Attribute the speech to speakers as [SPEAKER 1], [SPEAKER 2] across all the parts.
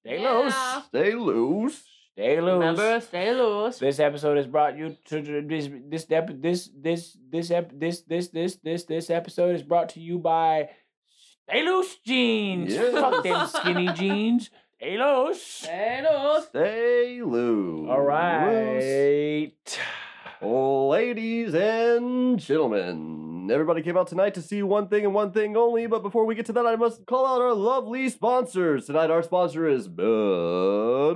[SPEAKER 1] Stay
[SPEAKER 2] Yeah.
[SPEAKER 1] loose. Stay loose. Stay loose.
[SPEAKER 2] Remember, stay loose.
[SPEAKER 1] This episode is brought you to to- this this ep- this this this ep- this this this this this episode is brought to you by Stay Loose Jeans.
[SPEAKER 3] Yeah.
[SPEAKER 1] Fuck them skinny jeans. Stay loose.
[SPEAKER 2] Stay loose.
[SPEAKER 3] Stay loose.
[SPEAKER 1] All right.
[SPEAKER 3] Ladies and gentlemen, everybody came out tonight to see one thing and one thing only. But before we get to that, I must call out our lovely sponsors. Tonight, our sponsor is Bud.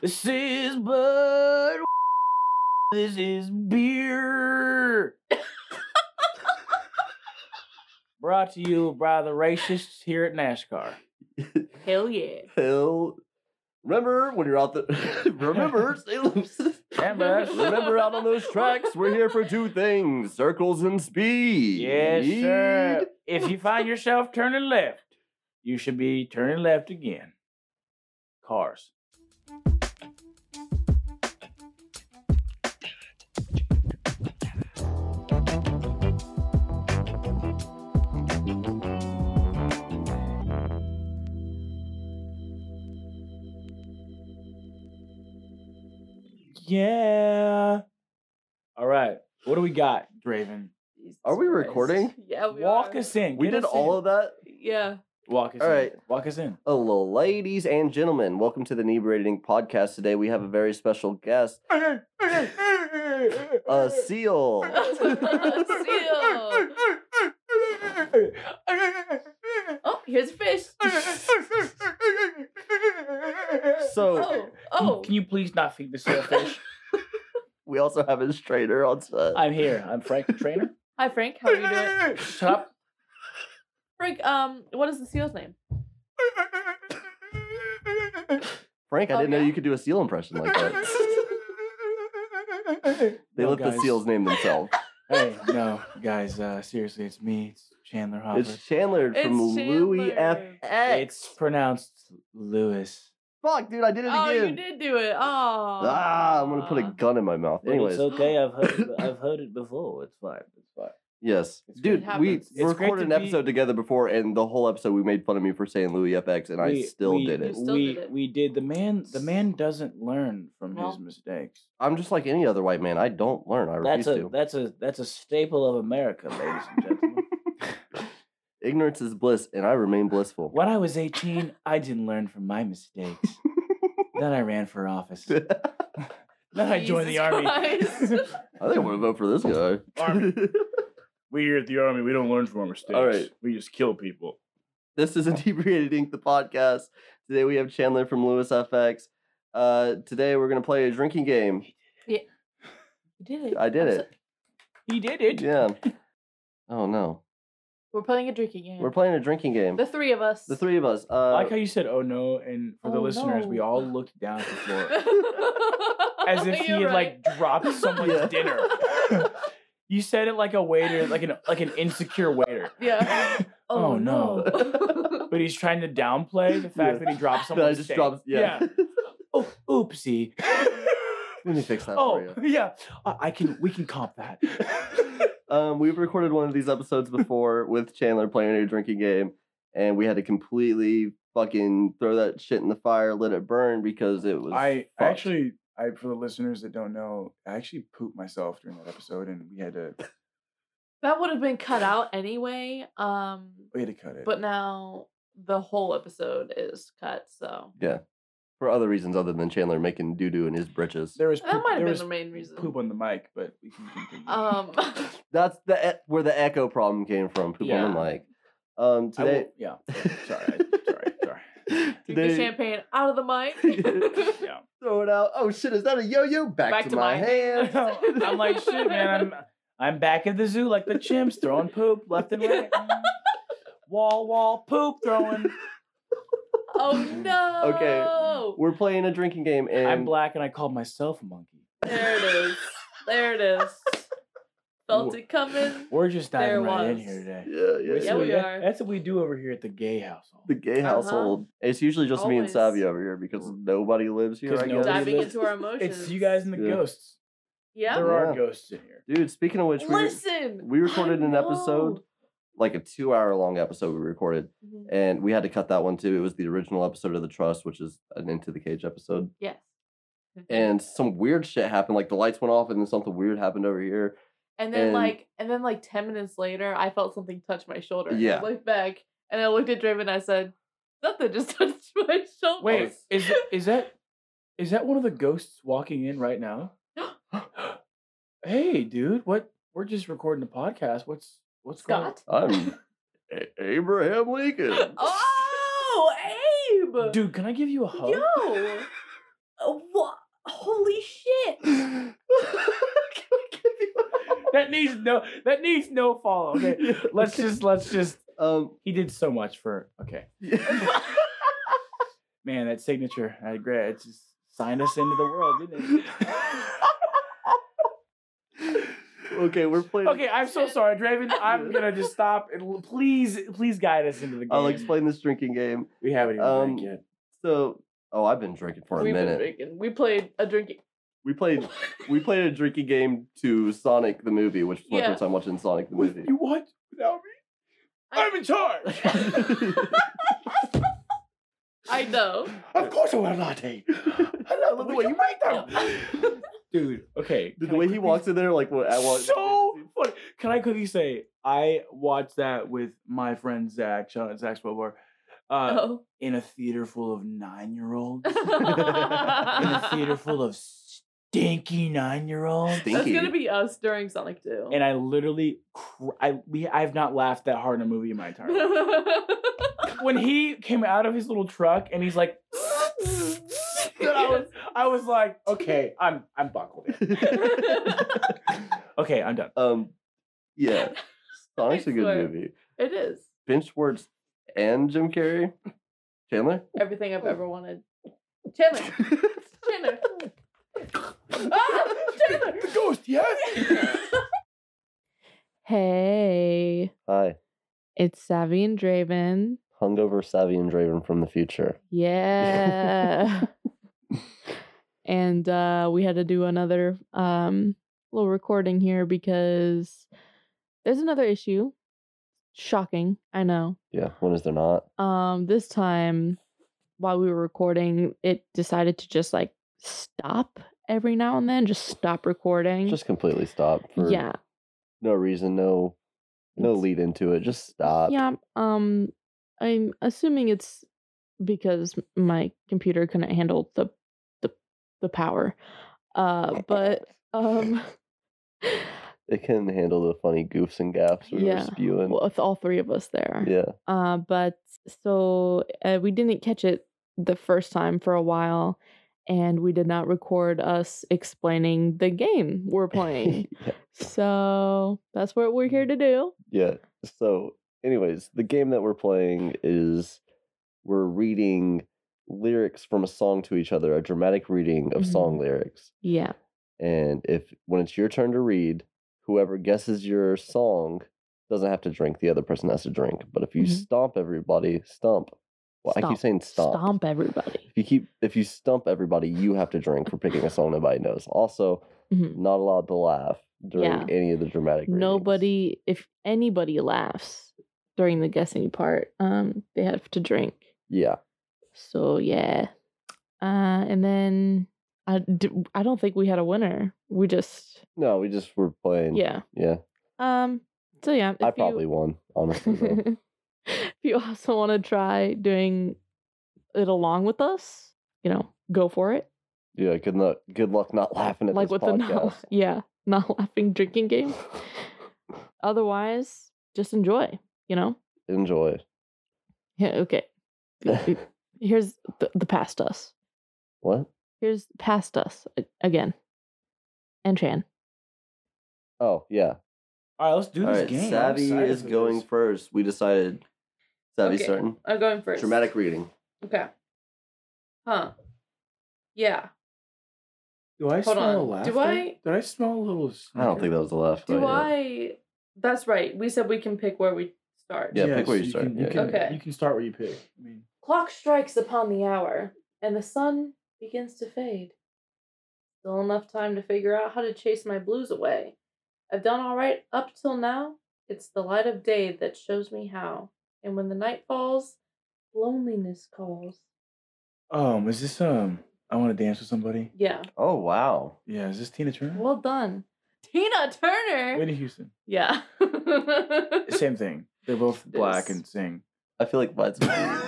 [SPEAKER 1] This is Bud. This is beer. Brought to you by the racists here at NASCAR.
[SPEAKER 2] Hell yeah.
[SPEAKER 3] Hill. Remember when you're out there. remember, stay loose.
[SPEAKER 1] Damn, bud.
[SPEAKER 3] Remember out on those tracks, we're here for two things circles and speed.
[SPEAKER 1] Yes, sir. If you find yourself turning left, you should be turning left again. Cars. Yeah. All right. What do we got, Draven?
[SPEAKER 2] Jesus
[SPEAKER 3] Are we
[SPEAKER 2] Christ.
[SPEAKER 3] recording?
[SPEAKER 2] Yeah, we
[SPEAKER 1] Walk
[SPEAKER 2] are.
[SPEAKER 1] us in.
[SPEAKER 3] We
[SPEAKER 1] Get
[SPEAKER 3] did
[SPEAKER 1] us
[SPEAKER 3] all
[SPEAKER 1] in.
[SPEAKER 3] of that.
[SPEAKER 2] Yeah.
[SPEAKER 1] Walk us
[SPEAKER 3] All
[SPEAKER 1] in.
[SPEAKER 3] right.
[SPEAKER 1] Walk us in.
[SPEAKER 3] Hello, ladies and gentlemen. Welcome to the Inebriating Podcast. Today we have a very special guest, a seal.
[SPEAKER 2] Seal. Oh, here's a fish.
[SPEAKER 3] so
[SPEAKER 2] Oh, oh.
[SPEAKER 1] Can you please not feed the sailfish?
[SPEAKER 3] we also have his trainer on set.
[SPEAKER 1] I'm here. I'm Frank the Trainer.
[SPEAKER 2] Hi, Frank. How are you doing?
[SPEAKER 1] Shut up.
[SPEAKER 2] Frank, um, what is the seal's name?
[SPEAKER 3] Frank, I
[SPEAKER 2] Oh,
[SPEAKER 3] didn't know
[SPEAKER 2] yeah?
[SPEAKER 3] you could do a seal impression like that. They
[SPEAKER 1] No,
[SPEAKER 3] let the
[SPEAKER 1] guys.
[SPEAKER 3] seals name themselves.
[SPEAKER 1] Hey, no, guys. Uh, seriously, it's me. It's Chandler Hopper.
[SPEAKER 3] It's Chandler from
[SPEAKER 2] It's
[SPEAKER 3] Louis F.
[SPEAKER 2] Chandler.
[SPEAKER 3] X.
[SPEAKER 1] It's pronounced Lewis.
[SPEAKER 3] Fuck, dude, I did it
[SPEAKER 2] Oh,
[SPEAKER 3] again.
[SPEAKER 2] you did do it. Oh.
[SPEAKER 3] Ah, I'm gonna put a gun in my mouth.
[SPEAKER 1] But
[SPEAKER 3] Anyways,
[SPEAKER 1] it's okay. I've heard. It, I've heard it before. It's fine. It's fine.
[SPEAKER 3] yes,
[SPEAKER 1] It's
[SPEAKER 3] dude,
[SPEAKER 2] great.
[SPEAKER 3] we
[SPEAKER 2] Happens.
[SPEAKER 1] It's great to
[SPEAKER 3] recorded an
[SPEAKER 1] be-
[SPEAKER 3] episode together before, and the whole episode we made fun of me for saying Louis FX, and I
[SPEAKER 1] We-
[SPEAKER 3] still
[SPEAKER 1] we-
[SPEAKER 3] did
[SPEAKER 2] You
[SPEAKER 3] it.
[SPEAKER 2] still
[SPEAKER 1] we
[SPEAKER 2] did it.
[SPEAKER 1] we did. The man. The man doesn't learn from his
[SPEAKER 2] Well,
[SPEAKER 1] mistakes.
[SPEAKER 3] I'm just like any other white man. I don't learn. I refuse
[SPEAKER 1] That's a
[SPEAKER 3] to.
[SPEAKER 1] that's a that's a staple of America, ladies and gentlemen.
[SPEAKER 3] Ignorance is bliss, and I remain blissful.
[SPEAKER 1] when I was 18, I didn't learn from my mistakes. then I ran for office. then I joined the
[SPEAKER 2] Jesus
[SPEAKER 1] army.
[SPEAKER 2] Christ.
[SPEAKER 3] I think I'm gonna vote for this guy.
[SPEAKER 1] Army. we here at the army, we don't learn from our mistakes.
[SPEAKER 3] right.
[SPEAKER 1] We just kill people.
[SPEAKER 3] this is Inebriated Ink, the podcast. Today we have Chandler from Louis FX. Uh, today we're gonna play a drinking game.
[SPEAKER 2] You did it.
[SPEAKER 3] I did
[SPEAKER 2] I'm
[SPEAKER 3] it.
[SPEAKER 2] so-
[SPEAKER 1] He did it.
[SPEAKER 3] Yeah. Oh no,
[SPEAKER 2] We're playing a drinking game.
[SPEAKER 3] we're playing a drinking game.
[SPEAKER 2] the three of us.
[SPEAKER 3] The three of us.
[SPEAKER 1] I
[SPEAKER 3] Uh,
[SPEAKER 1] like how you said, "Oh no!" And for the
[SPEAKER 2] Oh,
[SPEAKER 1] listeners, we
[SPEAKER 2] no.
[SPEAKER 1] all looked down at the floor as
[SPEAKER 2] As
[SPEAKER 1] if he had like dropped someone's
[SPEAKER 3] Yeah.
[SPEAKER 1] dinner. you said it like a waiter, like an like an insecure waiter.
[SPEAKER 2] Yeah.
[SPEAKER 1] Oh, no.
[SPEAKER 2] no.
[SPEAKER 1] But he's trying to downplay the fact
[SPEAKER 3] Yeah.
[SPEAKER 1] that he dropped
[SPEAKER 3] that I
[SPEAKER 1] someone's
[SPEAKER 3] just
[SPEAKER 1] steak.
[SPEAKER 3] dropped. Yeah.
[SPEAKER 1] Oh, oopsie.
[SPEAKER 3] Let me fix that for
[SPEAKER 1] oh,
[SPEAKER 3] you.
[SPEAKER 1] yeah. I I can. We can comp that.
[SPEAKER 3] Um, we've recorded one of these episodes before with Chandler playing a drinking game, and we had to completely fucking throw that shit in the fire, let it burn because it was.
[SPEAKER 4] I I
[SPEAKER 3] fucked.
[SPEAKER 4] actually, I for the listeners that don't know, I actually pooped myself during that episode, and we had to
[SPEAKER 2] That would have been cut out anyway. Um,
[SPEAKER 4] we had to
[SPEAKER 1] Eh.
[SPEAKER 4] cut it.
[SPEAKER 2] but now the whole episode is cut, so
[SPEAKER 3] for other reasons other than Chandler making doo doo in his britches.
[SPEAKER 4] there was
[SPEAKER 2] that
[SPEAKER 4] poop,
[SPEAKER 2] might have
[SPEAKER 4] there
[SPEAKER 2] been
[SPEAKER 4] was
[SPEAKER 2] the main reason.
[SPEAKER 4] poop on the mic, but we can continue.
[SPEAKER 2] Um,
[SPEAKER 3] That's the e- where the echo problem came from. Poop on the
[SPEAKER 2] Yeah.
[SPEAKER 3] mic. Um,
[SPEAKER 4] I will-
[SPEAKER 3] today.
[SPEAKER 4] Oh, yeah. Sorry, sorry, sorry.
[SPEAKER 2] drink the
[SPEAKER 3] today,
[SPEAKER 2] champagne out of the mic.
[SPEAKER 4] Yeah.
[SPEAKER 3] throw it out. Oh shit! Is that a yo-yo? Back, to, my, hand.
[SPEAKER 1] I'm like, shit, man. I'm I'm back at the zoo like the chimps, throwing poop left and right. Wall, wall, poop throwing.
[SPEAKER 2] oh no.
[SPEAKER 3] We're playing a drinking game, and
[SPEAKER 1] I'm black and I called myself a monkey.
[SPEAKER 2] There it is. There it is. Felt it coming.
[SPEAKER 1] We're just diving
[SPEAKER 2] There
[SPEAKER 1] right in
[SPEAKER 2] was.
[SPEAKER 1] here today.
[SPEAKER 3] Yeah, yeah.
[SPEAKER 1] That's
[SPEAKER 2] Yeah,
[SPEAKER 3] yeah.
[SPEAKER 1] what-
[SPEAKER 2] we
[SPEAKER 1] that-
[SPEAKER 2] are.
[SPEAKER 1] That's what we do over here at the gay household.
[SPEAKER 3] The gay
[SPEAKER 2] Uh-huh.
[SPEAKER 3] household. It's usually just me and
[SPEAKER 2] Always.
[SPEAKER 3] Savvy over here because nobody lives here.
[SPEAKER 1] 'Cause
[SPEAKER 3] I guess.
[SPEAKER 1] nobody
[SPEAKER 2] Diving
[SPEAKER 1] lives-
[SPEAKER 2] into our emotions.
[SPEAKER 1] It's you guys and the
[SPEAKER 3] Yeah.
[SPEAKER 1] ghosts.
[SPEAKER 2] Yeah.
[SPEAKER 1] There are
[SPEAKER 3] Yeah.
[SPEAKER 1] ghosts in here.
[SPEAKER 3] Dude, speaking of which, we,
[SPEAKER 2] Listen.
[SPEAKER 3] we recorded
[SPEAKER 2] I
[SPEAKER 3] an episode
[SPEAKER 2] know. Mm-hmm.
[SPEAKER 3] like a two hour long episode we recorded,
[SPEAKER 5] Mhm.
[SPEAKER 3] and we had to cut that one too. It was the original episode of the Trust, which is an Into the Cage episode,
[SPEAKER 5] Yes.
[SPEAKER 3] and some weird shit happened. Like the lights went off, and then something weird happened over here.
[SPEAKER 5] And then
[SPEAKER 3] And-
[SPEAKER 5] like and then like ten minutes later, I felt something touch my shoulder. and
[SPEAKER 3] Yeah.
[SPEAKER 5] I looked back and I looked at Draven and I said, Nothing just touched my shoulder.
[SPEAKER 1] Wait,
[SPEAKER 3] it's-
[SPEAKER 1] is is that is that one of the ghosts walking in right now? hey, dude, what? We're just recording the podcast. What's what's going?
[SPEAKER 5] Scott?
[SPEAKER 3] I'm A- Abraham Lincoln.
[SPEAKER 5] Oh Abe!
[SPEAKER 1] Dude, can I give you a hug?
[SPEAKER 5] Yo! what? Holy shit!
[SPEAKER 3] Can I give you a-
[SPEAKER 1] That needs no. That needs no follow. Okay, let's just let's just.
[SPEAKER 3] um.
[SPEAKER 1] He did so much for. Okay,
[SPEAKER 3] yeah.
[SPEAKER 1] man, that signature. I agree. It just signed us into the world, didn't
[SPEAKER 3] okay, we're
[SPEAKER 1] it?
[SPEAKER 3] playing.
[SPEAKER 1] Okay, I'm so sorry, Draven. I'm gonna just stop and l- please, please guide us into the game.
[SPEAKER 3] I'll explain this drinking game.
[SPEAKER 1] We haven't even
[SPEAKER 3] Um,
[SPEAKER 1] drank yet.
[SPEAKER 3] So, oh, I've been drinking for a
[SPEAKER 5] We've been
[SPEAKER 3] minute.
[SPEAKER 5] drinking. We played a drinking.
[SPEAKER 3] We played, we played a drinking game to Sonic the movie, which was my
[SPEAKER 5] Yeah.
[SPEAKER 3] first time watching Sonic the
[SPEAKER 1] With
[SPEAKER 3] movie.
[SPEAKER 1] you what? Without me?
[SPEAKER 5] I-
[SPEAKER 1] I'm in charge.
[SPEAKER 5] I know.
[SPEAKER 1] of course, I want a latte. I love the way you make them, dude. Okay,
[SPEAKER 3] Dude,
[SPEAKER 1] can
[SPEAKER 3] the
[SPEAKER 1] I
[SPEAKER 3] way he
[SPEAKER 1] quickly
[SPEAKER 3] walks in there, like what I want.
[SPEAKER 1] so funny. Can I quickly say I watched that with my friend Zach, shout out Zach Spilbar, uh,
[SPEAKER 5] Oh.
[SPEAKER 1] in a theater full of nine year olds, in a theater
[SPEAKER 5] That's
[SPEAKER 1] full of stinky nine year olds,
[SPEAKER 3] Stinky.
[SPEAKER 5] gonna be us during Sonic 2.
[SPEAKER 1] and I literally, cr- I we I've not laughed that hard in a movie in my entire life. when he came out of his little truck and he's like. and I, was, I was like, okay, I'm I'm buckled. in. Okay, I'm done.
[SPEAKER 3] um, yeah, Sonic's a
[SPEAKER 5] I swear.
[SPEAKER 3] good movie.
[SPEAKER 5] it is
[SPEAKER 3] Ben Schwartz and Jim Carrey, Chandler.
[SPEAKER 5] everything
[SPEAKER 1] Oh.
[SPEAKER 5] I've ever wanted. Chandler, Chandler, ah, Chandler.
[SPEAKER 1] ghost, yes.
[SPEAKER 5] Hey,
[SPEAKER 3] Hi,
[SPEAKER 5] it's Savvy and Draven.
[SPEAKER 3] hungover Savvy and Draven from the future.
[SPEAKER 5] Yeah. and uh we had to do another um little recording here because there's another issue. Shocking, I know.
[SPEAKER 3] Yeah, when is there not?
[SPEAKER 5] Um this time while we were recording, it decided to just like stop every now and then, just stop recording.
[SPEAKER 3] Just completely stop for
[SPEAKER 5] yeah.
[SPEAKER 3] no reason, no no
[SPEAKER 5] It's-
[SPEAKER 3] lead into it. Just stop.
[SPEAKER 5] yeah, um I'm assuming it's because my computer couldn't handle the the the power. Uh but Um,
[SPEAKER 3] It couldn't handle the funny goofs and gaps we were
[SPEAKER 5] Yeah.
[SPEAKER 3] spewing.
[SPEAKER 5] well, with all three of us there.
[SPEAKER 3] Um, yeah.
[SPEAKER 5] Uh, but so uh, we didn't catch it the first time for a while, and we did not record us explaining the game we're playing.
[SPEAKER 3] yeah.
[SPEAKER 5] so that's what we're here to do.
[SPEAKER 3] Yeah. So, anyways, the game that we're playing is we're reading lyrics from a song to each other, a dramatic reading of song
[SPEAKER 5] Mhm.
[SPEAKER 3] lyrics.
[SPEAKER 5] Yeah.
[SPEAKER 3] And if when it's your turn to read, whoever guesses your song doesn't have to drink, the other person has to drink. But if you
[SPEAKER 5] Mhm.
[SPEAKER 3] stomp everybody, stomp. Well, I keep
[SPEAKER 5] Stomp.
[SPEAKER 3] saying stomp.
[SPEAKER 5] Stomp everybody.
[SPEAKER 3] If you keep if you stump everybody, you have to drink for picking a song nobody knows. Also,
[SPEAKER 5] Mhm.
[SPEAKER 3] not allowed to laugh during
[SPEAKER 5] Yeah.
[SPEAKER 3] any of the dramatic readings.
[SPEAKER 5] Nobody, if anybody laughs during the guessing part, um, they have to drink.
[SPEAKER 3] Yeah.
[SPEAKER 5] So yeah, uh, and then I d- I don't think we had a winner. We just
[SPEAKER 3] No, we just were playing.
[SPEAKER 5] yeah.
[SPEAKER 3] Yeah.
[SPEAKER 5] Um. So yeah,
[SPEAKER 3] I
[SPEAKER 5] if you-
[SPEAKER 3] probably won, honestly. though.
[SPEAKER 5] if you also want to try doing it along with us, you know, go for it.
[SPEAKER 3] yeah, good luck. Good luck not laughing at
[SPEAKER 5] like
[SPEAKER 3] this
[SPEAKER 5] with the
[SPEAKER 3] podcast.
[SPEAKER 5] not, yeah, not laughing drinking game. Otherwise, just enjoy. You know.
[SPEAKER 3] Enjoy.
[SPEAKER 5] Yeah. Okay. Here's the, the past us.
[SPEAKER 3] what?
[SPEAKER 5] Here's past us a- again. And Chan.
[SPEAKER 3] Oh yeah.
[SPEAKER 1] All right, let's do
[SPEAKER 3] All
[SPEAKER 1] this
[SPEAKER 3] right.
[SPEAKER 1] game. I'm
[SPEAKER 3] Savvy
[SPEAKER 1] excited
[SPEAKER 3] is
[SPEAKER 1] for
[SPEAKER 3] going
[SPEAKER 1] this.
[SPEAKER 3] first. We decided. Savvy's
[SPEAKER 5] Okay.
[SPEAKER 3] certain.
[SPEAKER 5] I'm going first.
[SPEAKER 3] Dramatic reading.
[SPEAKER 5] Okay. Huh. Yeah.
[SPEAKER 1] Do I
[SPEAKER 5] Hold
[SPEAKER 1] smell a
[SPEAKER 5] on.
[SPEAKER 1] laughter?
[SPEAKER 5] Do I-
[SPEAKER 1] Did I smell a little?
[SPEAKER 3] I don't think
[SPEAKER 1] snicker?
[SPEAKER 3] that was the left.
[SPEAKER 5] Do
[SPEAKER 3] but Oh, yeah.
[SPEAKER 5] I? That's right. We said we can pick where we start.
[SPEAKER 3] Yeah, pick where you
[SPEAKER 1] Yes,
[SPEAKER 3] start.
[SPEAKER 1] Can,
[SPEAKER 3] Yeah,
[SPEAKER 1] can,
[SPEAKER 5] yeah. Okay.
[SPEAKER 1] You can start where you pick. I mean,
[SPEAKER 5] Clock strikes upon the hour, and the sun begins to fade. Still enough time to figure out how to chase my blues away. I've done all right up till now, It's the light of day that shows me how. And when the night falls, loneliness calls.
[SPEAKER 1] Um, is this um? I want to dance with somebody.
[SPEAKER 5] Yeah.
[SPEAKER 3] Oh wow.
[SPEAKER 1] Yeah, is this Tina Turner?
[SPEAKER 5] Well done. Tina Turner.
[SPEAKER 1] Whitney Houston.
[SPEAKER 5] Yeah.
[SPEAKER 1] Same thing. They're both black
[SPEAKER 5] This-
[SPEAKER 1] and sing.
[SPEAKER 3] I feel like mine's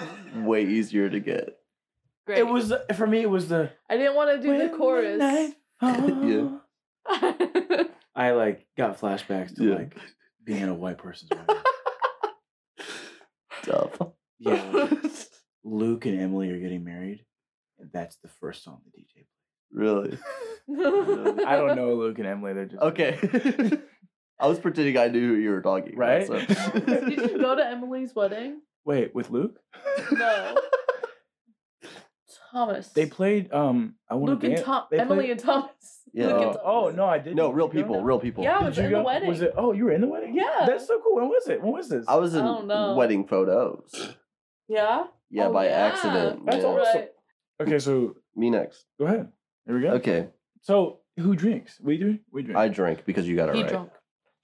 [SPEAKER 3] way easier to get.
[SPEAKER 5] Great.
[SPEAKER 6] It was for me. It was the
[SPEAKER 5] I didn't want to do the
[SPEAKER 6] When
[SPEAKER 5] chorus.
[SPEAKER 6] night
[SPEAKER 3] Yeah.
[SPEAKER 6] falls. I like got flashbacks to
[SPEAKER 3] Yeah.
[SPEAKER 6] like being a white person's wedding.
[SPEAKER 3] Tough.
[SPEAKER 6] yeah, like,
[SPEAKER 1] Oh,
[SPEAKER 6] Luke and Emily are getting married, and that's the first song the DJ
[SPEAKER 3] Really?
[SPEAKER 1] I don't know Luke and Emily. They're just
[SPEAKER 3] Okay. I was pretending I knew who you were talking
[SPEAKER 6] Right?
[SPEAKER 3] about.
[SPEAKER 5] Did you go to Emily's wedding?
[SPEAKER 1] Wait, with Luke?
[SPEAKER 5] No. Thomas.
[SPEAKER 6] They played. Um, I want
[SPEAKER 5] Luke
[SPEAKER 6] to dance.
[SPEAKER 5] and Tom.
[SPEAKER 6] they
[SPEAKER 5] Emily
[SPEAKER 6] played-
[SPEAKER 5] and Thomas.
[SPEAKER 3] Yeah.
[SPEAKER 5] Luke and
[SPEAKER 6] Oh, oh,
[SPEAKER 5] Thomas.
[SPEAKER 6] no, I didn't.
[SPEAKER 3] no, real
[SPEAKER 6] Did you go?
[SPEAKER 3] people, real people.
[SPEAKER 5] Yeah, I was
[SPEAKER 6] Did you
[SPEAKER 5] in the
[SPEAKER 6] go?
[SPEAKER 5] wedding.
[SPEAKER 6] Was it? Oh, you were in the wedding.
[SPEAKER 5] Yeah.
[SPEAKER 6] that's so cool. When was it? When was this?
[SPEAKER 3] I was in
[SPEAKER 5] I don't know.
[SPEAKER 3] wedding photos.
[SPEAKER 5] Yeah.
[SPEAKER 3] Yeah,
[SPEAKER 5] Oh,
[SPEAKER 3] by
[SPEAKER 5] yeah.
[SPEAKER 3] accident.
[SPEAKER 6] That's
[SPEAKER 3] yeah.
[SPEAKER 6] awesome.
[SPEAKER 5] Right.
[SPEAKER 1] Okay, so
[SPEAKER 3] Me next.
[SPEAKER 1] go ahead. Here we go.
[SPEAKER 3] Okay.
[SPEAKER 6] so
[SPEAKER 1] Who drinks? We do. We drink.
[SPEAKER 3] I drank because you got it
[SPEAKER 5] He
[SPEAKER 3] right.
[SPEAKER 5] drunk.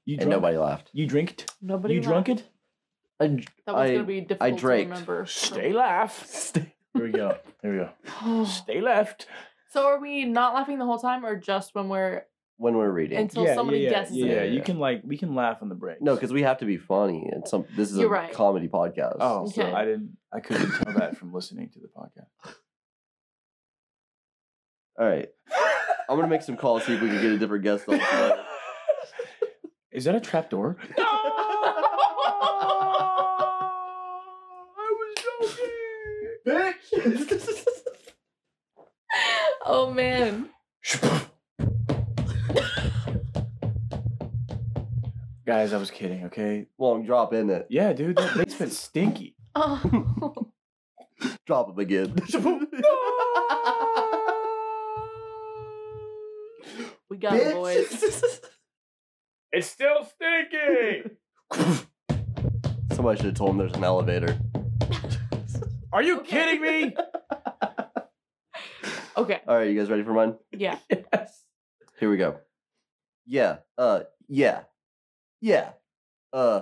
[SPEAKER 6] you
[SPEAKER 3] And
[SPEAKER 6] drunk?
[SPEAKER 3] nobody laughed.
[SPEAKER 6] You drinked.
[SPEAKER 5] Nobody.
[SPEAKER 6] you drunk it.
[SPEAKER 3] I, dr-
[SPEAKER 5] That was
[SPEAKER 3] I-
[SPEAKER 5] gonna be difficult
[SPEAKER 3] draked.
[SPEAKER 5] to remember.
[SPEAKER 6] Stay left. Here we go. Here we go. Stay left.
[SPEAKER 5] so are we not laughing the whole time, or just when we're
[SPEAKER 3] when we're reading.
[SPEAKER 5] Until somebody
[SPEAKER 6] yeah,
[SPEAKER 5] guesses
[SPEAKER 6] Yeah,
[SPEAKER 3] it.
[SPEAKER 6] you can like we can laugh on the break.
[SPEAKER 3] no, because we have to be funny. It's some. This is a
[SPEAKER 5] You're right.
[SPEAKER 3] comedy podcast.
[SPEAKER 1] Oh,
[SPEAKER 5] Okay.
[SPEAKER 1] I didn't. I couldn't tell that from listening to the podcast.
[SPEAKER 3] All right. I'm gonna make some calls see if we can get a different guest on. tonight.
[SPEAKER 1] Is that a trap door?
[SPEAKER 6] uh, No! I was joking.
[SPEAKER 5] oh man.
[SPEAKER 1] Guys, I was kidding. Okay.
[SPEAKER 3] Long drop in it.
[SPEAKER 1] Yeah, dude, that basement's stinky.
[SPEAKER 5] Oh.
[SPEAKER 3] Drop him again.
[SPEAKER 5] we got it, boys.
[SPEAKER 6] It's still stinky.
[SPEAKER 3] Somebody should have told him there's an elevator.
[SPEAKER 6] Are you
[SPEAKER 5] Okay.
[SPEAKER 6] kidding me?
[SPEAKER 5] Okay.
[SPEAKER 3] All right, you guys ready for mine?
[SPEAKER 5] Yeah.
[SPEAKER 6] yes.
[SPEAKER 3] Here we go. Yeah. Uh. Yeah. Yeah. Uh.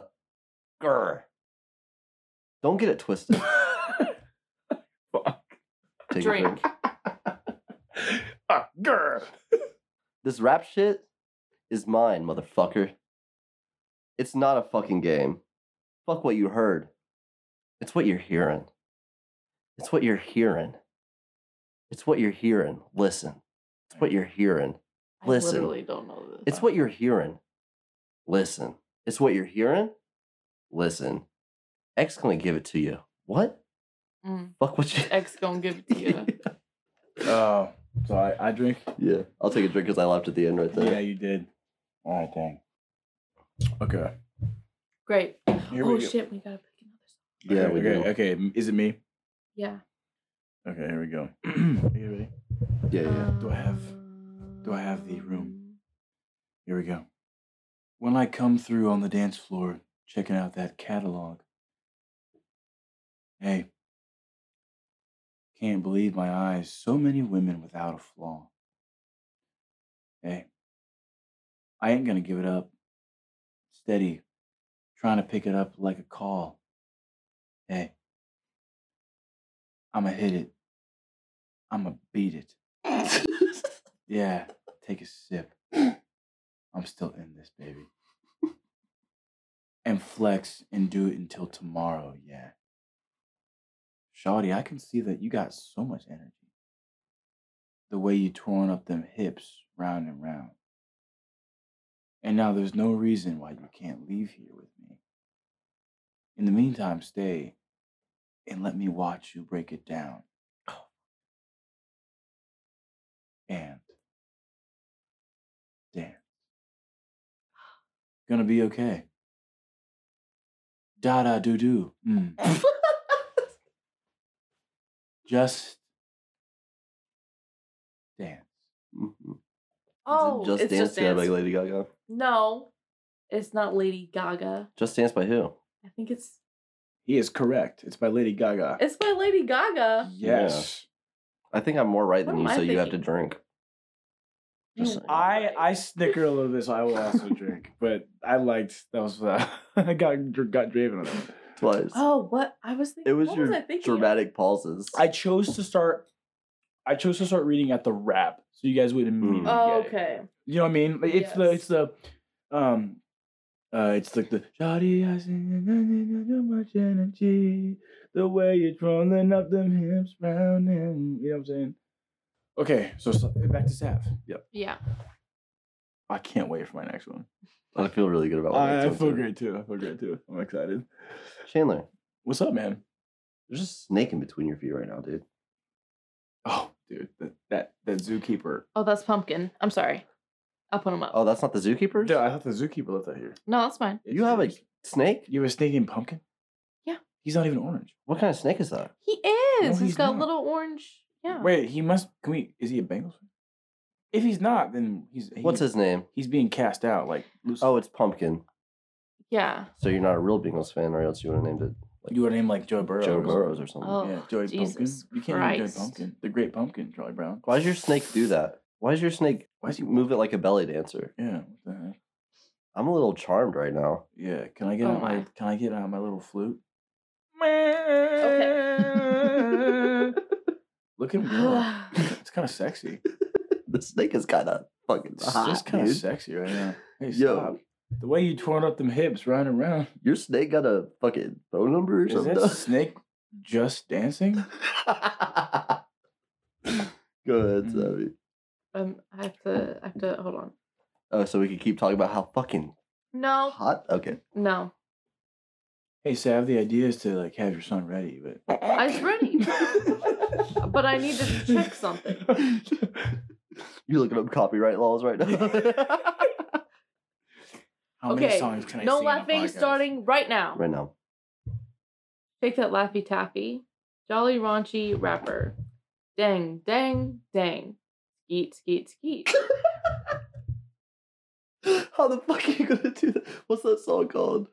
[SPEAKER 3] Grr. Don't get it twisted. Take A
[SPEAKER 5] Drink.
[SPEAKER 3] drink.
[SPEAKER 6] Ah, grr.
[SPEAKER 3] This rap shit is mine, motherfucker. It's not a fucking game. Fuck what you heard. It's what you're hearing. It's what you're hearing. It's what you're hearing. Listen. It's what you're hearing. Listen.
[SPEAKER 5] I literally don't know this.
[SPEAKER 3] It's what you're hearing. Listen. It's what you're hearing. Listen. X gonna give it to you. What?
[SPEAKER 5] Mm.
[SPEAKER 3] Fuck what you.
[SPEAKER 5] X gonna give it to you.
[SPEAKER 1] Oh, so I, I drink.
[SPEAKER 3] yeah. I'll take a drink because I laughed at the end right
[SPEAKER 1] Yeah,
[SPEAKER 3] there.
[SPEAKER 1] you did. All right, dang. Okay.
[SPEAKER 5] Great.
[SPEAKER 1] Here
[SPEAKER 5] oh
[SPEAKER 1] we go.
[SPEAKER 5] shit, we gotta pick another song.
[SPEAKER 3] Yeah,
[SPEAKER 1] okay,
[SPEAKER 3] we
[SPEAKER 1] okay,
[SPEAKER 3] do.
[SPEAKER 1] okay. m- Is it me?
[SPEAKER 5] Yeah.
[SPEAKER 1] Okay, here we go. Are you ready?
[SPEAKER 3] Yeah, yeah.
[SPEAKER 1] Do I have- do I have the room? Here we go. When I come through on the dance floor, checking out that catalog. Hey, can't believe my eyes. So many women without a flaw. Hey, I ain't gonna give it up. Steady, trying to pick it up like a call. Hey, I'ma hit it. I'ma beat it. Yeah, take a sip. I'm still in this, baby. And flex and do it until tomorrow, yeah. Shawty, I can see that you got so much energy. The way you torn up them hips round and round. And now there's no reason why you can't leave here with me. In the meantime, stay and let me watch you break it down. And dance. Gonna be okay. Da da doo doo. Mm. Just dance.
[SPEAKER 3] Mhm.
[SPEAKER 5] Oh,
[SPEAKER 3] Just
[SPEAKER 5] it's
[SPEAKER 3] Dance
[SPEAKER 5] just
[SPEAKER 3] yeah,
[SPEAKER 5] dance.
[SPEAKER 3] by Lady Gaga.
[SPEAKER 5] No, it's not Lady Gaga.
[SPEAKER 3] Just Dance by who?
[SPEAKER 5] I think it's
[SPEAKER 1] He is correct. It's by Lady Gaga.
[SPEAKER 5] it's by Lady Gaga.
[SPEAKER 1] yes.
[SPEAKER 3] I think I'm more right
[SPEAKER 5] What
[SPEAKER 3] than
[SPEAKER 5] am
[SPEAKER 3] you,
[SPEAKER 5] I
[SPEAKER 3] so you have to
[SPEAKER 5] thinking?
[SPEAKER 3] drink.
[SPEAKER 1] You-
[SPEAKER 5] Oh,
[SPEAKER 1] I I snicker a little bit, so I will also drink. But I liked that was uh, I got got driven on that. one.
[SPEAKER 3] Twice.
[SPEAKER 5] Oh, what I was thinking.
[SPEAKER 3] it was
[SPEAKER 5] what
[SPEAKER 3] your
[SPEAKER 5] was I thinking of?
[SPEAKER 3] dramatic pauses.
[SPEAKER 1] I chose to start. I chose to start reading at the wrap, so you guys would immediately.
[SPEAKER 5] Oh,
[SPEAKER 1] get it.
[SPEAKER 5] okay.
[SPEAKER 1] You know what I mean? Like, It's the
[SPEAKER 5] Yes.
[SPEAKER 1] it's the, um, uh, it's like the Shawty, I see too much energy. The way you're twirling up them hips round and you know what I'm saying. Okay, so s- back to Sav. Yep.
[SPEAKER 5] Yeah.
[SPEAKER 1] I can't wait for my next one.
[SPEAKER 3] I feel really Oh, good about what
[SPEAKER 1] I, I
[SPEAKER 3] told
[SPEAKER 1] feel
[SPEAKER 3] you.
[SPEAKER 1] great too. I feel great too. I'm excited.
[SPEAKER 3] Chandler,
[SPEAKER 1] What's up, man?
[SPEAKER 3] there's a snake in between your feet right now, dude.
[SPEAKER 1] Oh, dude, that that, that zookeeper.
[SPEAKER 5] Oh, that's pumpkin. I'm sorry. I'll put them up.
[SPEAKER 3] Oh, that's not the zookeeper?
[SPEAKER 1] Dude, I thought the zookeeper left that here.
[SPEAKER 5] no, that's fine.
[SPEAKER 3] You have a
[SPEAKER 1] yours.
[SPEAKER 3] snake?
[SPEAKER 1] you have a snake named Pumpkin.
[SPEAKER 5] Yeah.
[SPEAKER 1] He's not even orange.
[SPEAKER 3] What kind of snake is that?
[SPEAKER 5] He
[SPEAKER 1] he's
[SPEAKER 5] is. he's got
[SPEAKER 1] not.
[SPEAKER 5] little orange. Yeah.
[SPEAKER 1] Wait, he must. Can we? Is he a Bengals? fan? If he's not, then he's. He,
[SPEAKER 3] What's his name?
[SPEAKER 1] He's being cast out like. Lucifer.
[SPEAKER 3] Oh, it's Pumpkin.
[SPEAKER 5] Yeah.
[SPEAKER 3] So you're not a real Bengals fan, or else you would have named it
[SPEAKER 1] you would name like Joe Burrow.
[SPEAKER 3] Joe
[SPEAKER 1] or something.
[SPEAKER 3] Burrows or something.
[SPEAKER 5] Oh,
[SPEAKER 1] yeah, Joey
[SPEAKER 5] Jesus
[SPEAKER 1] Pumpkin. You can't name Joey
[SPEAKER 5] Christ.
[SPEAKER 1] Pumpkin. The Great Pumpkin, Charlie Brown.
[SPEAKER 3] Why does your snake do that? Why does your snake
[SPEAKER 1] Why is he?
[SPEAKER 3] move it like a belly dancer?
[SPEAKER 1] Yeah. What the heck?
[SPEAKER 3] I'm a little charmed right now.
[SPEAKER 1] Yeah. Can I get
[SPEAKER 5] Oh
[SPEAKER 1] out my?
[SPEAKER 5] my.
[SPEAKER 1] Can I get out my little flute?
[SPEAKER 5] Okay.
[SPEAKER 3] Oh
[SPEAKER 1] Look at him go. it's kind of sexy.
[SPEAKER 3] The snake is kind of fucking
[SPEAKER 1] It's
[SPEAKER 3] hot,
[SPEAKER 1] just kind of
[SPEAKER 3] dude.
[SPEAKER 1] sexy right now. Hey,
[SPEAKER 3] Yo.
[SPEAKER 1] stop. The way you torn up them hips running around.
[SPEAKER 3] Your snake got a fucking phone number or
[SPEAKER 1] Is
[SPEAKER 3] something?
[SPEAKER 1] that snake just dancing?
[SPEAKER 3] Go ahead,
[SPEAKER 1] Mm.
[SPEAKER 3] Savvy.
[SPEAKER 5] um, I have to. I have to hold on.
[SPEAKER 3] Oh, so we can keep talking about how fucking
[SPEAKER 5] No.
[SPEAKER 3] hot? Okay.
[SPEAKER 5] No.
[SPEAKER 1] Hey, Sav, the idea is to like have your son ready, but
[SPEAKER 5] I was ready, but I needed to check something.
[SPEAKER 3] You're looking up copyright laws right now.
[SPEAKER 1] How many
[SPEAKER 5] Okay,
[SPEAKER 1] songs can I
[SPEAKER 5] No
[SPEAKER 1] sing on a
[SPEAKER 5] laughing.
[SPEAKER 1] podcast?
[SPEAKER 5] Starting right now.
[SPEAKER 3] right now.
[SPEAKER 5] Take that Laffy Taffy. Jolly Raunchy Rapper. Dang, dang, dang. Skeet, skeet, skeet.
[SPEAKER 3] How the fuck are you gonna do that? What's that song called?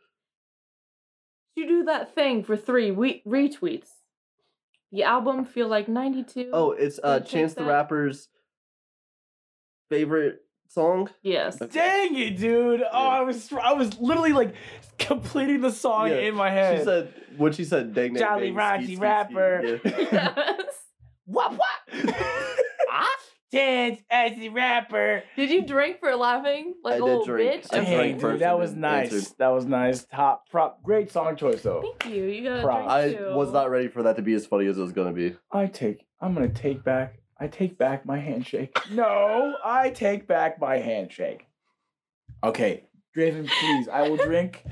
[SPEAKER 5] You do that thing for three we- retweets. The album Feel Like 92.
[SPEAKER 3] Oh, it's
[SPEAKER 5] Can
[SPEAKER 3] uh
[SPEAKER 5] you take
[SPEAKER 3] Chance the
[SPEAKER 5] that?
[SPEAKER 3] Rapper's favorite song.
[SPEAKER 5] yes.
[SPEAKER 1] Dang it, dude! Oh, I was I was literally like completing the song
[SPEAKER 3] Yeah,
[SPEAKER 1] in my head.
[SPEAKER 3] She said what she said. Dang, dang,
[SPEAKER 1] Jolly
[SPEAKER 3] dang,
[SPEAKER 1] Rocky
[SPEAKER 3] skeet, skeet,
[SPEAKER 1] Rapper.
[SPEAKER 3] skeet, yeah.
[SPEAKER 5] yes.
[SPEAKER 1] "Wop wop." Ah, Dance as the rapper.
[SPEAKER 5] Did you drink for laughing? Like
[SPEAKER 3] I
[SPEAKER 5] a
[SPEAKER 3] did
[SPEAKER 5] little
[SPEAKER 3] drink.
[SPEAKER 5] bitch?
[SPEAKER 3] I
[SPEAKER 5] Okay.
[SPEAKER 1] Dang,
[SPEAKER 3] drank
[SPEAKER 1] dude,
[SPEAKER 3] first
[SPEAKER 1] that
[SPEAKER 3] and
[SPEAKER 1] was
[SPEAKER 3] then
[SPEAKER 1] nice.
[SPEAKER 3] answered.
[SPEAKER 1] That was nice. Top prop. Great song choice though.
[SPEAKER 5] Thank you. You got
[SPEAKER 1] Proud.
[SPEAKER 5] to
[SPEAKER 3] I
[SPEAKER 5] drink too.
[SPEAKER 3] was not ready for that to be as funny as it was gonna be.
[SPEAKER 1] I take. I'm gonna take back. I take back my handshake. No, I take back my handshake. Okay, Draven, please. I will drink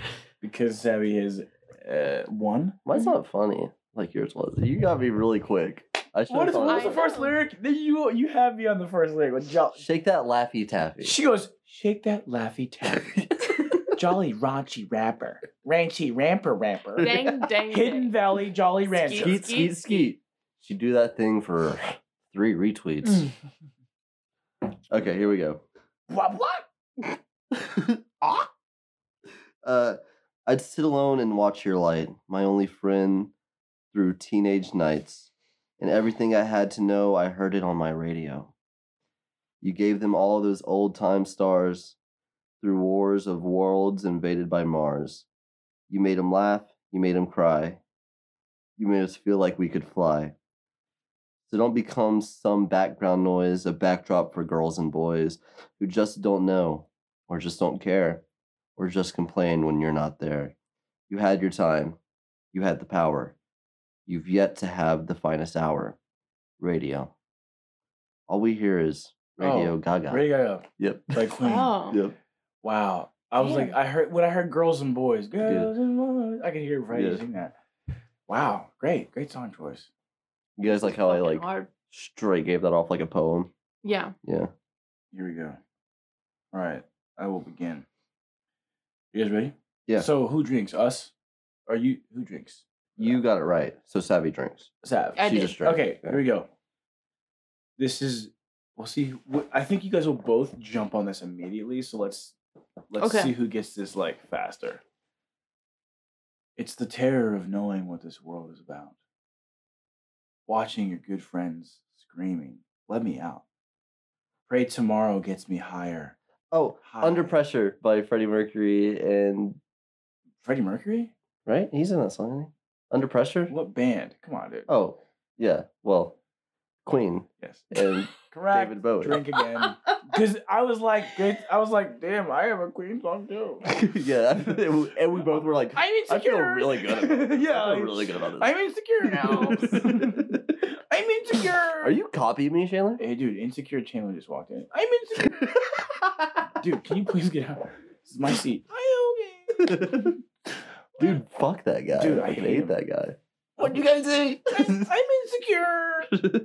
[SPEAKER 1] because Savvy is uh, one.
[SPEAKER 3] Mine's not funny like yours was. You got me really quick. I should
[SPEAKER 1] What, is,
[SPEAKER 3] have
[SPEAKER 1] what was
[SPEAKER 5] I
[SPEAKER 1] the first
[SPEAKER 5] know.
[SPEAKER 1] lyric? Then you you have me on the first lyric. With jo-
[SPEAKER 3] Shake that laffy taffy.
[SPEAKER 1] she goes, shake that laffy taffy, jolly raunchy rapper, ranchy ramper ramper,
[SPEAKER 5] Dang, dang, dang.
[SPEAKER 1] Hidden Valley Jolly
[SPEAKER 5] Skeet.
[SPEAKER 1] Rancher.
[SPEAKER 3] skeet, skeet, skeet. She do that thing for three retweets.
[SPEAKER 1] Mm.
[SPEAKER 3] Okay, here we go.
[SPEAKER 1] What what?
[SPEAKER 3] Ah. uh, I'd sit alone and watch your light, my only friend through teenage nights, and everything I had to know, I heard it on my radio. You gave them all those old time stars through wars of worlds invaded by Mars. You made them laugh, you made them cry, you made us feel like we could fly. So don't become some background noise, a backdrop for girls and boys who just don't know or just don't care or just complain when you're not there. You had your time. You had the power. You've yet to have the finest hour. Radio. All we hear is Radio
[SPEAKER 1] Oh,
[SPEAKER 3] Gaga.
[SPEAKER 1] Ready to
[SPEAKER 3] Yep.
[SPEAKER 1] go. Like Queen.
[SPEAKER 5] Oh.
[SPEAKER 3] Yep.
[SPEAKER 1] Wow. I was like,
[SPEAKER 5] Damn.
[SPEAKER 1] I heard when I heard girls and boys,
[SPEAKER 3] Yeah.
[SPEAKER 1] girls and boys. I could hear Freddie
[SPEAKER 3] Yeah.
[SPEAKER 1] sing that. Wow, great, great song choice.
[SPEAKER 3] You guys like how I
[SPEAKER 5] Fucking
[SPEAKER 3] like
[SPEAKER 5] hard.
[SPEAKER 3] straight gave that off like a poem?
[SPEAKER 5] Yeah.
[SPEAKER 3] Yeah.
[SPEAKER 1] Here we go. All right, I will begin. You guys ready?
[SPEAKER 3] Yeah.
[SPEAKER 1] So who drinks? Us? Are you who drinks?
[SPEAKER 3] You got it right. So Savvy drinks.
[SPEAKER 1] Sav.
[SPEAKER 5] I
[SPEAKER 3] she
[SPEAKER 5] did.
[SPEAKER 3] just drank.
[SPEAKER 1] Okay, here we go. This is we'll see. wh- I think you guys will both jump on this immediately. So let's let's
[SPEAKER 5] Okay.
[SPEAKER 1] see who gets this like faster. It's the terror of knowing what this world is about. Watching your good friends screaming, "Let me out!"
[SPEAKER 4] Pray tomorrow gets me higher.
[SPEAKER 3] Oh,
[SPEAKER 4] High.
[SPEAKER 3] Under Pressure by Freddie Mercury and
[SPEAKER 4] Freddie Mercury?
[SPEAKER 3] right? He's in that song. isn't he? Under Pressure?
[SPEAKER 4] What band? Come on, dude.
[SPEAKER 3] Oh, yeah. Well, Queen
[SPEAKER 4] Yes.
[SPEAKER 3] and
[SPEAKER 1] Correct.
[SPEAKER 3] David Bowie.
[SPEAKER 4] Drink again.
[SPEAKER 1] Because I was like, it's- I was like, damn, I have a Queen song too.
[SPEAKER 3] yeah, and we both were like,
[SPEAKER 1] I'm
[SPEAKER 3] I
[SPEAKER 1] insecure.
[SPEAKER 3] feel really good about this.
[SPEAKER 1] yeah,
[SPEAKER 3] I feel really good about this.
[SPEAKER 1] I'm insecure now. I'm insecure.
[SPEAKER 3] Are you copying me, Chandler?
[SPEAKER 4] hey, dude, insecure Chandler just walked in.
[SPEAKER 1] I'm insecure.
[SPEAKER 4] Dude, can you please get out? This is my seat.
[SPEAKER 1] I okay.
[SPEAKER 3] Dude, fuck that guy.
[SPEAKER 4] Dude,
[SPEAKER 3] I
[SPEAKER 4] I
[SPEAKER 3] fucking
[SPEAKER 4] hate
[SPEAKER 3] hate
[SPEAKER 4] him.
[SPEAKER 3] that guy. What you guys say?
[SPEAKER 1] I'm, I'm insecure.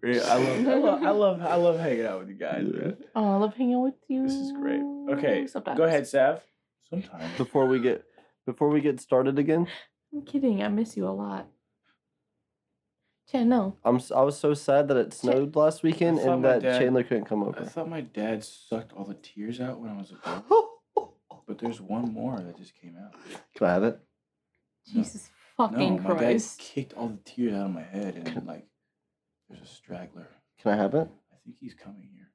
[SPEAKER 4] Great. I love, I love, I love, I love hanging out with you guys. man.
[SPEAKER 5] Oh, I love hanging out with you.
[SPEAKER 4] This is great. Okay,
[SPEAKER 5] Sometimes.
[SPEAKER 1] Go ahead, Sav.
[SPEAKER 4] Sometimes.
[SPEAKER 3] before we get before we get started again,
[SPEAKER 5] I'm kidding. I miss you a lot. Chan, no.
[SPEAKER 3] I'm s- I was so sad that it snowed last weekend
[SPEAKER 4] I saw
[SPEAKER 3] and
[SPEAKER 4] my
[SPEAKER 3] that
[SPEAKER 4] dad-
[SPEAKER 3] Chandler couldn't come
[SPEAKER 4] I
[SPEAKER 3] over.
[SPEAKER 4] thought my dad sucked all the tears out when I was a boy,
[SPEAKER 3] Can
[SPEAKER 4] but there's one more that just came out.
[SPEAKER 3] I have it?
[SPEAKER 5] Jesus
[SPEAKER 4] No,
[SPEAKER 5] fucking
[SPEAKER 4] my dad
[SPEAKER 5] Christ.
[SPEAKER 4] kicked all the tears out of my head, and like, there's a straggler.
[SPEAKER 3] Can I have it?
[SPEAKER 4] I think he's coming here.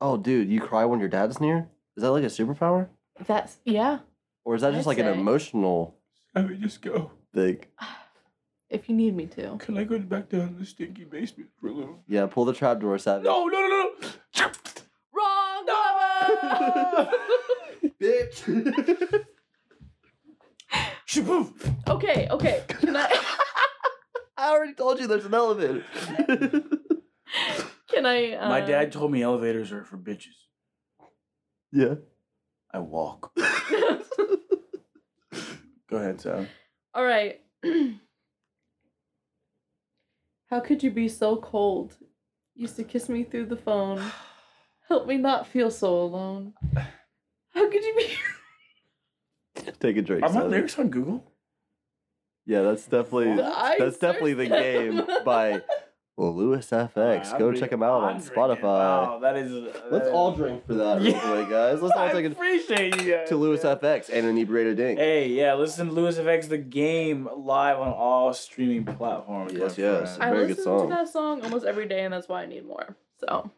[SPEAKER 3] Oh, dude, you cry when your dad's near? Is that like a superpower,
[SPEAKER 5] That's yeah.
[SPEAKER 3] or is that
[SPEAKER 5] I'd
[SPEAKER 3] just like an
[SPEAKER 5] say.
[SPEAKER 3] emotional
[SPEAKER 4] Let me just go.
[SPEAKER 3] thing?
[SPEAKER 5] If you need me to.
[SPEAKER 4] Can I go back down to the stinky basement for a little?
[SPEAKER 3] Yeah, pull the trapdoor, Savage.
[SPEAKER 4] No, no, no, no.
[SPEAKER 5] Wrong number.
[SPEAKER 3] bitch.
[SPEAKER 4] Shaboof.
[SPEAKER 5] okay, okay. Can I
[SPEAKER 3] I already told you there's an elevator.
[SPEAKER 5] can I uh,
[SPEAKER 4] My dad told me elevators are for bitches.
[SPEAKER 3] yeah.
[SPEAKER 4] I walk.
[SPEAKER 5] um,
[SPEAKER 4] Go ahead, Sam.
[SPEAKER 5] All right. How could you be so cold? Used to kiss me through the phone. Help me not feel so alone. How could you be
[SPEAKER 3] Take a drink.
[SPEAKER 4] Are my
[SPEAKER 3] Savage.
[SPEAKER 4] lyrics on Google?
[SPEAKER 3] Yeah, that's definitely
[SPEAKER 5] I
[SPEAKER 3] that's definitely the
[SPEAKER 5] searched
[SPEAKER 3] game
[SPEAKER 5] them.
[SPEAKER 3] by Lewis FX.
[SPEAKER 1] Alright,
[SPEAKER 3] Go
[SPEAKER 1] I'm
[SPEAKER 3] check him out on
[SPEAKER 1] drinking. I'm
[SPEAKER 3] Spotify.
[SPEAKER 1] drinking.
[SPEAKER 4] Oh,
[SPEAKER 1] Wow, that is.
[SPEAKER 3] Let's
[SPEAKER 1] that-
[SPEAKER 3] all drink for that, real
[SPEAKER 1] Yeah.
[SPEAKER 3] quick, guys. Let's all
[SPEAKER 1] I
[SPEAKER 3] take a
[SPEAKER 1] appreciate you guys.
[SPEAKER 3] to Lewis
[SPEAKER 1] yeah.
[SPEAKER 3] FX and an inebriated dink.
[SPEAKER 1] Hey, yeah, listen to Lewis FX The Game live on all streaming platforms. my
[SPEAKER 3] Yes, yes.
[SPEAKER 1] friend.
[SPEAKER 5] I
[SPEAKER 3] Very good
[SPEAKER 5] listen
[SPEAKER 3] song.
[SPEAKER 5] to that song almost every day, and that's why I need more. So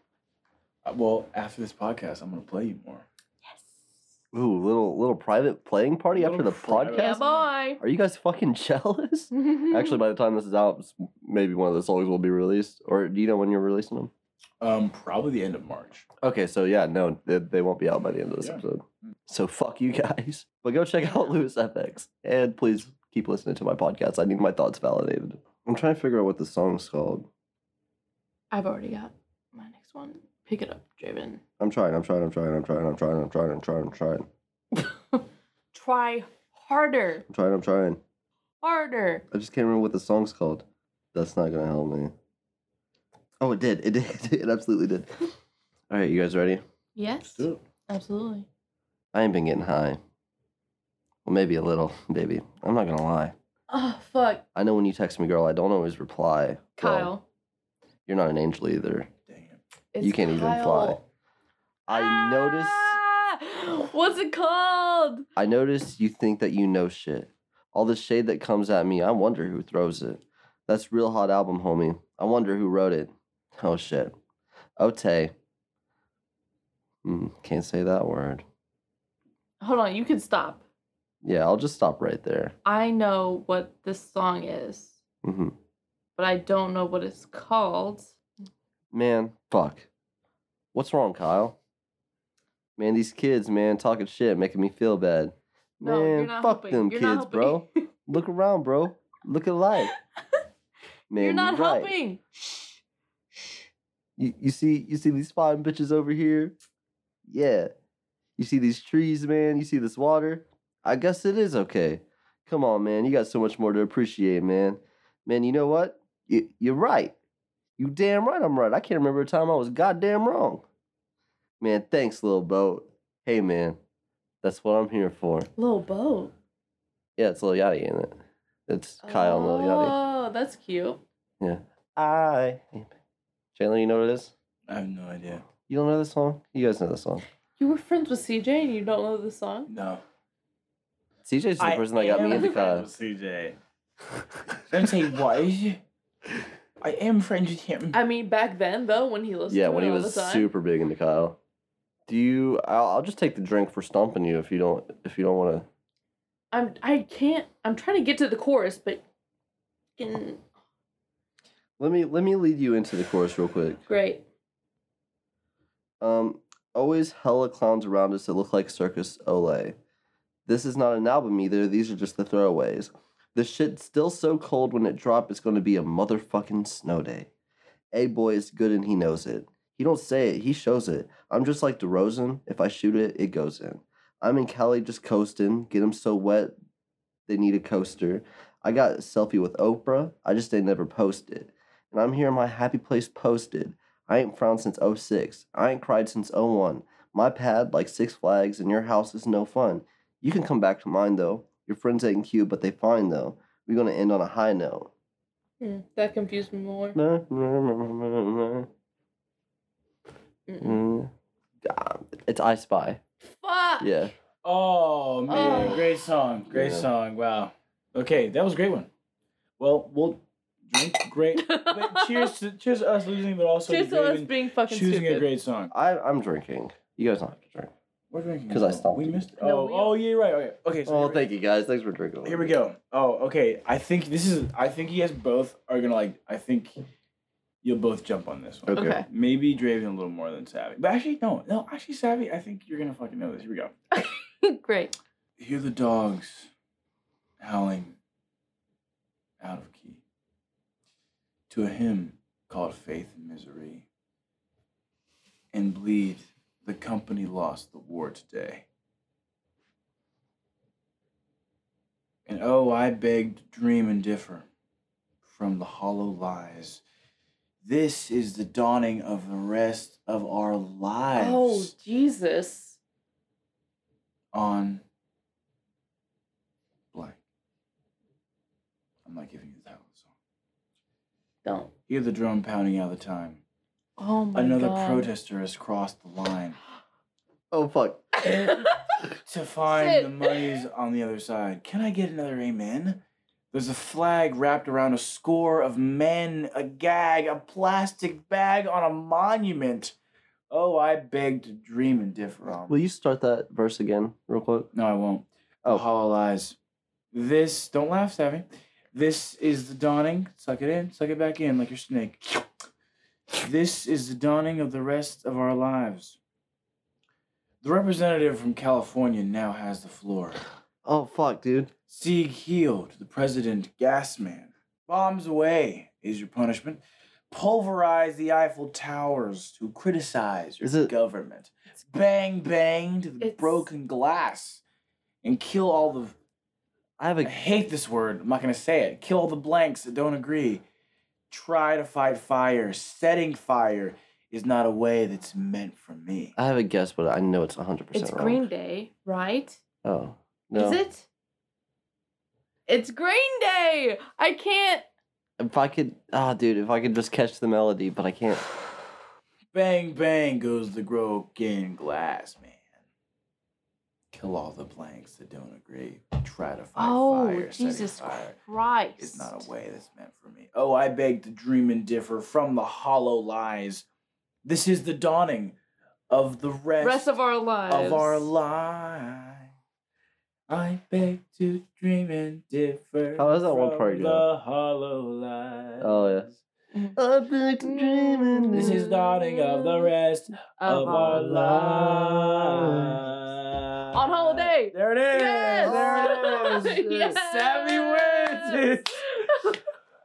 [SPEAKER 4] Uh, Well, after this podcast, I'm gonna play you more.
[SPEAKER 3] Ooh, little little private playing party after the
[SPEAKER 4] Little private-
[SPEAKER 5] yeah,
[SPEAKER 3] podcast.
[SPEAKER 5] bye.
[SPEAKER 3] Are you guys fucking jealous? Actually, by the time this is out, s- maybe one of the songs will be released. Or do you know when you're releasing them?
[SPEAKER 4] Um, probably the end of March.
[SPEAKER 3] Okay, so yeah, no, they, they won't be out by the end of this
[SPEAKER 4] Yeah.
[SPEAKER 3] episode. So fuck you guys. But go check out Lewis FX. And please keep listening to my podcast. I need my thoughts validated. I'm trying to figure out what the song's called.
[SPEAKER 5] I've already got my next one. Pick it up, Draven.
[SPEAKER 3] I'm trying, I'm trying, I'm trying, I'm trying, I'm trying, I'm trying, I'm trying, I'm trying.
[SPEAKER 5] Try harder,
[SPEAKER 3] I'm trying, I'm trying.
[SPEAKER 5] harder.
[SPEAKER 3] I just can't remember what the song's called. That's not gonna help me. Oh, it did. It did. It absolutely did. All right, you guys ready?
[SPEAKER 5] Yes,
[SPEAKER 4] Dude,
[SPEAKER 5] absolutely.
[SPEAKER 3] I ain't been getting high. Well, maybe a little, baby. I'm not gonna lie.
[SPEAKER 5] Oh fuck,
[SPEAKER 3] I know when you text me, girl, I don't always reply. Well,
[SPEAKER 5] Kyle.
[SPEAKER 3] you're not an angel either.
[SPEAKER 4] dang it.
[SPEAKER 5] It's
[SPEAKER 3] you can't even fly.
[SPEAKER 5] Kyle.
[SPEAKER 3] I notice.
[SPEAKER 5] notice. What's it called?
[SPEAKER 3] I notice you think that you know shit. All the shade that comes at me, I wonder who throws it. That's real hot album, homie. I wonder who wrote it. Oh shit. Ote. Mm, can't say that word.
[SPEAKER 5] Hold on, you can stop.
[SPEAKER 3] Yeah, I'll just stop right there.
[SPEAKER 5] I know what this song is,
[SPEAKER 3] hmm
[SPEAKER 5] but I don't know what it's called.
[SPEAKER 3] Man, fuck. What's wrong, Kyle? Man, these kids, man, talking shit, making me feel bad.
[SPEAKER 5] No,
[SPEAKER 3] man,
[SPEAKER 5] you're not
[SPEAKER 3] fuck
[SPEAKER 5] helping.
[SPEAKER 3] them
[SPEAKER 5] you're
[SPEAKER 3] kids,
[SPEAKER 5] not
[SPEAKER 3] bro.
[SPEAKER 5] helping.
[SPEAKER 3] Look around, bro. Look at life. Man,
[SPEAKER 5] you're not
[SPEAKER 3] right.
[SPEAKER 5] helping.
[SPEAKER 3] You, you see you see these fine bitches over here? Yeah. You see these trees, man? You see this water? I guess it is okay. Come on, man. You got so much more to appreciate, man. Man, you know what? You, you're right. You damn right I'm right. I can't remember a time I was goddamn wrong. Man, thanks, little boat. Hey, man. That's what I'm here for.
[SPEAKER 5] Little boat.
[SPEAKER 3] Yeah, it's Lil Yachty, ain't it? It's Kyle and Lil Yachty.
[SPEAKER 5] Oh, that's cute.
[SPEAKER 3] I. Chandler, you know what it is?
[SPEAKER 4] I have no idea.
[SPEAKER 3] You don't know this song? You guys know this song.
[SPEAKER 5] You were friends with CJ and you don't know the song?
[SPEAKER 4] No.
[SPEAKER 3] CJ's the
[SPEAKER 1] I
[SPEAKER 3] person that got me
[SPEAKER 1] am
[SPEAKER 3] into
[SPEAKER 1] friends
[SPEAKER 3] Kyle.
[SPEAKER 1] with CJ.
[SPEAKER 4] Don't say why.
[SPEAKER 1] I am friends with him.
[SPEAKER 5] I mean, back then though, when he listened
[SPEAKER 3] yeah,
[SPEAKER 5] to
[SPEAKER 3] when
[SPEAKER 5] it
[SPEAKER 3] he
[SPEAKER 5] all
[SPEAKER 3] was
[SPEAKER 5] the time.
[SPEAKER 3] super big into Kyle. Do you? I'll, I'll just take the drink for stomping you if you don't. If you don't want to.
[SPEAKER 5] I'm I can't I'm trying to get to the chorus, but mm, fucking-
[SPEAKER 3] Let me let me lead you into the chorus real quick.
[SPEAKER 5] great.
[SPEAKER 3] Um, always hella clowns around us that look like circus ole. This is not an album either. These are just the throwaways. The shit's still so cold when it drop. It's gonna be a motherfucking snow day. A boy is good and he knows it. He don't say it. He shows it. I'm just like DeRozan. If I shoot it, it goes in. I'm in Cali just coasting. Get 'em so wet, they need a coaster. I got a selfie with Oprah. I just ain't never posted. And I'm here in my happy place posted. I ain't frowned since 06. I ain't cried since 01. My pad, like Six Flags, and your house is no fun. You can come back to mine, though. Your friends ain't cute, but they fine, though. We're gonna end on a high note.
[SPEAKER 5] Hmm, that confused me more.
[SPEAKER 3] It's
[SPEAKER 5] Mm-mm.
[SPEAKER 3] I Spy.
[SPEAKER 5] Fuck.
[SPEAKER 3] Yeah.
[SPEAKER 1] Oh man,
[SPEAKER 5] Oh.
[SPEAKER 1] great song, great
[SPEAKER 3] Yeah.
[SPEAKER 1] song. Wow. Okay, that was a great one. Well, we'll drink great. Wait, cheers to cheers to us losing, but also
[SPEAKER 5] Cheers
[SPEAKER 1] to
[SPEAKER 5] to us
[SPEAKER 1] Graven
[SPEAKER 5] being fucking
[SPEAKER 1] choosing
[SPEAKER 5] stupid.
[SPEAKER 1] a great song.
[SPEAKER 3] I, I'm drinking. You guys don't have to drink.
[SPEAKER 1] We're drinking
[SPEAKER 3] 'Cause I stopped
[SPEAKER 1] We
[SPEAKER 3] you.
[SPEAKER 1] missed.
[SPEAKER 5] No,
[SPEAKER 1] Oh,
[SPEAKER 5] we-
[SPEAKER 1] oh yeah, you're right. Okay, okay. So
[SPEAKER 3] Oh,
[SPEAKER 1] here we-
[SPEAKER 3] thank you guys. Thanks for drinking. with
[SPEAKER 1] Here we
[SPEAKER 3] me.
[SPEAKER 1] go. Oh, okay. I think this is. I think you guys both are gonna like. I think you'll both jump on this one.
[SPEAKER 3] Okay.
[SPEAKER 5] Okay.
[SPEAKER 1] Maybe Draven a little more than Savvy. But actually, no, no, actually, Savvy, I think you're gonna fucking know this. Here we go.
[SPEAKER 5] great.
[SPEAKER 1] Hear the dogs howling out of key to a hymn called Faith and Misery and bleed. The company lost the war today. And oh, I begged, dream and differ from the hollow lies. This is the dawning of the rest of our lives
[SPEAKER 5] Oh Jesus.
[SPEAKER 1] on blank. I'm not giving you the title of the song.
[SPEAKER 5] Don't.
[SPEAKER 1] Hear the drum pounding out of the time.
[SPEAKER 5] Oh my
[SPEAKER 1] Another
[SPEAKER 5] god.
[SPEAKER 1] protester has crossed the line
[SPEAKER 3] Oh, fuck.
[SPEAKER 1] to find
[SPEAKER 5] Shit.
[SPEAKER 1] the monies on the other side. Can I get another amen? There's a flag wrapped around a score of men, a gag, a plastic bag on a monument. Oh, I beg to dream and differ on.
[SPEAKER 3] Will you start that verse again, real quick?
[SPEAKER 1] No, I won't.
[SPEAKER 3] Oh.
[SPEAKER 1] Oh, hollow lies. This don't laugh, Savvy. This is the dawning. Suck it in, suck it back in like your snake. This is the dawning of the rest of our lives. The representative from California now has the floor.
[SPEAKER 3] Oh, fuck, dude.
[SPEAKER 1] Sieg Heil to the president gas man. Bombs away is your punishment. Pulverize the Eiffel Towers to criticize your
[SPEAKER 3] Is it-
[SPEAKER 1] government. Bang bang to the
[SPEAKER 5] It's-
[SPEAKER 1] broken glass. And kill all the
[SPEAKER 3] I have
[SPEAKER 1] I
[SPEAKER 3] a.
[SPEAKER 1] hate this word. I'm not gonna say it. Kill all the blanks that don't agree. Try to fight fire. Setting fire is not a way that's meant for me.
[SPEAKER 3] I have a guess, but I know it's 100%
[SPEAKER 5] It's
[SPEAKER 3] wrong.
[SPEAKER 5] Green Day, right?
[SPEAKER 3] Oh. No.
[SPEAKER 5] Is it? It's Green Day. I can't.
[SPEAKER 3] If I could, ah, dude, if I could just catch the melody, but I can't.
[SPEAKER 1] Bang bang goes the broken glass, man. Kill all the blanks that don't agree. Try to fight
[SPEAKER 5] oh
[SPEAKER 1] fire. Setting
[SPEAKER 5] Jesus
[SPEAKER 1] fire
[SPEAKER 5] Christ!
[SPEAKER 1] is not a way that's meant for me. Oh, I beg to dream and differ from the hollow lies. This is the dawning of the rest,
[SPEAKER 5] Rest of our lives.
[SPEAKER 1] of our life. I beg to dream and differ.
[SPEAKER 3] How does that one
[SPEAKER 1] from
[SPEAKER 3] part go?
[SPEAKER 1] The hollow lies.
[SPEAKER 3] Oh, yes. I've been dreaming.
[SPEAKER 1] This is dawning of the rest of, our lives.
[SPEAKER 5] On holiday.
[SPEAKER 1] There it is.
[SPEAKER 5] Yes.
[SPEAKER 1] There it is.
[SPEAKER 5] yes.
[SPEAKER 1] Savvy wins it.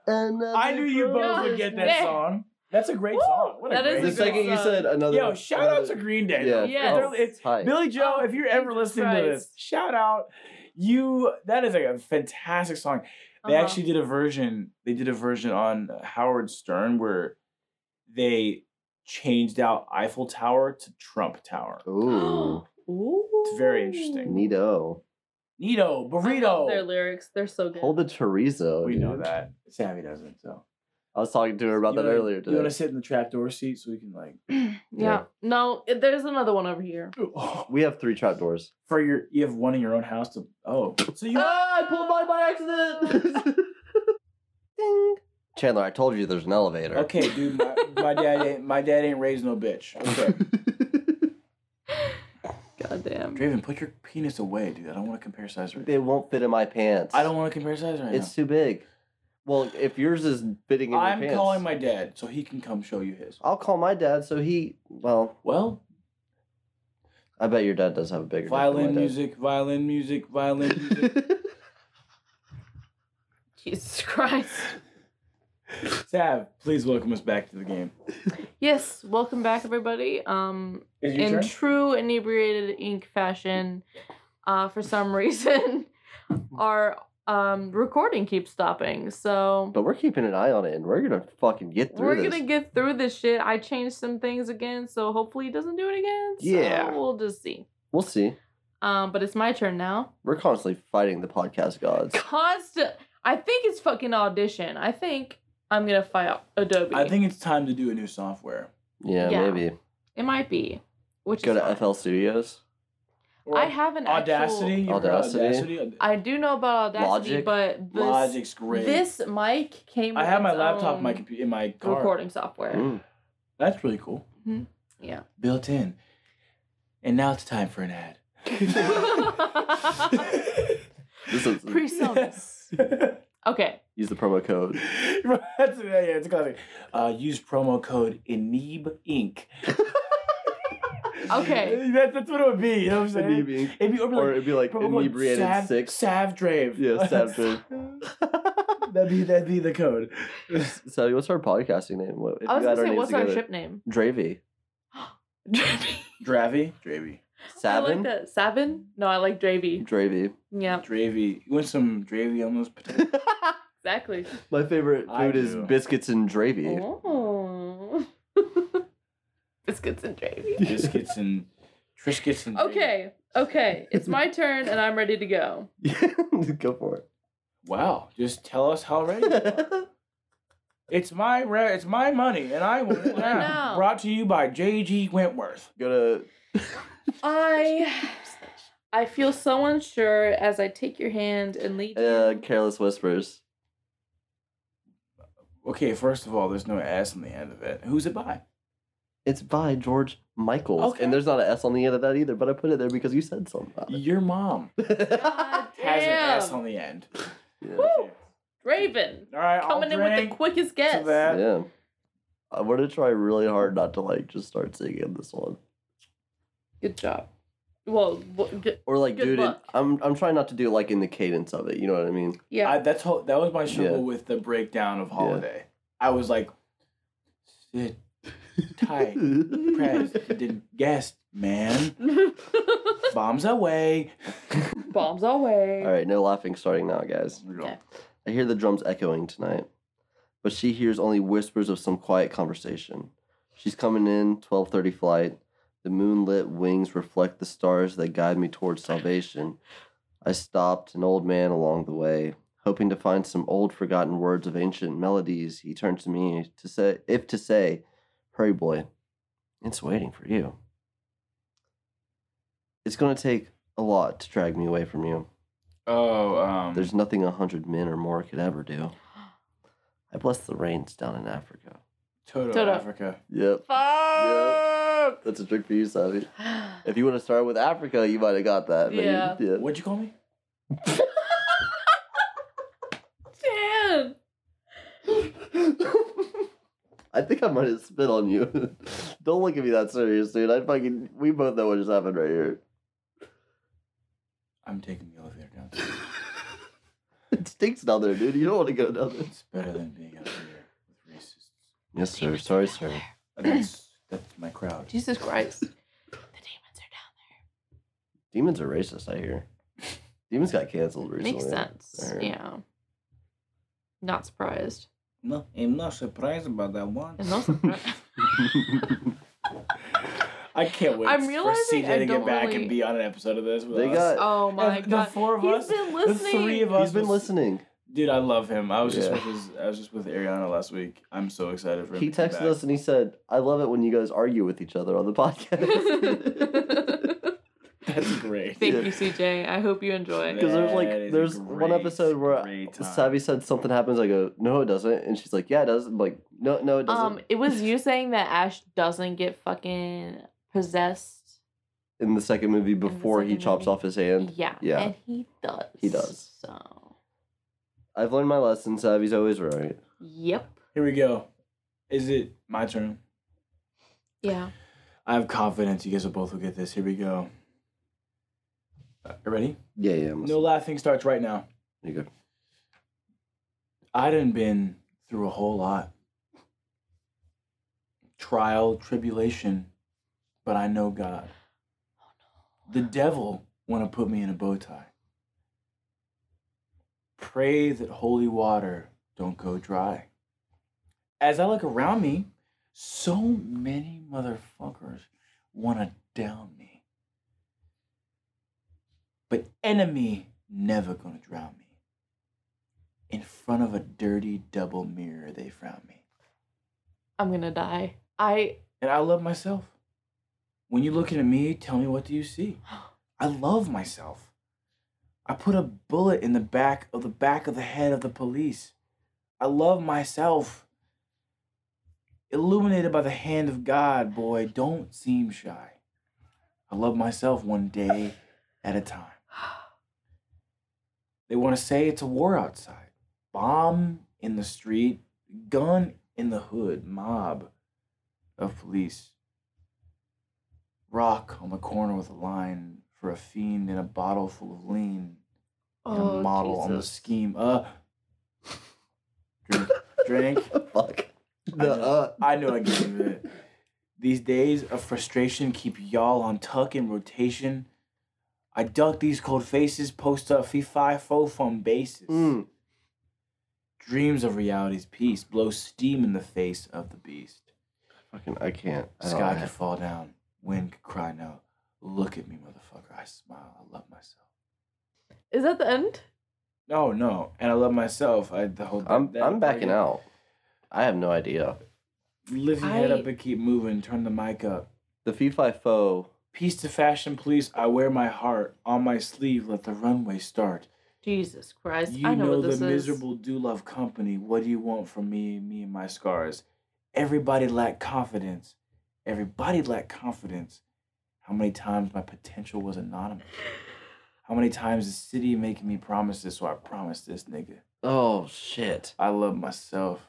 [SPEAKER 3] Another
[SPEAKER 1] I knew you both would
[SPEAKER 5] Yes,
[SPEAKER 1] get that
[SPEAKER 5] man.
[SPEAKER 1] song. That's a great
[SPEAKER 5] Woo!
[SPEAKER 1] song. What a
[SPEAKER 5] That
[SPEAKER 1] great
[SPEAKER 5] is
[SPEAKER 3] The
[SPEAKER 5] a
[SPEAKER 1] song.
[SPEAKER 5] good
[SPEAKER 3] second you
[SPEAKER 5] song.
[SPEAKER 3] said another.
[SPEAKER 1] Yo, shout out
[SPEAKER 3] another-
[SPEAKER 1] to Green Day.
[SPEAKER 3] Yeah.
[SPEAKER 5] Yes.
[SPEAKER 1] They're- it's-
[SPEAKER 3] Hi.
[SPEAKER 1] Billy Joe,
[SPEAKER 5] Oh,
[SPEAKER 1] if you're ever
[SPEAKER 5] Jesus
[SPEAKER 1] listening to this,
[SPEAKER 5] Christ.
[SPEAKER 1] shout out. You that is like a fantastic song. They
[SPEAKER 5] Uh-huh.
[SPEAKER 1] actually did a version. They did a version on Howard Stern where they changed out Eiffel Tower to Trump Tower.
[SPEAKER 3] Ooh.
[SPEAKER 5] Ooh.
[SPEAKER 1] It's very interesting.
[SPEAKER 3] Neato.
[SPEAKER 1] Nito
[SPEAKER 5] I love Their
[SPEAKER 1] burrito.
[SPEAKER 5] lyrics, they're so good.
[SPEAKER 3] Hold the chorizo.
[SPEAKER 1] We know
[SPEAKER 3] dude.
[SPEAKER 1] that Oh, Sammy doesn't. So
[SPEAKER 3] I was talking to her about
[SPEAKER 1] You
[SPEAKER 3] that
[SPEAKER 1] wanna-
[SPEAKER 3] earlier
[SPEAKER 1] You want
[SPEAKER 3] today.
[SPEAKER 1] to sit in the trapdoor seat so we can like
[SPEAKER 5] yeah.
[SPEAKER 3] Yeah.
[SPEAKER 5] No, it- there's another one over here.
[SPEAKER 3] We have three trapdoors.
[SPEAKER 1] for your you have one in your own house to oh so you
[SPEAKER 5] Ah.
[SPEAKER 3] Ah, I pulled mine by accident. Ding. Chandler, I told you there's an elevator.
[SPEAKER 1] Okay, dude, my, my dad ain't my dad ain't raised no bitch. Okay.
[SPEAKER 5] Goddamn.
[SPEAKER 1] Draven, put your penis away, dude. I don't want to compare size right
[SPEAKER 3] They won't fit in my pants.
[SPEAKER 1] I don't want to compare size right
[SPEAKER 3] It's too big. Well, if yours is fitting in
[SPEAKER 1] now.
[SPEAKER 3] your
[SPEAKER 1] I'm
[SPEAKER 3] pants,
[SPEAKER 1] calling my dad so he can come show you his.
[SPEAKER 3] I'll call my dad so he. Well,
[SPEAKER 1] Well,
[SPEAKER 3] I bet your dad does have a bigger dick than my
[SPEAKER 1] violin
[SPEAKER 3] dad.
[SPEAKER 1] music, violin music, violin music.
[SPEAKER 5] Jesus Christ.
[SPEAKER 1] Sav, please welcome us back to the game.
[SPEAKER 5] Yes, welcome back, everybody. Um,
[SPEAKER 7] Is
[SPEAKER 5] in true inebriated ink fashion, uh, for some reason, our um recording keeps stopping. So
[SPEAKER 3] But we're keeping an eye on it, and we're gonna fucking get through
[SPEAKER 5] we're
[SPEAKER 3] this.
[SPEAKER 5] gonna get through this shit. I changed some things again, so hopefully he doesn't do it again. So
[SPEAKER 3] Yeah.
[SPEAKER 5] we'll just see.
[SPEAKER 3] We'll see.
[SPEAKER 5] Um, but it's my turn now.
[SPEAKER 3] We're constantly fighting the podcast gods.
[SPEAKER 5] Constant. I think it's fucking audition. I think I'm gonna fight Adobe.
[SPEAKER 1] I think it's time to do a new software.
[SPEAKER 3] Yeah,
[SPEAKER 5] Yeah.
[SPEAKER 3] maybe.
[SPEAKER 5] it might be. Which
[SPEAKER 3] Go
[SPEAKER 5] is fine.
[SPEAKER 3] to FL Studios.
[SPEAKER 1] Or
[SPEAKER 5] I have an
[SPEAKER 1] Audacity.
[SPEAKER 5] Actual,
[SPEAKER 1] you ever heard of
[SPEAKER 3] Audacity?
[SPEAKER 1] Audacity?
[SPEAKER 5] I do know about Audacity,
[SPEAKER 3] Logic?
[SPEAKER 5] but this
[SPEAKER 1] Logic's great.
[SPEAKER 5] this um, mic came.
[SPEAKER 1] I
[SPEAKER 5] with
[SPEAKER 1] have my
[SPEAKER 5] its
[SPEAKER 1] laptop in my
[SPEAKER 5] own
[SPEAKER 1] computer in my car.
[SPEAKER 5] recording software.
[SPEAKER 3] Mm.
[SPEAKER 1] That's really cool.
[SPEAKER 5] Mm-hmm. Yeah.
[SPEAKER 1] Built in. And now it's time for an ad.
[SPEAKER 3] This is
[SPEAKER 5] Presonus. Okay.
[SPEAKER 3] use the promo code.
[SPEAKER 1] That's, yeah, yeah, it's a classic. Uh, use promo code Enib Inc.
[SPEAKER 5] Okay.
[SPEAKER 1] That, that's what it would be. You know what I'm saying?
[SPEAKER 3] Inebriated-
[SPEAKER 1] It'd be, or be
[SPEAKER 3] or
[SPEAKER 1] like,
[SPEAKER 3] it'd be like
[SPEAKER 1] promo code
[SPEAKER 3] inebriated
[SPEAKER 1] Sav,
[SPEAKER 3] six.
[SPEAKER 1] Sav Drave.
[SPEAKER 3] Yeah, Sav Drave.
[SPEAKER 1] that'd be that'd be the code.
[SPEAKER 3] so what's our podcasting name? What, if
[SPEAKER 5] I was
[SPEAKER 3] you
[SPEAKER 5] gonna
[SPEAKER 3] add
[SPEAKER 5] say,
[SPEAKER 3] names
[SPEAKER 5] what's our
[SPEAKER 3] together?
[SPEAKER 5] ship name?
[SPEAKER 3] Dravy.
[SPEAKER 1] Dravy. Dravy.
[SPEAKER 5] I like
[SPEAKER 3] Savin.
[SPEAKER 5] that. Savin? No, I like Dravy.
[SPEAKER 3] Dravy.
[SPEAKER 5] Yeah.
[SPEAKER 1] Dravy. You want some Dravy on those potatoes?
[SPEAKER 5] Exactly.
[SPEAKER 3] My favorite
[SPEAKER 1] I
[SPEAKER 3] food is
[SPEAKER 1] do.
[SPEAKER 3] biscuits and Dravy.
[SPEAKER 5] Oh. Biscuits and Dravy.
[SPEAKER 1] Biscuits and Triscuits and Dravy.
[SPEAKER 5] Okay. Okay. It's my turn and I'm ready to go.
[SPEAKER 3] Go for it.
[SPEAKER 1] Wow. Just tell us how ready you are. It's my re- it's my money, and I will
[SPEAKER 5] No.
[SPEAKER 1] Brought to you by J.G. Wentworth.
[SPEAKER 3] Go to uh,
[SPEAKER 5] I I feel so unsure as I take your hand and lead you.
[SPEAKER 3] uh, Careless Whispers.
[SPEAKER 1] Okay, first of all, there's no S on the end of it. Who's it by?
[SPEAKER 3] It's by George Michaels.
[SPEAKER 1] Okay.
[SPEAKER 3] And there's not an S on the end of that either, but I put it there because you said something about it.
[SPEAKER 1] Your mom
[SPEAKER 5] God
[SPEAKER 1] has an S
[SPEAKER 5] damn.
[SPEAKER 1] on the end.
[SPEAKER 3] yeah.
[SPEAKER 5] Woo! Raven
[SPEAKER 1] All right, I'll
[SPEAKER 5] coming in with
[SPEAKER 1] drink
[SPEAKER 5] the quickest guess.
[SPEAKER 1] to that.
[SPEAKER 3] yeah. I'm gonna try really hard not to like just start singing this one.
[SPEAKER 5] Good job. Well, w- g-
[SPEAKER 3] Or like
[SPEAKER 5] Good
[SPEAKER 3] do it in,
[SPEAKER 5] luck.
[SPEAKER 3] I'm I'm trying not to do it like in the cadence of it, you know what I mean?
[SPEAKER 5] yeah.
[SPEAKER 1] I, that's how, that was my struggle
[SPEAKER 3] Yeah.
[SPEAKER 1] with the breakdown of holiday. I was like, sit tight, president, guest, man, bombs away.
[SPEAKER 5] Bombs away.
[SPEAKER 3] Alright, no laughing starting now, guys.
[SPEAKER 5] Okay.
[SPEAKER 3] I hear the drums echoing tonight. But she hears only whispers of some quiet conversation. She's coming in, twelve thirty flight. The moonlit wings reflect the stars that guide me towards salvation. I stopped an old man along the way, hoping to find some old forgotten words of ancient melodies. He turned to me to say if to say, Hurry boy, it's waiting for you. It's gonna take a lot to drag me away from you.
[SPEAKER 1] Oh, um,
[SPEAKER 3] There's nothing a hundred men or more could ever do. I bless the rains down in Africa.
[SPEAKER 1] Toto,
[SPEAKER 5] Toto.
[SPEAKER 1] Africa.
[SPEAKER 3] Yep. Yep. That's a trick for you, Savvy. If you want to start with Africa, you might have got that. but you-
[SPEAKER 5] Yeah.
[SPEAKER 1] What'd you call me?
[SPEAKER 5] Dan.
[SPEAKER 3] I think I might have spit on you. Don't look at me that serious, dude. I fucking. We both know what just happened right here.
[SPEAKER 1] I'm taking the elevator down.
[SPEAKER 3] It stinks down there, dude. You don't want to go down there.
[SPEAKER 1] It's better than being up here with racists.
[SPEAKER 3] Yes, sir. Sorry, sir.
[SPEAKER 1] And that's that's my crowd.
[SPEAKER 5] Jesus Christ.
[SPEAKER 3] Demons are racist, I hear. Demons got canceled recently.
[SPEAKER 5] Makes sense.
[SPEAKER 3] I heard.
[SPEAKER 5] Yeah. Not surprised.
[SPEAKER 1] No, I'm not surprised about that one.
[SPEAKER 5] It's not surprised.
[SPEAKER 1] I can't wait.
[SPEAKER 5] I'm
[SPEAKER 1] for
[SPEAKER 5] realizing I
[SPEAKER 1] CJ to
[SPEAKER 5] don't
[SPEAKER 1] get back
[SPEAKER 5] really-
[SPEAKER 1] and be on an episode of this. With
[SPEAKER 3] They
[SPEAKER 1] us.
[SPEAKER 3] got-
[SPEAKER 5] oh my
[SPEAKER 1] And
[SPEAKER 5] god.
[SPEAKER 1] The four of
[SPEAKER 5] He's
[SPEAKER 1] us.
[SPEAKER 5] been
[SPEAKER 1] The
[SPEAKER 5] listening.
[SPEAKER 1] three of us.
[SPEAKER 3] He's been
[SPEAKER 1] was-
[SPEAKER 3] listening.
[SPEAKER 1] Dude, I love him. I was just
[SPEAKER 3] Yeah.
[SPEAKER 1] with his, I was just with Ariana last week. I'm so excited for him.
[SPEAKER 3] He
[SPEAKER 1] to come
[SPEAKER 3] texted
[SPEAKER 1] back.
[SPEAKER 3] us and he said, I love it when you guys argue with each other on the podcast.
[SPEAKER 8] That's great.
[SPEAKER 5] Thank
[SPEAKER 3] Yeah.
[SPEAKER 5] you, CJ. I hope you enjoy.
[SPEAKER 8] Yeah.
[SPEAKER 3] Because there's like
[SPEAKER 8] That is
[SPEAKER 3] there's
[SPEAKER 8] a
[SPEAKER 3] one episode
[SPEAKER 8] great,
[SPEAKER 3] where
[SPEAKER 8] great time.
[SPEAKER 3] Savvy said something happens. I go, no, it doesn't, and she's like, yeah, it does. I'm like, no, no, it doesn't.
[SPEAKER 5] Um, it was you saying that Ash doesn't get fucking possessed.
[SPEAKER 3] in the second movie,
[SPEAKER 5] the
[SPEAKER 3] before he
[SPEAKER 5] second
[SPEAKER 3] chops
[SPEAKER 5] movie.
[SPEAKER 3] off his hand,
[SPEAKER 5] yeah,
[SPEAKER 3] yeah.
[SPEAKER 5] and he does.
[SPEAKER 3] He does.
[SPEAKER 5] So,
[SPEAKER 3] I've learned my lesson. Savvy's always right.
[SPEAKER 5] yep.
[SPEAKER 8] Here we go. Is it my turn?
[SPEAKER 5] Yeah.
[SPEAKER 1] I have confidence you guys will both will get this. Here we go. Uh, ready?
[SPEAKER 3] Yeah, yeah. I'm
[SPEAKER 8] No laughing starts right now.
[SPEAKER 3] You go.
[SPEAKER 1] I done been through a whole lot. Trial, tribulation, but I know God. The devil want to put me in a bow tie. Pray that holy water don't go dry. As I look around me, so many motherfuckers want to down me. But enemy never going to drown me. In front of a dirty double mirror, they frown me.
[SPEAKER 5] I'm gonna die. I
[SPEAKER 1] And I love myself. When you look at me, tell me what do you see? I love myself. I put a bullet in the back of the back of the head of the police. I love myself. Illuminated by the hand of God, boy, don't seem shy. I love myself one day at a time. They want to say it's a war outside. Bomb in the street, gun in the hood, mob of police. Rock on the corner with a line for a fiend and a bottle full of lean and
[SPEAKER 5] oh,
[SPEAKER 1] a model on the
[SPEAKER 5] Jesus.
[SPEAKER 1] scheme. Uh, drink, drink.
[SPEAKER 3] Fuck.
[SPEAKER 1] I
[SPEAKER 3] The
[SPEAKER 1] know,
[SPEAKER 3] uh.
[SPEAKER 1] I know I gave it. These days of frustration keep y'all on tuck and rotation. I duck these cold faces, post up fee fi fo from bases.
[SPEAKER 3] Mm.
[SPEAKER 1] Dreams of reality's peace blow steam in the face of the beast.
[SPEAKER 3] Fucking, I can't. I don't
[SPEAKER 1] Sky
[SPEAKER 3] have-
[SPEAKER 1] could fall down. Wind could cry no. Look at me, motherfucker. I smile. I love myself.
[SPEAKER 5] Is that the end?
[SPEAKER 1] No, no. And I love myself. I the whole
[SPEAKER 3] I'm
[SPEAKER 1] that-
[SPEAKER 3] I'm backing
[SPEAKER 1] that-
[SPEAKER 3] out. I have no idea.
[SPEAKER 1] Lift your head
[SPEAKER 5] I-
[SPEAKER 1] up and keep moving. Turn the mic up.
[SPEAKER 3] The fee fi fo.
[SPEAKER 1] Peace to fashion police. I wear my heart on my sleeve. Let the runway start.
[SPEAKER 5] Jesus Christ!
[SPEAKER 1] You
[SPEAKER 5] I know, what
[SPEAKER 1] the
[SPEAKER 5] this is.
[SPEAKER 1] miserable do love company. What do you want from me? Me and my scars. Everybody lack confidence. Everybody lack confidence. How many times my potential was anonymous? How many times the city making me promise this? So I promise this nigga.
[SPEAKER 3] Oh shit.
[SPEAKER 1] I love myself.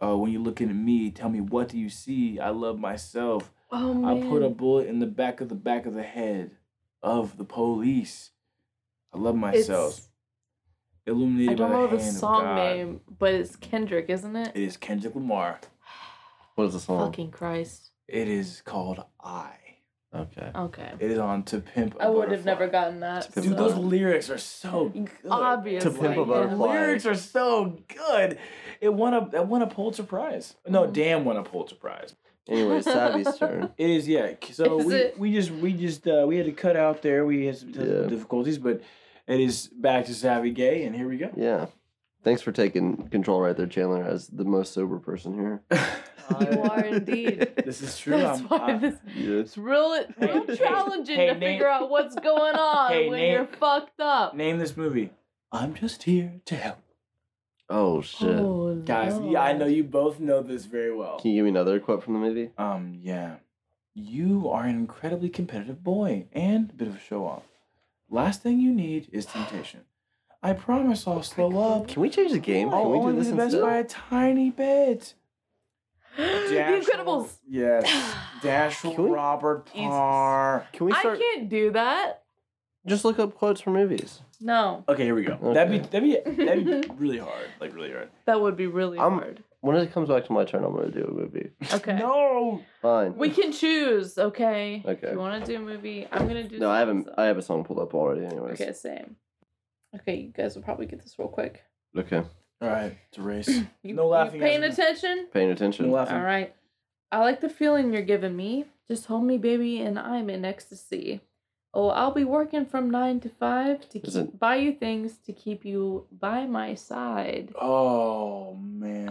[SPEAKER 1] Uh, when you looking at me, tell me what do you see? I love myself.
[SPEAKER 5] Oh
[SPEAKER 1] I
[SPEAKER 5] man.
[SPEAKER 1] put a bullet in the back of the back of the head of the police. I love myself.
[SPEAKER 5] It's, I
[SPEAKER 1] Illuminated
[SPEAKER 5] don't
[SPEAKER 1] by the
[SPEAKER 5] know the
[SPEAKER 1] hand of
[SPEAKER 5] song
[SPEAKER 1] God.
[SPEAKER 5] name, but it's Kendrick, isn't it?
[SPEAKER 1] It is Kendrick Lamar.
[SPEAKER 3] What is the song?
[SPEAKER 5] Fucking Christ.
[SPEAKER 1] It is called I.
[SPEAKER 3] Okay.
[SPEAKER 5] Okay.
[SPEAKER 1] It is on To Pimp. a
[SPEAKER 5] I would have
[SPEAKER 1] Butterfly.
[SPEAKER 5] never gotten that.
[SPEAKER 3] Dude,
[SPEAKER 5] so-
[SPEAKER 1] Dude, those lyrics are so good.
[SPEAKER 5] Obviously.
[SPEAKER 3] To Pimp a
[SPEAKER 5] yeah.
[SPEAKER 3] Butterfly.
[SPEAKER 1] The lyrics are so good. It won a it won a Pulitzer Prize. No,
[SPEAKER 5] Mhm.
[SPEAKER 1] damn won a Pulitzer Prize.
[SPEAKER 3] Anyway, Savvy's turn.
[SPEAKER 1] It is yeah. So
[SPEAKER 5] Is
[SPEAKER 1] we,
[SPEAKER 5] it?
[SPEAKER 1] we just we just uh, we had to cut out there. We had some technical
[SPEAKER 3] Yeah.
[SPEAKER 1] difficulties, but it is back to Savvy Gay, and here we go.
[SPEAKER 3] Yeah. Thanks for taking control right there, Chandler, as the most sober person here.
[SPEAKER 5] You are indeed.
[SPEAKER 1] this is true.
[SPEAKER 5] That's
[SPEAKER 1] I'm-
[SPEAKER 5] why
[SPEAKER 1] I-
[SPEAKER 5] this
[SPEAKER 3] Yes.
[SPEAKER 5] it's real, real
[SPEAKER 1] hey,
[SPEAKER 5] challenging
[SPEAKER 1] hey,
[SPEAKER 5] to
[SPEAKER 1] Nate.
[SPEAKER 5] figure out what's going on
[SPEAKER 1] Hey,
[SPEAKER 5] when
[SPEAKER 1] Nate.
[SPEAKER 5] you're fucked up.
[SPEAKER 1] name this movie. I'm just here to help,
[SPEAKER 3] Oh shit.
[SPEAKER 5] Oh,
[SPEAKER 1] guys.
[SPEAKER 5] Lord.
[SPEAKER 1] Yeah, I know you both know this very well.
[SPEAKER 3] Can you give me another quote from the movie?
[SPEAKER 1] Um, yeah. You are an incredibly competitive boy and a bit of a show off. Last thing you need is temptation. I promise I'll slow up.
[SPEAKER 3] Can we change the game?
[SPEAKER 1] I'll
[SPEAKER 3] Can
[SPEAKER 5] Oh,
[SPEAKER 3] we
[SPEAKER 1] only
[SPEAKER 3] do this
[SPEAKER 1] be the best
[SPEAKER 3] instead?
[SPEAKER 1] by a tiny bit.
[SPEAKER 5] the
[SPEAKER 1] Dash-
[SPEAKER 5] Incredibles.
[SPEAKER 1] Yes. Dashel
[SPEAKER 3] Can we-
[SPEAKER 1] Robert
[SPEAKER 5] Jesus.
[SPEAKER 1] Parr.
[SPEAKER 3] Can we
[SPEAKER 5] I
[SPEAKER 3] start?
[SPEAKER 5] can't do that.
[SPEAKER 3] Just look up quotes from movies.
[SPEAKER 5] No,
[SPEAKER 1] Okay, here we go. That'd be that'd be that'd be
[SPEAKER 5] Okay.
[SPEAKER 1] really hard. Like really hard.
[SPEAKER 5] that would be really
[SPEAKER 3] I'm-
[SPEAKER 5] hard.
[SPEAKER 3] When it comes back to my turn, I'm gonna do a movie.
[SPEAKER 5] Okay.
[SPEAKER 1] No.
[SPEAKER 3] Fine.
[SPEAKER 5] We can choose, okay?
[SPEAKER 3] Okay.
[SPEAKER 5] If you want to do a movie, I'm gonna do.
[SPEAKER 3] no, I haven't.
[SPEAKER 5] something.
[SPEAKER 3] I have a song pulled up already. Anyways.
[SPEAKER 5] Okay, same. Okay, you guys will probably get this real quick.
[SPEAKER 3] Okay.
[SPEAKER 1] Alright, it's a race.
[SPEAKER 5] You,
[SPEAKER 1] No laughing,
[SPEAKER 5] You paying
[SPEAKER 1] guys.
[SPEAKER 5] attention?
[SPEAKER 3] Paying attention.
[SPEAKER 1] No laughing.
[SPEAKER 5] All right. I like the feeling you're giving me. Just hold me, baby, and I'm in ecstasy. Oh, I'll be working from nine to five to
[SPEAKER 3] Is
[SPEAKER 5] keep, buy you things to keep you by my side.
[SPEAKER 1] Oh man.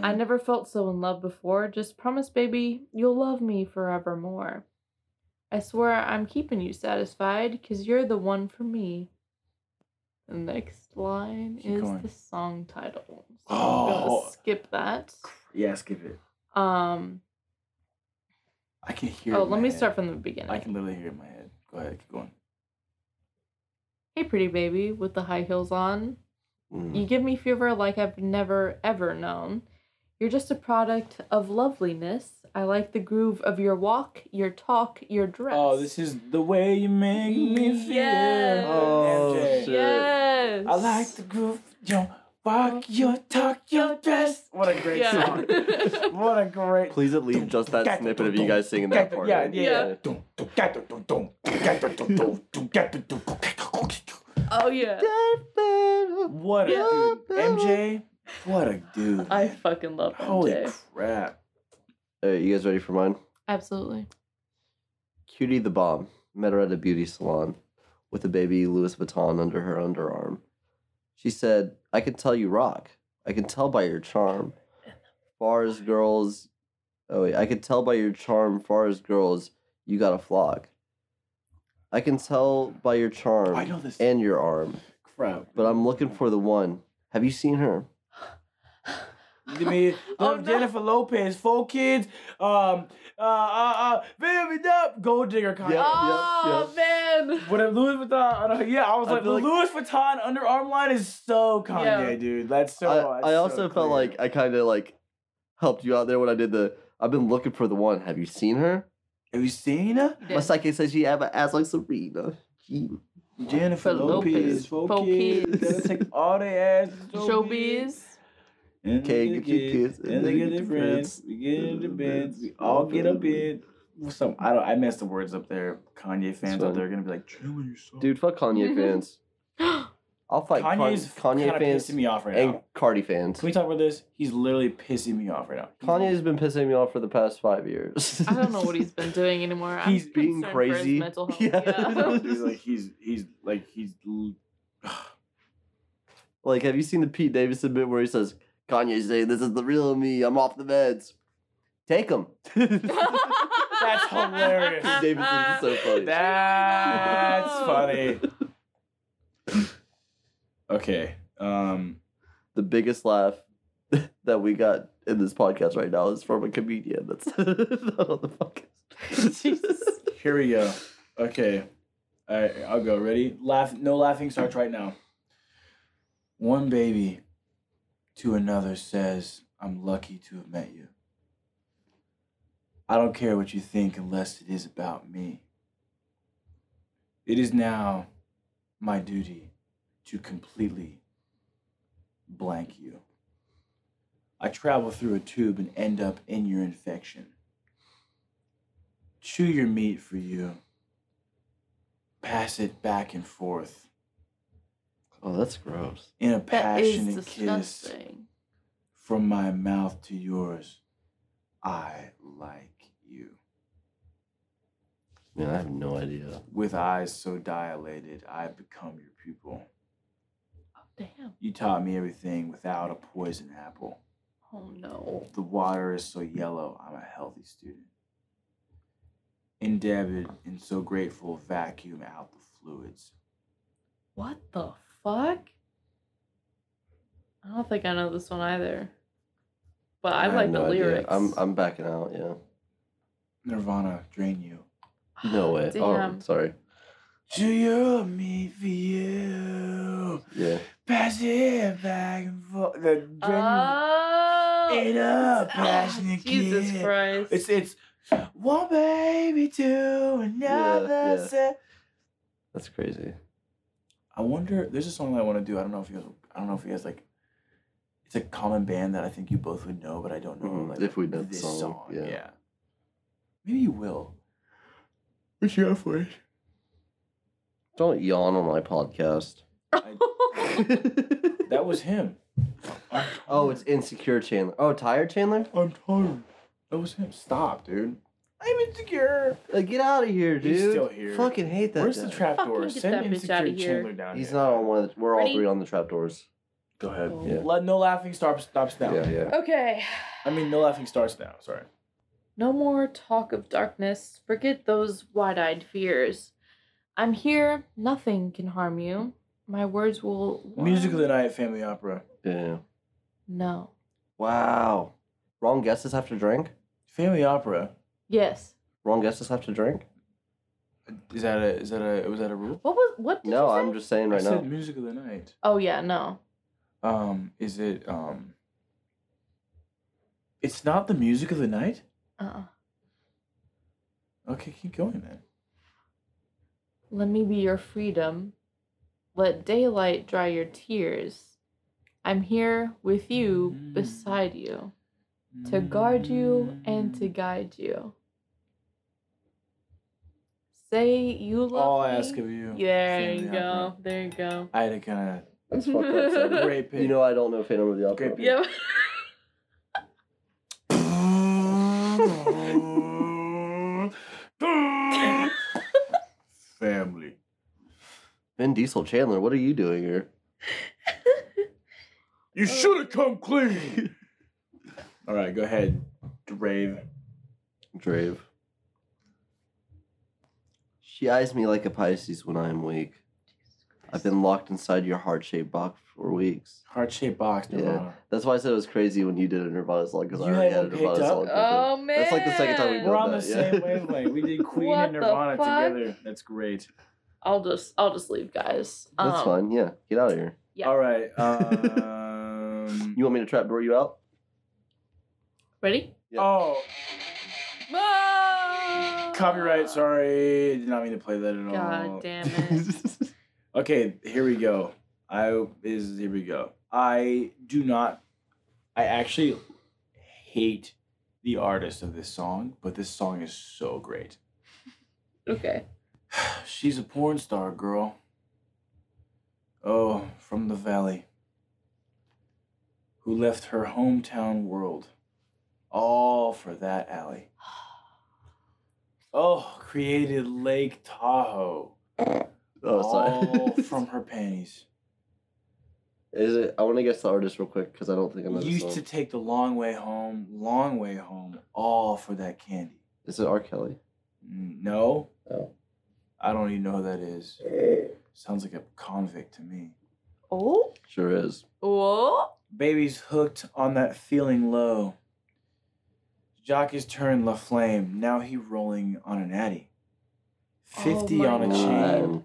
[SPEAKER 4] Mm.
[SPEAKER 5] I never felt so in love before. Just promise, baby, you'll love me forevermore. I swear I'm keeping you satisfied because you're the one for me. The next line
[SPEAKER 4] Keep
[SPEAKER 5] is
[SPEAKER 4] going.
[SPEAKER 5] the song title. So I'm going
[SPEAKER 1] Oh.
[SPEAKER 5] to skip that.
[SPEAKER 1] Yeah, skip it.
[SPEAKER 5] Um,
[SPEAKER 4] I can hear. it
[SPEAKER 5] oh,
[SPEAKER 4] in my
[SPEAKER 5] let me
[SPEAKER 4] head.
[SPEAKER 5] start from the beginning.
[SPEAKER 4] I can literally hear it in my head. Go ahead, keep going.
[SPEAKER 5] Hey, pretty baby with the high heels on.
[SPEAKER 3] Mm.
[SPEAKER 5] You give me fever like I've never ever known. You're just a product of loveliness. I like the groove of your walk, your talk, your dress.
[SPEAKER 1] Oh, this is the way you make me feel.
[SPEAKER 5] Yes.
[SPEAKER 3] Oh,
[SPEAKER 1] MJ.
[SPEAKER 3] shit.
[SPEAKER 5] yes.
[SPEAKER 1] I like the groove, your walk, your talk, your dress. What a great
[SPEAKER 5] Yeah.
[SPEAKER 1] song. What a great.
[SPEAKER 3] Please at least just that snippet of you guys singing that part.
[SPEAKER 1] Yeah,
[SPEAKER 3] in.
[SPEAKER 1] yeah.
[SPEAKER 5] oh yeah.
[SPEAKER 1] What a
[SPEAKER 3] Yeah.
[SPEAKER 1] dude. MJ,
[SPEAKER 4] What a dude.
[SPEAKER 5] I
[SPEAKER 4] man.
[SPEAKER 5] fucking love MJ.
[SPEAKER 1] holy crap.
[SPEAKER 3] Hey, you guys ready for mine?
[SPEAKER 5] Absolutely.
[SPEAKER 3] Cutie the Bomb met her at a beauty salon with a baby Louis Vuitton under her underarm. She said, I can tell you rock. I can tell by your charm. Far as girls, oh wait, I can tell by your charm, far as girls, you got a flock. I can tell by your charm
[SPEAKER 4] I know this.
[SPEAKER 3] and your arm,
[SPEAKER 4] crowd.
[SPEAKER 3] but I'm looking for the one. Have you seen her?
[SPEAKER 1] You mean
[SPEAKER 5] Oh,
[SPEAKER 1] Love
[SPEAKER 5] no.
[SPEAKER 1] Jennifer Lopez, four kids, um, uh, uh, uh, baby, up, gold digger kind
[SPEAKER 3] Yep, Yeah.
[SPEAKER 5] oh man.
[SPEAKER 1] When a Louis Vuitton, under, yeah, I was
[SPEAKER 3] I
[SPEAKER 1] like, the
[SPEAKER 3] feel
[SPEAKER 1] Louis Vuitton underarm line is so Kanye,
[SPEAKER 5] Yeah.
[SPEAKER 1] dude. That's so.
[SPEAKER 3] I,
[SPEAKER 1] that's
[SPEAKER 3] I
[SPEAKER 1] so
[SPEAKER 3] also felt
[SPEAKER 1] clear.
[SPEAKER 3] like I kind of like helped you out there when I did the I've been looking for the one. Have you seen her?
[SPEAKER 4] Have you seen her?
[SPEAKER 3] My psychic says she have an ass like Serena. She-
[SPEAKER 4] Jennifer
[SPEAKER 5] For
[SPEAKER 4] Lopez.
[SPEAKER 5] Lopez.
[SPEAKER 4] Four
[SPEAKER 5] Four
[SPEAKER 4] kids.
[SPEAKER 5] kids.
[SPEAKER 4] That'll take
[SPEAKER 1] all their ass.
[SPEAKER 5] Showbiz.
[SPEAKER 4] And
[SPEAKER 3] Okay,
[SPEAKER 4] they
[SPEAKER 3] get your kids,
[SPEAKER 4] And they get the friends. We get in the beds. We all get up in.
[SPEAKER 1] Some I don't. I messed the words up there. Kanye fans
[SPEAKER 3] fine.
[SPEAKER 1] out there are gonna be like, "Chillin' yourself."
[SPEAKER 3] Dude, fuck Kanye
[SPEAKER 5] Mhm.
[SPEAKER 3] fans. I'll fight Con-
[SPEAKER 1] Kanye's
[SPEAKER 3] Kanye
[SPEAKER 1] kinda
[SPEAKER 3] fans
[SPEAKER 1] pissing me off right
[SPEAKER 3] and
[SPEAKER 1] now.
[SPEAKER 3] Cardi fans.
[SPEAKER 1] Can we talk about this? He's literally pissing me off right now.
[SPEAKER 3] Kanye's been pissing me off for the past five years.
[SPEAKER 5] I don't know what he's been doing anymore. I'm
[SPEAKER 3] He's being
[SPEAKER 5] concerned for his
[SPEAKER 3] crazy.
[SPEAKER 5] mental health.
[SPEAKER 3] Yeah.
[SPEAKER 5] Yeah.
[SPEAKER 1] He's like he's he's like he's l-
[SPEAKER 3] like, have you seen the Pete Davidson bit where he says Kanye saying this is the real me? I'm off the meds. Take him.
[SPEAKER 1] That's hilarious.
[SPEAKER 3] Pete Davidson is so funny.
[SPEAKER 1] that's
[SPEAKER 5] No.
[SPEAKER 1] funny. Okay. Um.
[SPEAKER 3] the biggest laugh that we got in this podcast right now is from a comedian that's not on the podcast.
[SPEAKER 5] Jesus.
[SPEAKER 1] Here we go. Okay. All right. I'll go. Ready? Laugh. No laughing starts right now.
[SPEAKER 4] One baby to another says, I'm lucky to have met you. I don't care what you think unless it is about me. It is now my duty to completely blank you. I travel through a tube and end up in your infection. Chew your meat for you. Pass it back and forth
[SPEAKER 3] Oh, that's gross.
[SPEAKER 4] in a
[SPEAKER 5] That is
[SPEAKER 4] passionate kiss
[SPEAKER 5] disgusting.
[SPEAKER 4] from my mouth to yours. I like you.
[SPEAKER 3] Man, I have no idea.
[SPEAKER 4] With eyes so dilated, I become your pupil.
[SPEAKER 5] Damn.
[SPEAKER 4] You taught me everything without a poison apple.
[SPEAKER 5] Oh no.
[SPEAKER 4] The water is so yellow, I'm a healthy student. Indebted and so grateful, vacuum out the fluids.
[SPEAKER 5] What the fuck? I don't think I know this one either. But I,
[SPEAKER 3] have
[SPEAKER 5] like the
[SPEAKER 3] no idea.
[SPEAKER 5] lyrics.
[SPEAKER 3] I'm I'm backing out. Yeah.
[SPEAKER 4] Nirvana, drain you.
[SPEAKER 3] No way. Oh,
[SPEAKER 5] Ah, Damn.
[SPEAKER 3] sorry.
[SPEAKER 4] Do your meat for you.
[SPEAKER 3] Yeah.
[SPEAKER 4] Pass it back and forth. The drain you-
[SPEAKER 3] Uh.
[SPEAKER 5] Oh,
[SPEAKER 4] It up,
[SPEAKER 5] Ah,
[SPEAKER 4] passionate
[SPEAKER 5] Jesus
[SPEAKER 4] kid.
[SPEAKER 5] Christ.
[SPEAKER 4] It's it's one baby to another.
[SPEAKER 3] Yeah, yeah.
[SPEAKER 4] say-
[SPEAKER 3] That's crazy.
[SPEAKER 4] I wonder. There's a song that I want to do. I don't know if you guys. I don't know if you guys like. It's a common band that I think you both would know, but I don't know
[SPEAKER 3] Mhm,
[SPEAKER 4] like
[SPEAKER 3] if we know the
[SPEAKER 4] this
[SPEAKER 3] song,
[SPEAKER 4] song.
[SPEAKER 3] yeah.
[SPEAKER 4] Maybe you will. What you got for it?
[SPEAKER 3] Don't yawn on my podcast.
[SPEAKER 1] That was him.
[SPEAKER 3] oh, it's insecure Chandler. Oh, tired Chandler.
[SPEAKER 4] I'm tired. That was him.
[SPEAKER 1] Stop, dude. I'm insecure.
[SPEAKER 3] Uh, get out of here, dude.
[SPEAKER 1] He's still here.
[SPEAKER 3] Fucking hate that.
[SPEAKER 1] Where's the
[SPEAKER 3] guy.
[SPEAKER 1] trap door?
[SPEAKER 5] Fucking get
[SPEAKER 1] Send
[SPEAKER 5] that bitch
[SPEAKER 1] insecure
[SPEAKER 5] outta here.
[SPEAKER 1] Chandler down
[SPEAKER 3] He's
[SPEAKER 1] here.
[SPEAKER 3] not on one of the. We're all
[SPEAKER 5] Ready?
[SPEAKER 3] three on the trap doors.
[SPEAKER 1] Go ahead.
[SPEAKER 5] Oh.
[SPEAKER 3] Yeah.
[SPEAKER 1] Let no laughing stop stops now.
[SPEAKER 3] Yeah, yeah.
[SPEAKER 5] okay.
[SPEAKER 1] I mean, no laughing starts now. Sorry.
[SPEAKER 5] No more talk of darkness. Forget those wide eyed fears. I'm here. Nothing can harm you. My words will.
[SPEAKER 1] Music of the
[SPEAKER 5] warn-
[SPEAKER 1] night at family opera.
[SPEAKER 3] Yeah.
[SPEAKER 5] No.
[SPEAKER 3] Wow. Wrong guesses have to drink?
[SPEAKER 1] Family opera.
[SPEAKER 5] Yes.
[SPEAKER 3] Wrong guesses have to drink?
[SPEAKER 1] Is that a is that a was that a rule?
[SPEAKER 5] What was. What did
[SPEAKER 3] No,
[SPEAKER 5] you say?
[SPEAKER 3] I'm just saying
[SPEAKER 1] I
[SPEAKER 3] right
[SPEAKER 1] said
[SPEAKER 3] now.
[SPEAKER 1] music of the night.
[SPEAKER 5] Oh, yeah, no.
[SPEAKER 1] Um, is it um? It's not the music of the night.
[SPEAKER 5] Uh uh
[SPEAKER 1] Okay, keep going then.
[SPEAKER 5] Let me be your freedom. Let daylight dry your tears. I'm here with you,
[SPEAKER 1] Mm.
[SPEAKER 5] beside you, to guard you and
[SPEAKER 1] Mm.
[SPEAKER 5] to guide you. Say you love
[SPEAKER 1] All I
[SPEAKER 5] me.
[SPEAKER 1] ask of you.
[SPEAKER 5] There you
[SPEAKER 1] Family
[SPEAKER 5] go.
[SPEAKER 1] opera.
[SPEAKER 5] There you go.
[SPEAKER 1] I had a kind
[SPEAKER 3] That's fucked up.
[SPEAKER 1] of
[SPEAKER 3] Sam.
[SPEAKER 1] great pick.
[SPEAKER 3] You know I don't know Phantom of the
[SPEAKER 1] Great
[SPEAKER 3] Opera.
[SPEAKER 1] pick.
[SPEAKER 5] Yep.
[SPEAKER 4] Family.
[SPEAKER 3] Vin Diesel Chandler, what are you doing here?
[SPEAKER 1] you should have come clean. All right, go ahead, Drave.
[SPEAKER 3] Drave. She eyes me like a Pisces when I am weak. I've been locked inside your heart shaped box for weeks.
[SPEAKER 1] Heart shaped box,
[SPEAKER 3] Yeah.
[SPEAKER 1] Nirvana.
[SPEAKER 3] That's why I said it was crazy when you did a Nirvana song because I
[SPEAKER 1] You
[SPEAKER 3] already had a
[SPEAKER 1] haven't
[SPEAKER 3] Nirvana
[SPEAKER 1] picked up?
[SPEAKER 3] song. with it.
[SPEAKER 5] Oh man.
[SPEAKER 3] That's like the second time we've
[SPEAKER 1] We're
[SPEAKER 3] done
[SPEAKER 1] on the
[SPEAKER 3] that, yeah.
[SPEAKER 1] same wavelength. We did Queen
[SPEAKER 5] What
[SPEAKER 1] and
[SPEAKER 5] the
[SPEAKER 1] Nirvana
[SPEAKER 5] fuck?
[SPEAKER 1] together. That's great.
[SPEAKER 5] I'll just I'll just leave, guys. Um,
[SPEAKER 3] That's fine. Yeah, get out of here.
[SPEAKER 5] Yeah.
[SPEAKER 1] All right. Um,
[SPEAKER 3] You want me to trapdoor you out?
[SPEAKER 5] Ready?
[SPEAKER 3] Yeah.
[SPEAKER 1] Oh,
[SPEAKER 5] Ah!
[SPEAKER 1] copyright. Sorry, did not mean to play that at all.
[SPEAKER 5] God damn it.
[SPEAKER 1] Okay, here we go. I is here we go. I do not. I actually hate the artist of this song, but this song is so great.
[SPEAKER 5] okay.
[SPEAKER 1] She's a porn star girl. Oh, from the valley. Who left her hometown world. All for that alley. Oh, created Lake Tahoe.
[SPEAKER 3] oh,
[SPEAKER 1] All
[SPEAKER 3] sorry.
[SPEAKER 1] from her panties.
[SPEAKER 3] Is it? I want to guess the artist real quick because I don't think I know this
[SPEAKER 1] Used
[SPEAKER 3] song.
[SPEAKER 1] to take the long way home, long way home, all for that candy.
[SPEAKER 3] Is it R. Kelly?
[SPEAKER 1] Mm, No,
[SPEAKER 3] Oh.
[SPEAKER 1] I don't even know who that is. Sounds like a convict to me.
[SPEAKER 5] Oh.
[SPEAKER 3] Sure is.
[SPEAKER 5] Oh.
[SPEAKER 1] Baby's hooked on that feeling low. Jock is turned La Flame. Now he rolling on an addy.
[SPEAKER 5] Oh
[SPEAKER 1] 50 on a
[SPEAKER 5] my
[SPEAKER 1] chain.
[SPEAKER 5] God.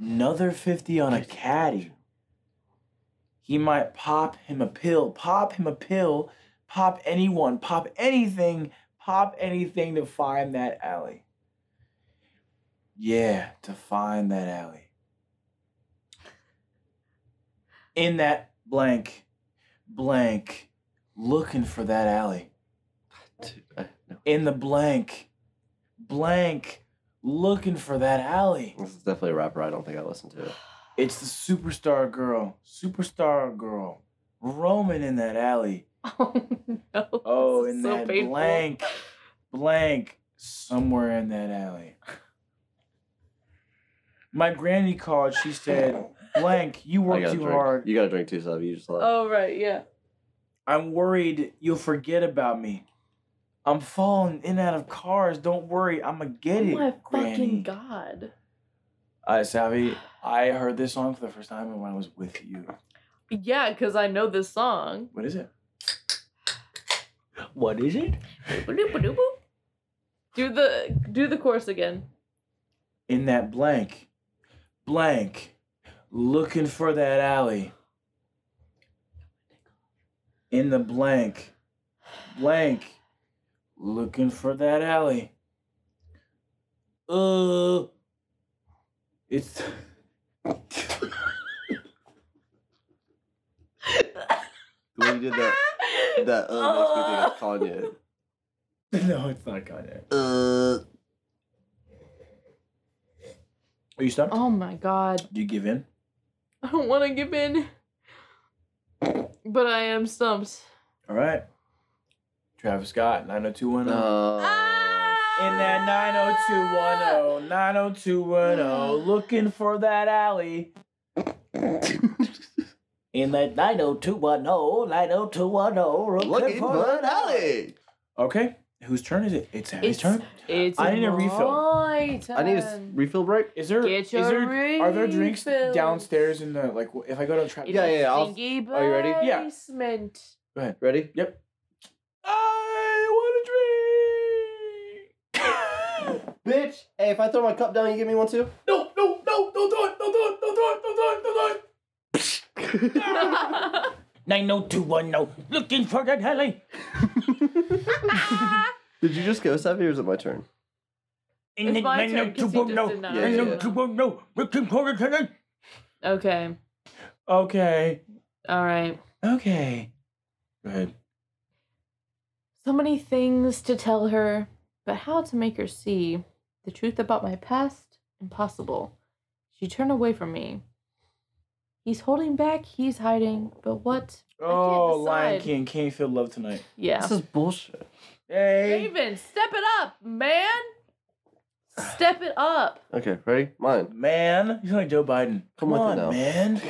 [SPEAKER 1] Another 50 on a caddy. He might pop him a pill. Pop him a pill. Pop anyone. Pop anything. Pop anything to find that alley. Yeah, to find that alley. In that blank, blank, looking for that alley
[SPEAKER 3] Dude, I, no,
[SPEAKER 1] in the blank, blank, looking for that alley.
[SPEAKER 3] this is definitely a rapper. I don't think I listened to it.
[SPEAKER 1] It's the superstar girl, superstar girl, roaming in that alley.
[SPEAKER 5] Oh no.
[SPEAKER 1] Oh,
[SPEAKER 5] This
[SPEAKER 1] in
[SPEAKER 5] is
[SPEAKER 1] that blank, blank, somewhere in that alley. My granny called. She said, "Blank, you
[SPEAKER 3] I
[SPEAKER 1] work
[SPEAKER 3] gotta
[SPEAKER 1] too
[SPEAKER 3] drink.
[SPEAKER 1] hard.
[SPEAKER 3] You gotta drink too, Sav. You just laughed.
[SPEAKER 5] Oh right, yeah.
[SPEAKER 1] I'm worried you'll forget about me. I'm falling in and out of cars. Don't worry, I'ma get
[SPEAKER 5] oh
[SPEAKER 1] it,
[SPEAKER 5] my
[SPEAKER 1] granny."
[SPEAKER 5] fucking god.
[SPEAKER 1] Uh, Savvy, I heard this song for the first time when I was with you.
[SPEAKER 5] Yeah, because I know this song.
[SPEAKER 1] What is it? What is it?
[SPEAKER 5] Ba-doop-ba-doop-boop. do the do the chorus again.
[SPEAKER 1] In that blank, blank, looking for that alley. In the blank, blank, looking for that alley. Uh, it's.
[SPEAKER 3] The way you did that, that
[SPEAKER 5] Oh.
[SPEAKER 3] uh, makes me think of Kanye.
[SPEAKER 1] no, it's not Kanye.
[SPEAKER 3] Uh,
[SPEAKER 1] Are you stumped?
[SPEAKER 5] Oh my god.
[SPEAKER 1] Do you give in?
[SPEAKER 5] I don't wanna give in. But I am stumped.
[SPEAKER 1] All right. Travis Scott, 90210.
[SPEAKER 3] no.
[SPEAKER 1] In that 90210, 90210, oh, looking for that alley. In that 90210, 90210, looking,
[SPEAKER 3] Looking for an alley.
[SPEAKER 1] Okay,
[SPEAKER 4] Whose turn is it? It's Abby's
[SPEAKER 5] It's,
[SPEAKER 4] turn.
[SPEAKER 5] it's
[SPEAKER 1] I need a refill.
[SPEAKER 5] my
[SPEAKER 3] I need a s-
[SPEAKER 5] turn.
[SPEAKER 3] refill break.
[SPEAKER 1] Is there?
[SPEAKER 5] Get
[SPEAKER 1] is
[SPEAKER 5] your
[SPEAKER 1] there? Are there drinks
[SPEAKER 5] refills.
[SPEAKER 1] downstairs in the like? w- If I go to a trap,
[SPEAKER 3] Yeah, yeah, yeah, I'll-
[SPEAKER 5] Stinky
[SPEAKER 3] are you ready?
[SPEAKER 1] Yeah.
[SPEAKER 5] basement.
[SPEAKER 1] Go ahead.
[SPEAKER 3] Ready?
[SPEAKER 1] I want a drink.
[SPEAKER 3] Bitch! Hey, if I throw my cup down, you give me one too?
[SPEAKER 1] No, no, no, don't do it, don't do it, don't do it, don't do it, don't do it. 90210, looking for that alley.
[SPEAKER 3] Did you just go, Savvy, or is it my turn?
[SPEAKER 5] It's my turn, 'cause
[SPEAKER 1] oh
[SPEAKER 5] you just did not.
[SPEAKER 3] Yeah, yeah, yeah.
[SPEAKER 1] looking for that alley.
[SPEAKER 5] Okay.
[SPEAKER 1] Okay,
[SPEAKER 5] All right.
[SPEAKER 1] okay. Go ahead.
[SPEAKER 5] So many things to tell her, but how to make her see the truth about my past? Impossible. She turned away from me. He's holding back, he's hiding, but what?
[SPEAKER 1] Oh, Lion
[SPEAKER 5] decide.
[SPEAKER 1] King, can't feel love tonight.
[SPEAKER 5] Yeah.
[SPEAKER 3] This is bullshit.
[SPEAKER 1] Hey.
[SPEAKER 5] Raven, step it up, man! Step it up.
[SPEAKER 3] Okay, ready? Mine.
[SPEAKER 1] Man, you sound like Joe Biden. Come
[SPEAKER 3] Come with it
[SPEAKER 1] on,
[SPEAKER 3] now.
[SPEAKER 1] man.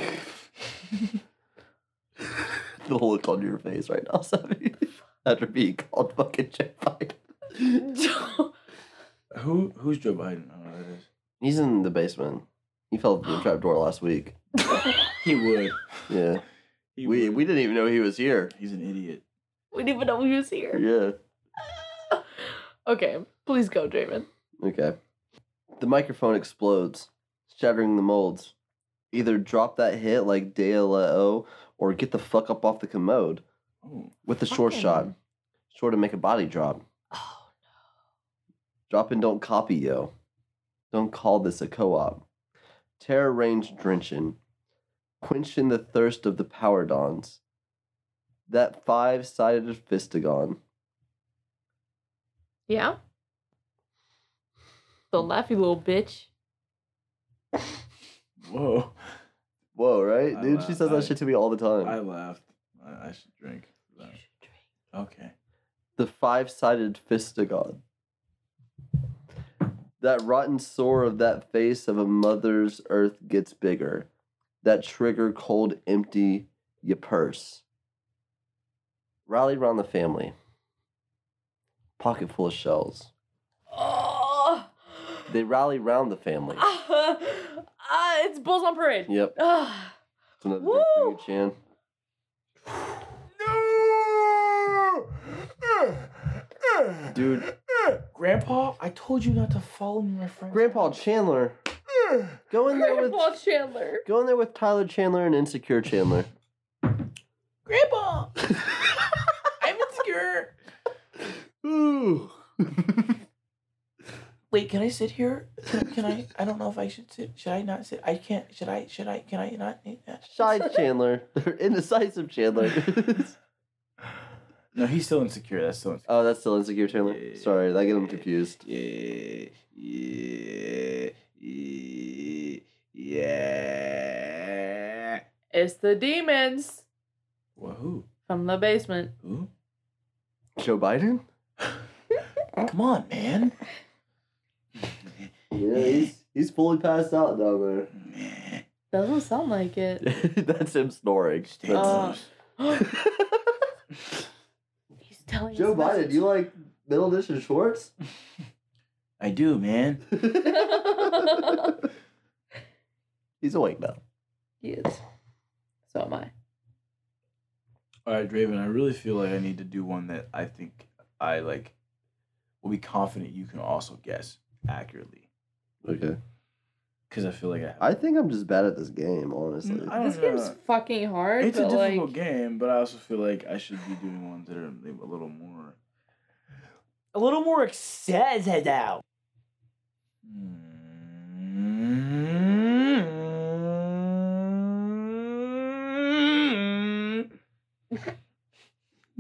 [SPEAKER 3] The look on your face right now, Savvy. After being called fucking Jeff Biden.
[SPEAKER 1] Who who's Joe Biden? I don't know who that is.
[SPEAKER 3] He's in the basement. He fell through the trapdoor last week.
[SPEAKER 1] He would.
[SPEAKER 3] Yeah.
[SPEAKER 1] He
[SPEAKER 3] We
[SPEAKER 1] would.
[SPEAKER 3] we didn't even know he was here.
[SPEAKER 4] He's an idiot.
[SPEAKER 5] we didn't even know he was here.
[SPEAKER 3] Yeah.
[SPEAKER 5] Okay, please go, Draven.
[SPEAKER 3] Okay. The microphone explodes, shattering the molds. Either drop that hit like DLO or get the fuck up off the commode
[SPEAKER 4] Oh,
[SPEAKER 3] with the short
[SPEAKER 5] Fucking-
[SPEAKER 3] shot. Sure to make a body drop.
[SPEAKER 5] Oh,
[SPEAKER 3] Drop and don't copy, yo. Don't call this a co op. Terror range drenching. Quenching the thirst of the power dons. That five sided fistagon.
[SPEAKER 5] yeah? The laughy little bitch.
[SPEAKER 4] whoa.
[SPEAKER 3] Whoa, right?
[SPEAKER 4] I
[SPEAKER 3] Dude,
[SPEAKER 4] la-
[SPEAKER 3] she says
[SPEAKER 4] I-
[SPEAKER 3] that shit to me all the time.
[SPEAKER 4] I laughed. I, I should drink. Okay.
[SPEAKER 3] the five sided fistagon. That rotten sore of that face of a mother's earth gets bigger. That trigger cold empty your purse. Rally round the family. Pocket full of shells.
[SPEAKER 5] Oh!
[SPEAKER 3] They rally round the family.
[SPEAKER 5] Ah, ah, it's Bulls on Parade.
[SPEAKER 3] Yep.
[SPEAKER 5] Ah.
[SPEAKER 3] It's another drink for
[SPEAKER 5] Woo!
[SPEAKER 3] you, Chan. Dude,
[SPEAKER 1] Grandpa, I told you not to follow me, my friend.
[SPEAKER 3] Grandpa Chandler. Go in there with
[SPEAKER 5] Grandpa Chandler.
[SPEAKER 3] go in there with Tyler Chandler and Insecure Chandler.
[SPEAKER 1] Grandpa! I'm insecure.
[SPEAKER 3] Ooh.
[SPEAKER 1] Wait, can I sit here? Can, can I? I don't know if I should sit. Should I not sit? I can't. Should I? Should I? Can I not? uh,
[SPEAKER 3] Shy Chandler. Indecisive Chandler.
[SPEAKER 4] No, he's still insecure. That's still insecure.
[SPEAKER 3] oh, that's still Insecure Chandler.
[SPEAKER 4] Yeah.
[SPEAKER 3] Sorry, I get him confused.
[SPEAKER 4] Yeah, yeah, yeah, yeah.
[SPEAKER 5] It's the demons
[SPEAKER 4] Well, who?
[SPEAKER 5] from the basement.
[SPEAKER 4] Who?
[SPEAKER 3] Joe Biden?
[SPEAKER 1] Come on, man.
[SPEAKER 3] Yeah, he's, he's fully passed out down
[SPEAKER 4] Man,
[SPEAKER 5] Doesn't sound like it.
[SPEAKER 3] there. that's him snoring.
[SPEAKER 4] stay
[SPEAKER 3] That's-
[SPEAKER 5] Uh,
[SPEAKER 4] close.
[SPEAKER 5] He's telling
[SPEAKER 3] Joe
[SPEAKER 5] us
[SPEAKER 3] Biden,
[SPEAKER 5] messages.
[SPEAKER 3] you like middle dish and shorts?
[SPEAKER 4] I do, man.
[SPEAKER 3] he's awake now.
[SPEAKER 5] he is. So am I.
[SPEAKER 4] All right, Draven. I really feel like I need to do one that I think I like. Will be confident you can also guess accurately
[SPEAKER 3] Okay.
[SPEAKER 4] because I feel like I. Have.
[SPEAKER 3] I think I'm just bad at this game, honestly.
[SPEAKER 4] Mm, I don't
[SPEAKER 5] This
[SPEAKER 4] know.
[SPEAKER 5] game's fucking hard.
[SPEAKER 4] It's a
[SPEAKER 5] but,
[SPEAKER 4] difficult
[SPEAKER 5] like,
[SPEAKER 4] game, but I also feel like I should be doing ones that are a little more.
[SPEAKER 1] A little more excited out.
[SPEAKER 4] Mm-hmm.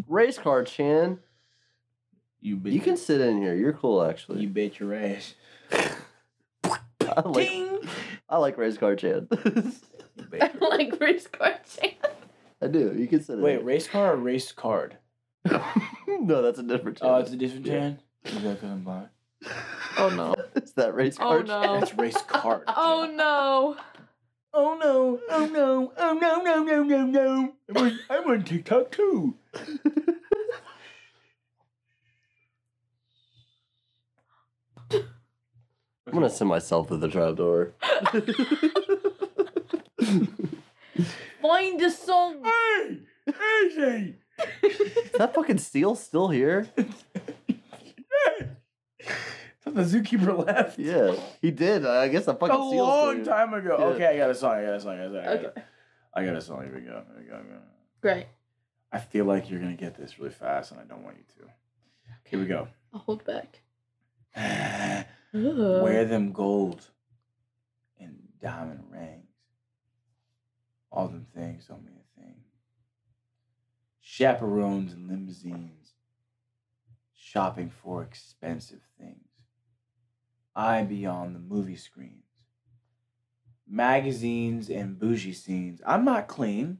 [SPEAKER 3] Race car, Chan.
[SPEAKER 4] You
[SPEAKER 1] Mm.
[SPEAKER 4] bet.
[SPEAKER 3] You can sit in here. You're cool,
[SPEAKER 4] You
[SPEAKER 3] actually.
[SPEAKER 4] bet your ass.
[SPEAKER 3] I like,
[SPEAKER 1] Ding.
[SPEAKER 3] I like race car, Chan.
[SPEAKER 4] You
[SPEAKER 5] I
[SPEAKER 4] bet.
[SPEAKER 5] don't like race car Chan.
[SPEAKER 3] I do. You can sit in
[SPEAKER 1] Wait, race car or race card?
[SPEAKER 3] no, that's Uh, a different
[SPEAKER 4] Oh,
[SPEAKER 3] channel.
[SPEAKER 4] it's a different
[SPEAKER 3] Yeah.
[SPEAKER 4] Jan. Is that 'cause I'm blind?
[SPEAKER 5] Oh no.
[SPEAKER 3] it's that race
[SPEAKER 5] Oh
[SPEAKER 3] car.
[SPEAKER 5] no.
[SPEAKER 4] That's race card.
[SPEAKER 5] Oh
[SPEAKER 4] Jan.
[SPEAKER 5] no.
[SPEAKER 1] Oh no! Oh no! Oh no! No! No! No! No!
[SPEAKER 4] I'm on, I'm on TikTok too.
[SPEAKER 3] I'm gonna send myself through the trapdoor.
[SPEAKER 5] Find a song.
[SPEAKER 1] Hey! Easy!
[SPEAKER 3] Is that fucking seal still here?
[SPEAKER 1] So the zookeeper left.
[SPEAKER 3] Yeah, he did. I guess the fucking
[SPEAKER 1] a
[SPEAKER 3] seal's still
[SPEAKER 1] long
[SPEAKER 3] here.
[SPEAKER 1] time ago.
[SPEAKER 3] Yeah.
[SPEAKER 1] Okay, I got a song. I got a song. I got a song. I got,
[SPEAKER 5] Okay.
[SPEAKER 1] a, I got a song. Here we go. Here we go. Here we go.
[SPEAKER 5] Great.
[SPEAKER 1] I feel like you're gonna get this really fast, and I don't want you to. Here we go.
[SPEAKER 5] I'll hold back.
[SPEAKER 4] Wear them gold and diamond rings. All them things don't mean a thing. Chaperones and limousines. Shopping for expensive things. I be on the movie screens. Magazines and bougie scenes. I'm not clean.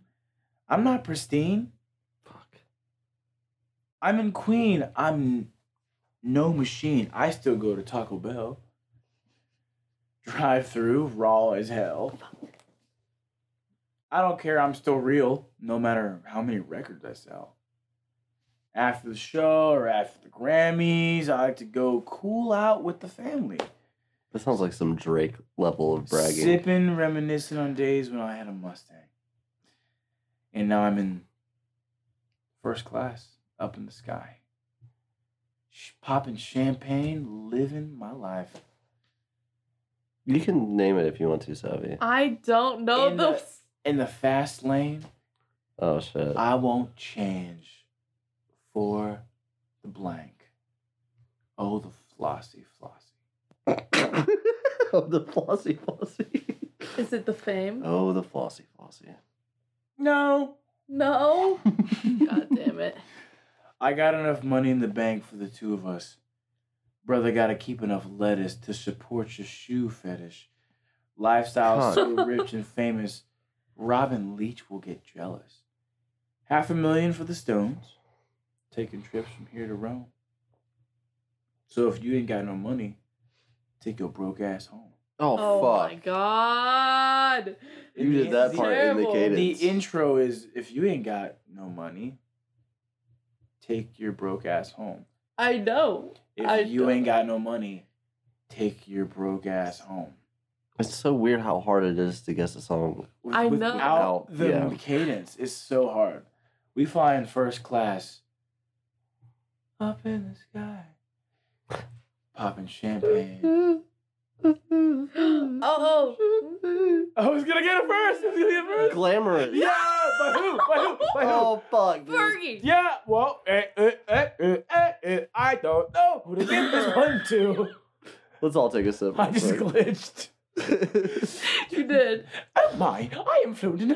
[SPEAKER 4] I'm not pristine.
[SPEAKER 3] Fuck.
[SPEAKER 4] I'm in Queen. I'm no machine. I still go to Taco Bell.
[SPEAKER 1] Drive through, raw as hell. I don't care. I'm still real, no matter how many records I sell. After the show or after the Grammys, I like to go cool out with the family.
[SPEAKER 3] That sounds like some Drake level of bragging.
[SPEAKER 1] Sipping, reminiscing on days when I had a Mustang. And now I'm in first class, up in the sky. Sh- Popping champagne, living my life.
[SPEAKER 3] You can name it if you want to, Savvy.
[SPEAKER 5] I don't know
[SPEAKER 1] In
[SPEAKER 5] the.
[SPEAKER 1] the- In the fast lane,
[SPEAKER 3] Oh shit.
[SPEAKER 1] I won't change for the blank. Oh, the flossy, flossy.
[SPEAKER 3] oh, the flossy flossy.
[SPEAKER 5] Is it the fame?
[SPEAKER 3] Oh, the flossy flossy.
[SPEAKER 1] No,
[SPEAKER 5] No.
[SPEAKER 3] Oh,
[SPEAKER 5] God damn it.
[SPEAKER 1] I got enough money in the bank for the two of us. Brother, gotta keep enough lettuce to support your shoe fetish. Lifestyle so rich and famous, Robin Leach will get jealous. Half a million for the Stones, taking trips from here to Rome. So if you ain't got no money, take your broke ass home.
[SPEAKER 3] Oh,
[SPEAKER 5] my god.
[SPEAKER 3] You did that
[SPEAKER 1] The-
[SPEAKER 3] part
[SPEAKER 5] terrible.
[SPEAKER 3] in the
[SPEAKER 1] The
[SPEAKER 3] cadence.
[SPEAKER 1] intro is if you ain't got no money, take your broke ass home.
[SPEAKER 5] I know.
[SPEAKER 1] If
[SPEAKER 5] I
[SPEAKER 1] you
[SPEAKER 5] don't-
[SPEAKER 1] ain't got no money, take your broke ass home.
[SPEAKER 3] it's so weird how hard it is to guess a song.
[SPEAKER 1] With-
[SPEAKER 5] I know.
[SPEAKER 1] Without the
[SPEAKER 3] Yeah.
[SPEAKER 1] cadence is so hard. We fly in first class. Up in the sky. Popping champagne.
[SPEAKER 5] Oh, oh.
[SPEAKER 1] I was gonna get it first. I was gonna get it first.
[SPEAKER 3] Glamorous.
[SPEAKER 1] Yeah. By who? By who? By who?
[SPEAKER 3] Oh fuck. dude.
[SPEAKER 5] Fergie.
[SPEAKER 1] Yeah, well, eh, eh, eh, eh, eh, eh, I don't know who to give this one to.
[SPEAKER 3] Let's all take a sip.
[SPEAKER 1] I just glitched.
[SPEAKER 5] You did.
[SPEAKER 1] Oh my, I am fluent in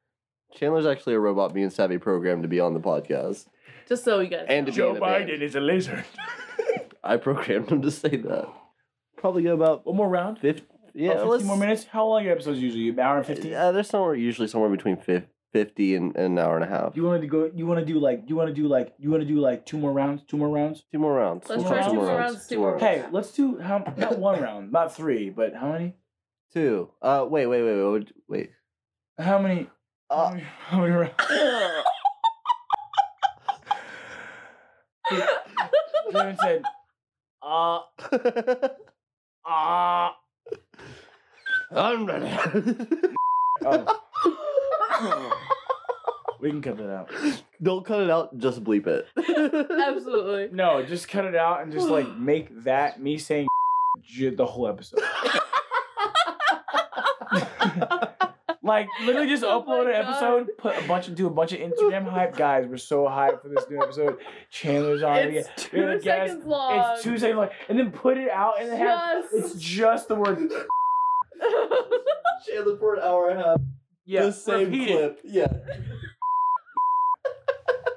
[SPEAKER 3] Chandler's actually a robot being savvy programmed to be on the podcast
[SPEAKER 5] Just so you guys.
[SPEAKER 3] and to
[SPEAKER 1] Joe
[SPEAKER 3] be in a band.
[SPEAKER 1] Biden is a lizard.
[SPEAKER 3] I programmed him to say that. Probably go about
[SPEAKER 1] One more round?
[SPEAKER 3] fifty. Yeah,
[SPEAKER 1] About 15
[SPEAKER 3] let's-
[SPEAKER 1] Oh, more minutes? How long are your episodes usually? An hour and 15?
[SPEAKER 3] Uh, there's somewhere usually somewhere between fif- fifty and, and an hour and a half.
[SPEAKER 1] You want to go? You want to do like? You want to do like? You want to do like two more rounds? Two more rounds?
[SPEAKER 3] Two more rounds.
[SPEAKER 5] Let's
[SPEAKER 3] We'll
[SPEAKER 1] try
[SPEAKER 3] do
[SPEAKER 1] two more
[SPEAKER 5] rounds, two more rounds.
[SPEAKER 1] Hey, let's do how? Not one round, not three, but how many?
[SPEAKER 3] Two. Uh, wait, wait, wait, wait, wait.
[SPEAKER 1] How many? how
[SPEAKER 3] Uh,
[SPEAKER 1] many- how many rounds? Kevin said, "Uh, uh."
[SPEAKER 3] I'm ready.
[SPEAKER 1] Oh. we can cut that out.
[SPEAKER 3] Don't cut it out. Just bleep it.
[SPEAKER 5] Absolutely.
[SPEAKER 1] No, just cut it out and just like make that me saying j- the whole episode. like literally just
[SPEAKER 5] Oh
[SPEAKER 1] upload
[SPEAKER 5] my
[SPEAKER 1] an episode, put a bunch of do a bunch of Instagram hype. Guys, we're so hyped for this new episode. Chandler's on it.
[SPEAKER 5] It's
[SPEAKER 1] We have a
[SPEAKER 5] two
[SPEAKER 1] guest.
[SPEAKER 5] seconds long.
[SPEAKER 1] It's two seconds long, and then put it out and have it's
[SPEAKER 5] Yes.
[SPEAKER 1] just the word.
[SPEAKER 3] Chandler for an hour and a half.
[SPEAKER 1] Yeah,
[SPEAKER 3] the same
[SPEAKER 1] repeat it.
[SPEAKER 3] clip. Yeah.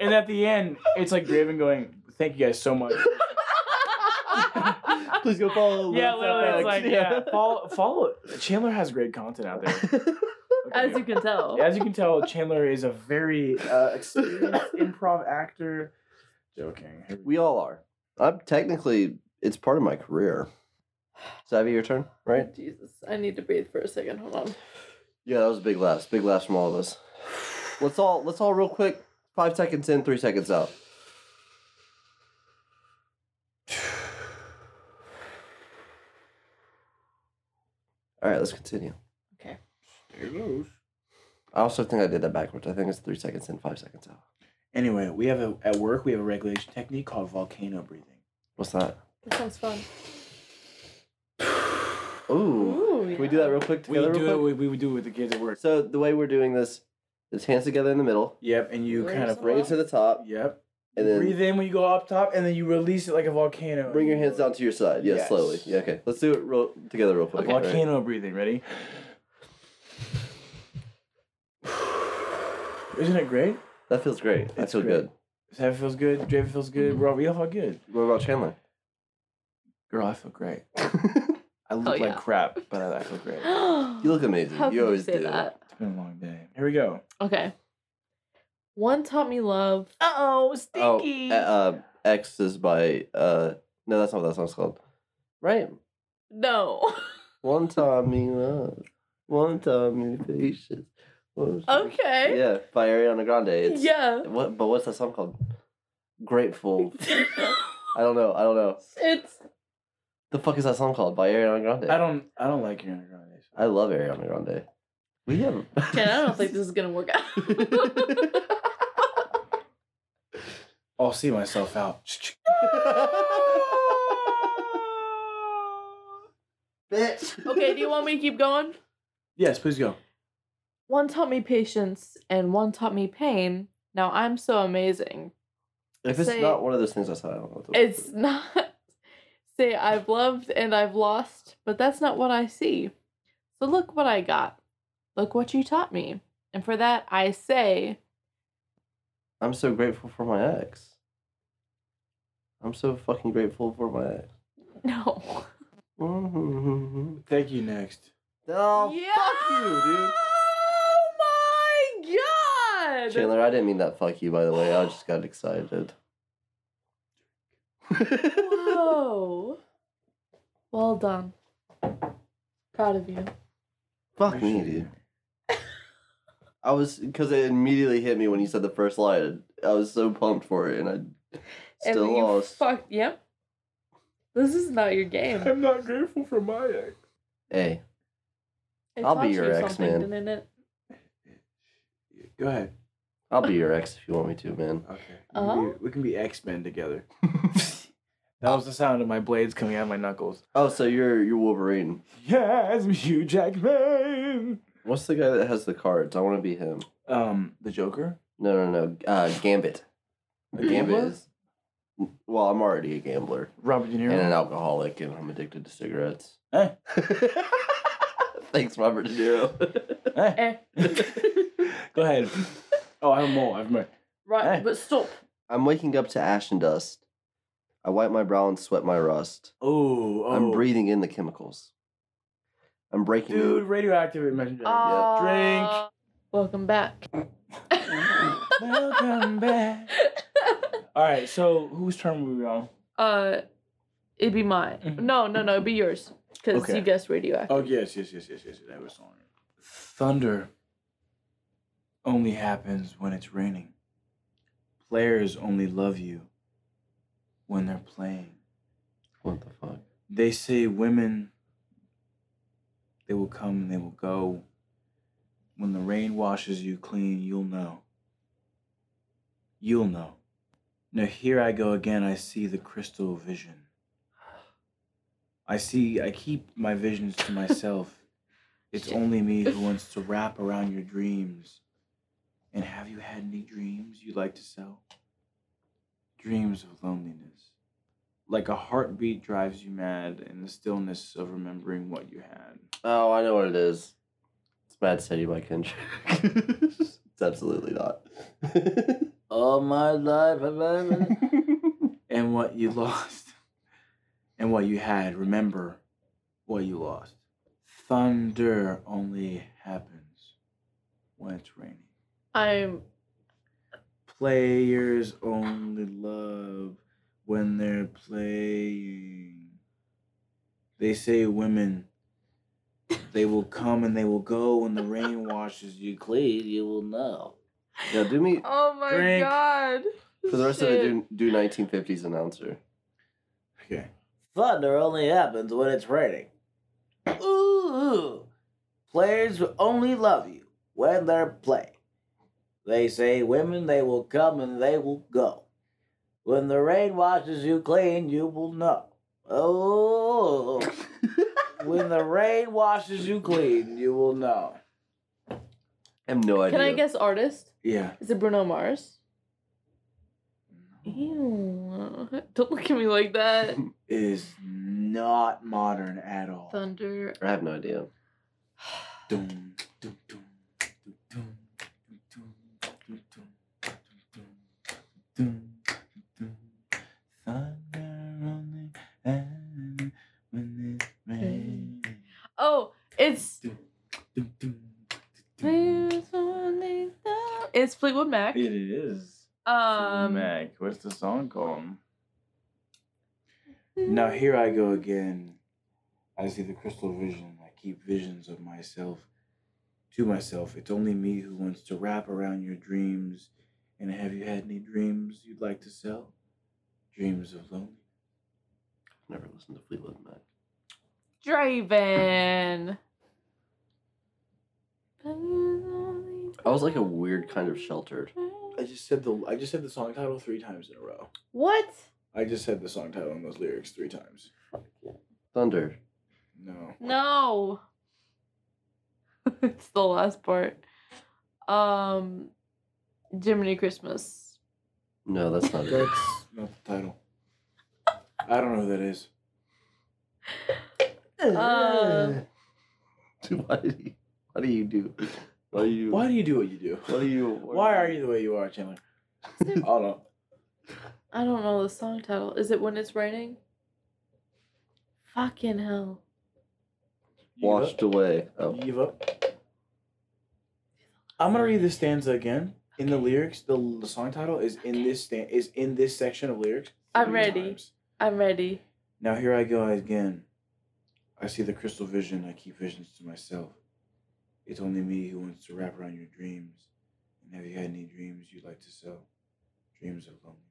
[SPEAKER 1] And at the end, it's like Graven going, "Thank you guys so much."
[SPEAKER 3] Please go follow.
[SPEAKER 1] yeah,
[SPEAKER 3] Lil
[SPEAKER 1] literally, it's like
[SPEAKER 3] Zach.
[SPEAKER 1] yeah, follow, follow. Chandler has great content out there. Okay.
[SPEAKER 5] As you can tell.
[SPEAKER 1] As you can tell, Chandler is a very uh, experienced improv actor. Joking.
[SPEAKER 3] We all are. I'm technically. It's part of my career. Savvy, your turn. Right.
[SPEAKER 5] Jesus, I need to breathe for a second. Hold on.
[SPEAKER 3] Yeah, that was big laughs. Big laughs from all of us. Let's all let's all real quick. Five seconds in, three seconds out. All right, let's continue.
[SPEAKER 4] There goes.
[SPEAKER 3] I also think I did that backwards. I think it's three seconds in, five seconds out.
[SPEAKER 4] Anyway, we have a at work we have a regulation technique called volcano breathing.
[SPEAKER 3] What's that?
[SPEAKER 5] That sounds fun.
[SPEAKER 3] Ooh.
[SPEAKER 5] Ooh,
[SPEAKER 3] Can we do that real quick
[SPEAKER 1] We
[SPEAKER 3] together? real
[SPEAKER 1] do
[SPEAKER 3] quick?
[SPEAKER 1] it. We, we do it with the kids at work.
[SPEAKER 3] So the way we're doing this is hands together in the middle,
[SPEAKER 4] Yep, and you
[SPEAKER 5] Where
[SPEAKER 4] kind
[SPEAKER 5] is
[SPEAKER 4] of
[SPEAKER 5] the
[SPEAKER 3] bring it to the top,
[SPEAKER 4] Yep.
[SPEAKER 3] and then
[SPEAKER 1] Breathe in when you go up top, and then you release it like a volcano.
[SPEAKER 3] bring your hands down to your side. Yeah,
[SPEAKER 4] Yes.
[SPEAKER 3] slowly. Yeah, okay. Let's do it real together real quick. All right.
[SPEAKER 1] Volcano breathing. Ready? Isn't it great?
[SPEAKER 3] That feels great. That
[SPEAKER 1] It's
[SPEAKER 3] feels
[SPEAKER 1] great.
[SPEAKER 3] good.
[SPEAKER 1] Seth feels good. Draven feels good. We're all, we all feel good.
[SPEAKER 3] What about Chandler?
[SPEAKER 1] Girl, I feel great. I look
[SPEAKER 5] yeah.
[SPEAKER 1] like crap, but I, I feel great. It's
[SPEAKER 3] You look amazing.
[SPEAKER 5] How
[SPEAKER 3] you
[SPEAKER 5] can
[SPEAKER 3] always
[SPEAKER 5] say
[SPEAKER 3] do.
[SPEAKER 5] that?
[SPEAKER 1] been a long day. Here we go.
[SPEAKER 5] Okay. One taught me love.
[SPEAKER 1] Uh oh,
[SPEAKER 3] Oh, uh, uh, X is by. Uh, no, that's not what that song's called. Right.
[SPEAKER 5] No.
[SPEAKER 3] One time me love, one time me patience. One time-
[SPEAKER 5] okay.
[SPEAKER 3] Yeah, by Ariana Grande. It's,
[SPEAKER 5] Yeah.
[SPEAKER 3] What? But what's that song called? Grateful. I don't know. I don't know.
[SPEAKER 5] it's
[SPEAKER 3] The fuck is that song called by Ariana Grande?
[SPEAKER 1] I don't. I don't like your underground.
[SPEAKER 3] I love Ariana Grande. We have.
[SPEAKER 5] Ken, I don't think this is gonna work out.
[SPEAKER 1] I'll see myself out.
[SPEAKER 3] Bitch.
[SPEAKER 5] okay, do you want me to keep going?
[SPEAKER 1] yes, please go.
[SPEAKER 5] One taught me patience and one taught me pain. Now I'm so amazing.
[SPEAKER 3] If it's
[SPEAKER 5] Say-
[SPEAKER 3] not one of those things I said, I don't know. What to
[SPEAKER 5] It's not say I've loved and I've lost, but that's not what I see. So look what I got. Look what you taught me. And for that I say
[SPEAKER 3] I'm so grateful for my ex. I'm so fucking grateful for my ex.
[SPEAKER 5] no.
[SPEAKER 3] Oh,
[SPEAKER 1] Thank you. Next.
[SPEAKER 3] fuck
[SPEAKER 5] Oh my
[SPEAKER 3] you,
[SPEAKER 5] god.
[SPEAKER 3] dude. Chandler, I didn't mean that fuck you, by the way. I just got excited.
[SPEAKER 5] Whoa. Well done. Proud of you.
[SPEAKER 3] fuck me, dude. I was, because it immediately hit me when you said the first line. I was so pumped for it, and I still
[SPEAKER 5] and you
[SPEAKER 3] lost.
[SPEAKER 5] Fuck. Yep. This is not your game.
[SPEAKER 1] I'm not grateful for my ex.
[SPEAKER 3] hey,
[SPEAKER 5] It
[SPEAKER 3] I'll be
[SPEAKER 5] taught you
[SPEAKER 3] your ex,
[SPEAKER 5] something,
[SPEAKER 3] man.
[SPEAKER 5] didn't it?
[SPEAKER 4] Go ahead.
[SPEAKER 3] I'll be your ex if you want me to, man.
[SPEAKER 1] Okay. We can
[SPEAKER 3] Uh-huh.
[SPEAKER 5] Oh.
[SPEAKER 1] be, we can be X Men together. that was the sound of my blades coming out of my knuckles.
[SPEAKER 3] Oh, so you're you're Wolverine.
[SPEAKER 1] Yes, I'm Hugh Jackman.
[SPEAKER 3] What's the guy that has the cards? I want to be him.
[SPEAKER 1] Um, the Joker.
[SPEAKER 3] No, no, no. Uh, Gambit. A gambit
[SPEAKER 1] Gambler?
[SPEAKER 3] is. Well, I'm already a gambler
[SPEAKER 1] Robert De Niro.
[SPEAKER 3] and an alcoholic, and I'm addicted to cigarettes.
[SPEAKER 1] Eh.
[SPEAKER 3] Thanks, Robert De Niro.
[SPEAKER 1] Eh,
[SPEAKER 5] Eh.
[SPEAKER 1] Go ahead. Oh, I have more. I have more.
[SPEAKER 5] right,
[SPEAKER 1] Eh.
[SPEAKER 5] but stop.
[SPEAKER 3] I'm waking up to ash and dust. I wipe my brow and sweat my rust.
[SPEAKER 1] Oh, oh.
[SPEAKER 3] I'm breathing in the chemicals. I'm breaking.
[SPEAKER 1] Dude, radioactive emission.
[SPEAKER 5] Uh,
[SPEAKER 1] Drink.
[SPEAKER 5] Welcome back.
[SPEAKER 1] Welcome back. All right, so whose turn were we on?
[SPEAKER 5] uh, it'd be mine.
[SPEAKER 1] Mhm.
[SPEAKER 5] No, no, no. It'd be yours because
[SPEAKER 1] Okay.
[SPEAKER 5] you guessed radioactive.
[SPEAKER 1] Oh yes, yes, yes, yes, yes. That was on. Thunder only happens when it's raining. Players only love you when they're playing.
[SPEAKER 3] What the fuck?
[SPEAKER 1] They say women they will come and they will go. When the rain washes you clean, you'll know. You'll know. Now here I go again, I see the crystal vision. I see I keep my visions to myself. it's only me who wants to wrap around your dreams. And have you had any dreams you'd like to sell? Dreams of loneliness like a heartbeat drives you mad in the stillness of remembering what you had.
[SPEAKER 3] Oh, I know what it is. It's Bad City by Kendrick. it's absolutely not.
[SPEAKER 1] All my life, I've and what you lost, and what you had. Remember what you lost. Thunder only happens when it's raining.
[SPEAKER 5] I'm.
[SPEAKER 1] Players only love when they're playing. They say women, they will come and they will go when the rain washes you clean. You will know.
[SPEAKER 3] yeah, do me
[SPEAKER 5] Oh my
[SPEAKER 1] Drink.
[SPEAKER 5] god.
[SPEAKER 3] for the rest of it.
[SPEAKER 5] Shit.
[SPEAKER 3] Do, do 1950s announcer.
[SPEAKER 1] Okay.
[SPEAKER 4] Thunder only happens when it's raining. Ooh.
[SPEAKER 9] Players will only love you when they're playing. They say women, they will come and they will go. When the rain washes you clean, you will know. Oh, when the rain washes you clean, you will know.
[SPEAKER 3] I have no idea.
[SPEAKER 5] Can I guess artist?
[SPEAKER 1] Yeah.
[SPEAKER 5] Is it Bruno Mars? Ew. Don't look at me like that.
[SPEAKER 1] Is not modern at all.
[SPEAKER 5] Thunder.
[SPEAKER 3] I have no idea.
[SPEAKER 1] Dum, dum, dum, dum, dum, dum, dum, dum, dum, dum, dum, Thunder on the island when it's raining.
[SPEAKER 5] Oh, it's
[SPEAKER 1] Dum, dum, dum, dum, dum.
[SPEAKER 5] it's Fleetwood Mac.
[SPEAKER 10] It is.
[SPEAKER 5] Um,
[SPEAKER 10] Mac, what's the song called?
[SPEAKER 1] Now here I go again. I see the crystal vision. I keep visions of myself to myself. It's only me who wants to wrap around your dreams. And have you had any dreams you'd like to sell? Dreams of loneliness.
[SPEAKER 3] Never listened to Fleetwood Mac.
[SPEAKER 5] Draven.
[SPEAKER 3] I was like a weird kind of sheltered.
[SPEAKER 1] I just said the I just said the song title three times in a row.
[SPEAKER 5] What?
[SPEAKER 1] I just said the song title and those lyrics three times.
[SPEAKER 3] Thunder.
[SPEAKER 1] No.
[SPEAKER 5] No. it's the last part. Um, Jiminy Christmas.
[SPEAKER 3] No, that's not it.
[SPEAKER 1] That's not the title. I don't know who that is.
[SPEAKER 5] Um,
[SPEAKER 3] Why do you? Why do you do? Why do you?
[SPEAKER 1] Why do you do what you do?
[SPEAKER 3] Why do you?
[SPEAKER 1] Why are you the way you are, Chandler? I don't know.
[SPEAKER 5] I don't know the song title. Is it When It's Raining? Fucking hell.
[SPEAKER 1] You give
[SPEAKER 3] washed away?
[SPEAKER 1] up?
[SPEAKER 3] Oh,
[SPEAKER 1] You give up? I'm gonna read this stanza again. In the lyrics, the, the song title is in this stan- is in this section of lyrics.
[SPEAKER 5] I'm
[SPEAKER 1] three
[SPEAKER 5] ready.
[SPEAKER 1] times.
[SPEAKER 5] I'm ready.
[SPEAKER 1] Now here I go again. I see the crystal vision. I keep visions to myself. It's only me who wants to wrap around your dreams. And have you had any dreams you'd like to sell? Dreams of loneliness.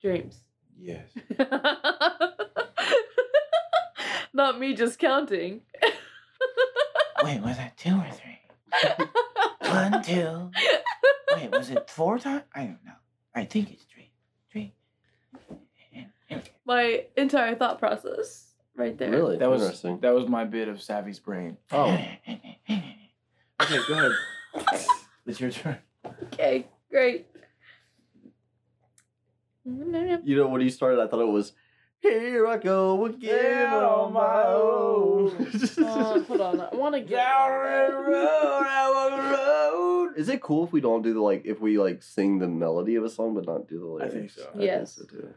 [SPEAKER 5] Dreams.
[SPEAKER 1] Yes.
[SPEAKER 5] Not me just counting.
[SPEAKER 9] Wait, was that two or three? One, two. Wait, was it four times? I don't know. I think it's three. Three.
[SPEAKER 5] My entire thought process right there.
[SPEAKER 3] really?
[SPEAKER 10] That was
[SPEAKER 3] interesting.
[SPEAKER 10] That was my bit of Savvy's brain.
[SPEAKER 3] Oh,
[SPEAKER 1] Okay, go ahead. it's your turn.
[SPEAKER 5] Okay, great. Uh,
[SPEAKER 3] you know when you started, I thought it was. Here I go again on my
[SPEAKER 5] Uh,
[SPEAKER 3] own.
[SPEAKER 5] hold on, I want to get.
[SPEAKER 3] Is it cool if we don't do the like if we like sing the melody of a song but not do the
[SPEAKER 1] I
[SPEAKER 3] lyrics?
[SPEAKER 1] think so.
[SPEAKER 3] I think
[SPEAKER 5] Yes.
[SPEAKER 3] so too.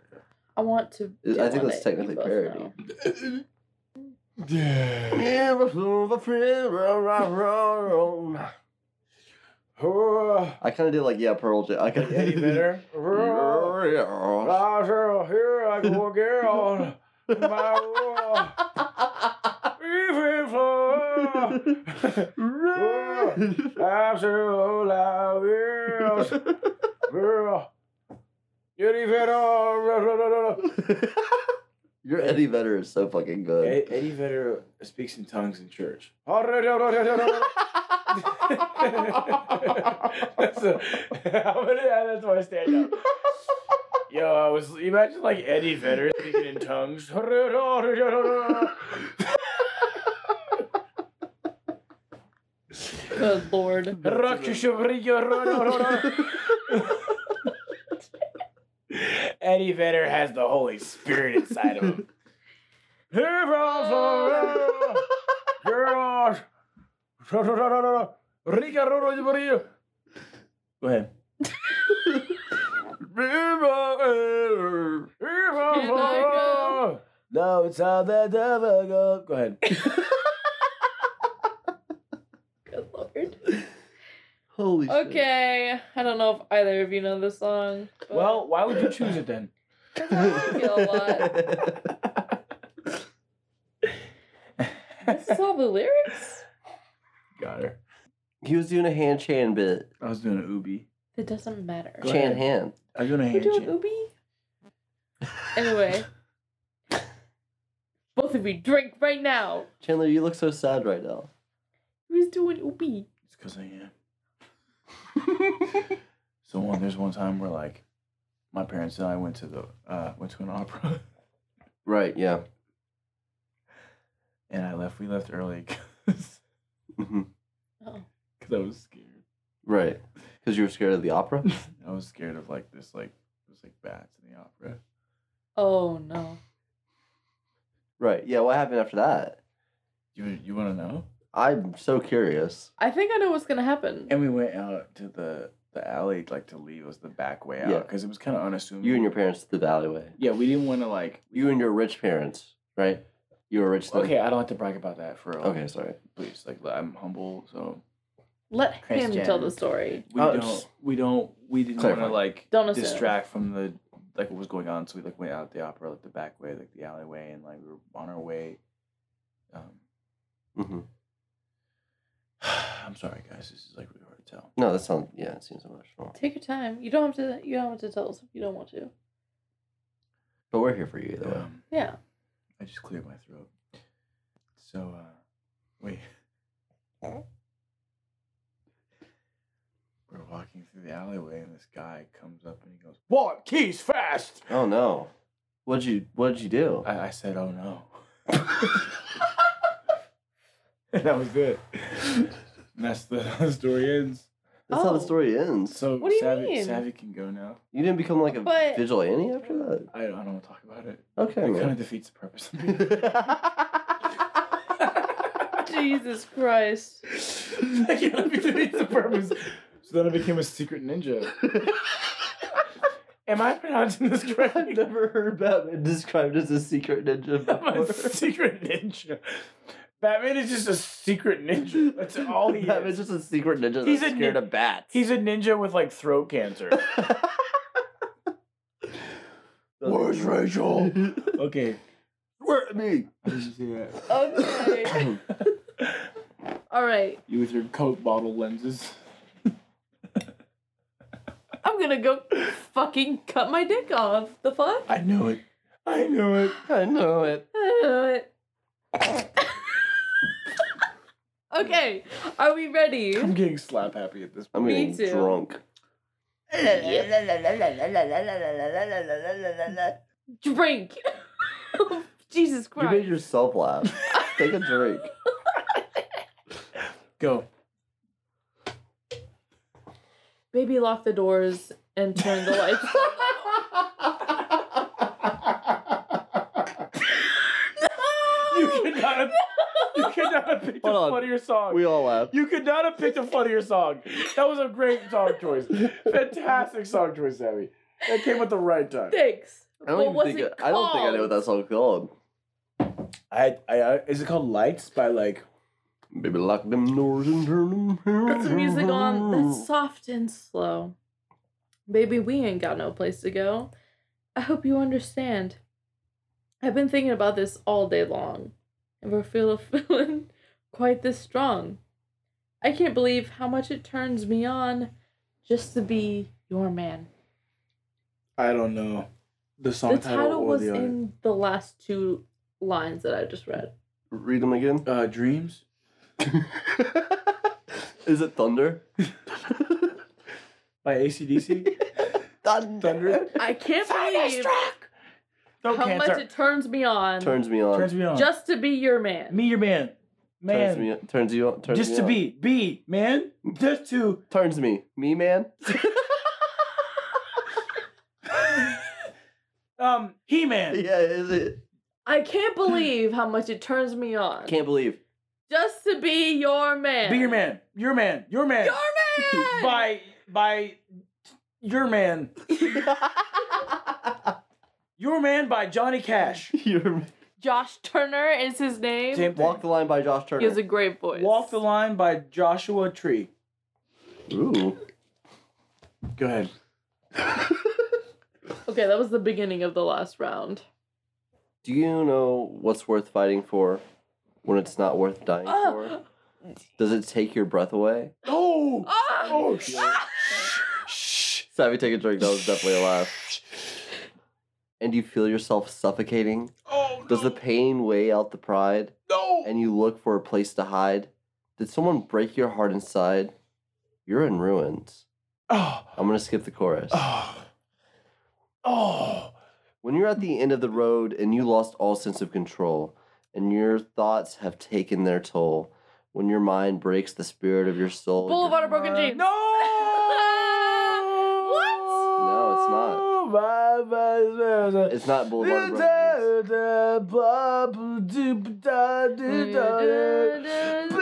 [SPEAKER 5] I want to.
[SPEAKER 3] Is-
[SPEAKER 5] get
[SPEAKER 3] I think
[SPEAKER 5] on
[SPEAKER 3] that's
[SPEAKER 5] it,
[SPEAKER 3] technically
[SPEAKER 5] you both
[SPEAKER 3] parody.
[SPEAKER 5] know.
[SPEAKER 3] Yeah, but who's a friend? Rah, rah, rah, rah. I kind of did like yeah, Pearl Jam. I kind
[SPEAKER 10] Eddie Vedder.
[SPEAKER 3] of.
[SPEAKER 10] Roger, Ah, here I go again. My world. Even I'm so loud, yes. Girl. Eddie Vedder.
[SPEAKER 3] Your Eddie Vedder is so fucking good.
[SPEAKER 1] Ed- Eddie Vedder speaks in tongues in church.
[SPEAKER 10] that's, a, I'm gonna, that's my stand up. Yo, I was imagine like Eddie Vedder speaking in tongues.
[SPEAKER 5] Good lord.
[SPEAKER 10] Eddie Vedder has the Holy Spirit inside of him. Here from forever, girls. Rica Roro de Maria. Go ahead. Here from
[SPEAKER 5] Can I go?
[SPEAKER 10] forever.
[SPEAKER 1] No, it's how that devil go. Go ahead.
[SPEAKER 5] Good lord.
[SPEAKER 3] Holy shit.
[SPEAKER 5] Okay, I don't know if either of you know this song. but-
[SPEAKER 10] Well, why would you choose it then?
[SPEAKER 5] I feel a lot. This is all the lyrics.
[SPEAKER 10] Got her.
[SPEAKER 3] He was doing a hand chan bit.
[SPEAKER 1] I was doing an Ubi.
[SPEAKER 5] It doesn't matter.
[SPEAKER 1] Go
[SPEAKER 3] Chan
[SPEAKER 1] ahead.
[SPEAKER 3] hand.
[SPEAKER 1] I was doing a
[SPEAKER 5] You
[SPEAKER 1] hand
[SPEAKER 5] doing
[SPEAKER 1] chant.
[SPEAKER 5] Ubi? Anyway. Both of you drink right now.
[SPEAKER 3] Chandler, you look so sad right now.
[SPEAKER 5] Who's doing Oopie?
[SPEAKER 1] It's because I am. so one, there's one time where like my parents and I went to the uh, went to an opera,
[SPEAKER 3] Right, yeah.
[SPEAKER 1] and I left. We left early because
[SPEAKER 3] hmm
[SPEAKER 5] Oh.
[SPEAKER 1] I was scared.
[SPEAKER 3] Right. Because you were scared of the opera?
[SPEAKER 1] I was scared of like this like this like bats in the opera.
[SPEAKER 5] Oh no.
[SPEAKER 3] right, yeah. What happened after that?
[SPEAKER 1] You you want to know?
[SPEAKER 3] I'm so curious.
[SPEAKER 5] I think I know what's gonna happen.
[SPEAKER 1] And we went out to the the alley like to leave was the back way
[SPEAKER 3] Yeah.
[SPEAKER 1] out because it was kind of unassuming.
[SPEAKER 3] You and your parents through the alleyway.
[SPEAKER 1] yeah, we didn't want to like.
[SPEAKER 3] You and your rich parents, right? You were rich then.
[SPEAKER 1] Okay, I don't like to brag about that for real.
[SPEAKER 3] Okay, sorry.
[SPEAKER 1] please. Like I'm humble, so
[SPEAKER 5] Let him
[SPEAKER 1] Christian.
[SPEAKER 5] tell the story.
[SPEAKER 1] we
[SPEAKER 3] Oh,
[SPEAKER 1] don't.
[SPEAKER 3] just-
[SPEAKER 1] We don't. We didn't want to
[SPEAKER 3] Clarify.
[SPEAKER 1] like
[SPEAKER 5] Don't assume.
[SPEAKER 1] distract from the like what was going on. So we like went out the opera, like the back way, like the alleyway, and like we were on our way. Um,
[SPEAKER 3] hmm
[SPEAKER 1] I'm sorry, guys. This is like really hard to tell.
[SPEAKER 3] No, that sounds, yeah, it seems emotional.
[SPEAKER 5] Take your time. You don't have to. You don't have to tell us if you don't want to.
[SPEAKER 3] But we're here for you either way.
[SPEAKER 1] Um,
[SPEAKER 5] Yeah.
[SPEAKER 1] I just cleared my throat. So, uh, wait. We're walking through the alleyway, and this guy comes up and he goes, "Wallet keys fast."
[SPEAKER 3] Oh, no. What'd you, what'd you do?
[SPEAKER 1] I, I said, "Oh no," and that was it. And that's the, the story ends.
[SPEAKER 3] That's how the
[SPEAKER 5] Oh.
[SPEAKER 3] story ends.
[SPEAKER 1] So
[SPEAKER 5] What do you
[SPEAKER 1] Savvy,
[SPEAKER 5] mean?
[SPEAKER 1] Savvy can go now.
[SPEAKER 3] you didn't become like a
[SPEAKER 5] But-
[SPEAKER 3] vigilante after that?
[SPEAKER 1] I, I don't want to talk about it.
[SPEAKER 3] Okay,
[SPEAKER 1] It kind
[SPEAKER 3] man.
[SPEAKER 1] of defeats the purpose.
[SPEAKER 5] Jesus Christ.
[SPEAKER 1] it kind of defeats the purpose. So then I became a secret ninja. Am I pronouncing this
[SPEAKER 3] I've
[SPEAKER 1] correctly?
[SPEAKER 3] never heard Batman described as a secret ninja
[SPEAKER 1] I'm a
[SPEAKER 3] before.
[SPEAKER 1] secret ninja. Batman is just a secret ninja. That's all he
[SPEAKER 3] Batman's
[SPEAKER 1] is.
[SPEAKER 3] just a secret ninja that's
[SPEAKER 1] He's a
[SPEAKER 3] scared
[SPEAKER 1] nin-
[SPEAKER 3] of bats.
[SPEAKER 1] He's a ninja with like throat cancer.
[SPEAKER 3] Where's Rachel?
[SPEAKER 1] Okay.
[SPEAKER 3] Where me?
[SPEAKER 1] I didn't see that.
[SPEAKER 5] Okay. All right.
[SPEAKER 1] You with your Coke bottle lenses.
[SPEAKER 5] I'm gonna go fucking cut my dick off. The fuck?
[SPEAKER 1] I knew it. I knew it.
[SPEAKER 3] I know it.
[SPEAKER 5] okay. Are we ready?
[SPEAKER 1] I'm getting slap happy at this point.
[SPEAKER 3] I'm
[SPEAKER 5] Me
[SPEAKER 3] getting
[SPEAKER 5] too.
[SPEAKER 3] drunk.
[SPEAKER 5] Drink. Jesus
[SPEAKER 3] You made
[SPEAKER 5] Christ.
[SPEAKER 3] yourself laugh. Take a drink.
[SPEAKER 1] Go.
[SPEAKER 5] Baby, lock the doors and turn the lights.
[SPEAKER 1] You could not have, you could not have picked
[SPEAKER 3] Hold
[SPEAKER 1] a
[SPEAKER 3] on.
[SPEAKER 1] funnier song.
[SPEAKER 3] We all laugh.
[SPEAKER 1] you could not have picked a funnier song. That was a great song choice. Fantastic song choice, Sammy. That came at the right time.
[SPEAKER 5] Thanks.
[SPEAKER 3] I don't
[SPEAKER 5] What
[SPEAKER 3] even
[SPEAKER 5] was
[SPEAKER 3] think
[SPEAKER 5] it
[SPEAKER 3] I, I don't think I know
[SPEAKER 5] called?
[SPEAKER 3] what that song's called.
[SPEAKER 1] I, I, I is it called Lights by like
[SPEAKER 3] Baby, lock them doors and turn them.
[SPEAKER 5] Put some music on that's soft and slow. Baby, we ain't got no place to go. I hope you understand. I've been thinking about this all day long, and we're feel- feeling quite this strong. I can't believe how much it turns me on just to be your man.
[SPEAKER 1] I don't know the song
[SPEAKER 5] the title,
[SPEAKER 1] or
[SPEAKER 5] was
[SPEAKER 1] the other?
[SPEAKER 5] in the last two lines that I just read.
[SPEAKER 3] Read them again.
[SPEAKER 1] uh, Dreams.
[SPEAKER 3] Is it thunder?
[SPEAKER 1] by ACDC.
[SPEAKER 3] thunder.
[SPEAKER 1] Thunder.
[SPEAKER 5] I can't believe
[SPEAKER 1] No
[SPEAKER 5] how much
[SPEAKER 1] cancer.
[SPEAKER 5] it turns me on
[SPEAKER 3] Turns me on.
[SPEAKER 1] Turns me on.
[SPEAKER 5] just to be your man.
[SPEAKER 1] me, your man.
[SPEAKER 3] Turns me
[SPEAKER 1] Man.
[SPEAKER 3] on. Turns you on. Turns
[SPEAKER 1] Just
[SPEAKER 3] me
[SPEAKER 1] to
[SPEAKER 3] on.
[SPEAKER 1] be. Be, man. Just to.
[SPEAKER 3] Turns me. Me man.
[SPEAKER 1] Um, He Man.
[SPEAKER 3] yeah, is it?
[SPEAKER 5] I can't believe how much it turns me on.
[SPEAKER 3] Can't believe.
[SPEAKER 5] Just to be your man.
[SPEAKER 1] Be your man. Your man. Your man.
[SPEAKER 5] Your man.
[SPEAKER 1] by by your man. Your man by Johnny Cash.
[SPEAKER 3] You're
[SPEAKER 5] Josh Turner is his name.
[SPEAKER 1] Same thing.
[SPEAKER 3] Walk the line by Josh Turner.
[SPEAKER 5] He has a great voice.
[SPEAKER 1] Walk the line by Joshua Tree.
[SPEAKER 3] Ooh.
[SPEAKER 1] Go ahead.
[SPEAKER 5] okay, that was the beginning of the last round.
[SPEAKER 3] Do you know what's worth fighting for when it's not worth dying
[SPEAKER 5] Oh.
[SPEAKER 3] for? Does it take your breath away?
[SPEAKER 1] Oh,
[SPEAKER 5] Ah!
[SPEAKER 1] oh, sh-
[SPEAKER 5] Ah!
[SPEAKER 1] shh.
[SPEAKER 3] Savvy, take a drink. That was definitely a laugh. And you feel yourself suffocating?
[SPEAKER 1] Oh
[SPEAKER 3] Does the pain weigh out the pride
[SPEAKER 11] No.
[SPEAKER 3] and you look for a place to hide? Did someone break your heart inside? You're in ruins.
[SPEAKER 11] Oh.
[SPEAKER 3] I'm gonna skip the chorus.
[SPEAKER 11] Oh. Oh.
[SPEAKER 3] When you're at the end of the road and you lost all sense of control, and your thoughts have taken their toll, when your mind breaks the spirit of your soul. you're-
[SPEAKER 12] Boulevard of
[SPEAKER 1] Uh,
[SPEAKER 12] Broken Jeans.
[SPEAKER 5] Ah!
[SPEAKER 11] No.
[SPEAKER 12] What?
[SPEAKER 3] No, it's not.
[SPEAKER 11] not.
[SPEAKER 3] It's not Boulevard of Broken Dreams.
[SPEAKER 11] It's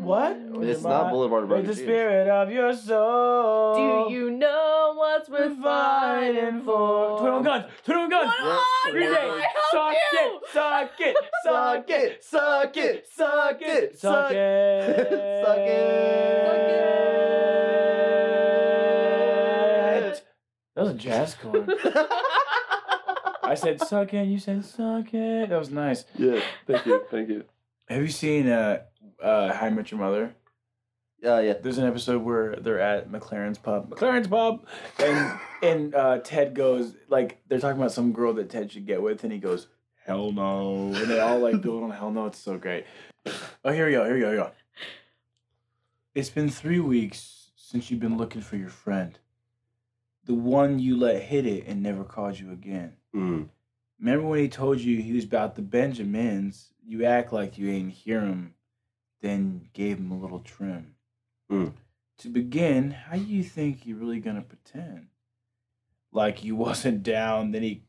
[SPEAKER 11] What?
[SPEAKER 3] It's not Boulevard of Broken
[SPEAKER 11] With the
[SPEAKER 3] Dreams.
[SPEAKER 11] spirit of your soul.
[SPEAKER 12] Do you know what's worth fighting for?
[SPEAKER 11] Twiddle guns. Twiddle guns.
[SPEAKER 12] What?
[SPEAKER 3] Yeah,
[SPEAKER 11] Green
[SPEAKER 3] Twiddle
[SPEAKER 11] Day.
[SPEAKER 3] Guns.
[SPEAKER 12] I help
[SPEAKER 11] Suck
[SPEAKER 12] you.
[SPEAKER 11] it. Suck it. Suck it. Suck it. Suck it. Suck it.
[SPEAKER 3] Suck
[SPEAKER 11] Suck
[SPEAKER 3] it.
[SPEAKER 11] it. That was a jazz chord. I said suck it. You said suck it. That was nice.
[SPEAKER 3] yeah, thank you, thank you.
[SPEAKER 11] Have you seen uh, uh, How I Met Your Mother?
[SPEAKER 3] Yeah, yeah.
[SPEAKER 11] There's an episode where they're at McLaren's pub. McLaren's pub, and and uh, Ted goes like they're talking about some girl that Ted should get with, and he goes hell no, and they all like build on hell no. It's so great. Oh, here we go. Here we go. Here we go.
[SPEAKER 1] It's been three weeks since you've been looking for your friend. The one you let hit it and never called you again.
[SPEAKER 3] Mm.
[SPEAKER 1] Remember when he told you he was about the Benjamins? You act like you ain't hear him, then gave him a little trim.
[SPEAKER 3] Mm.
[SPEAKER 1] To begin, how you think you really gonna pretend? Like you wasn't down, then he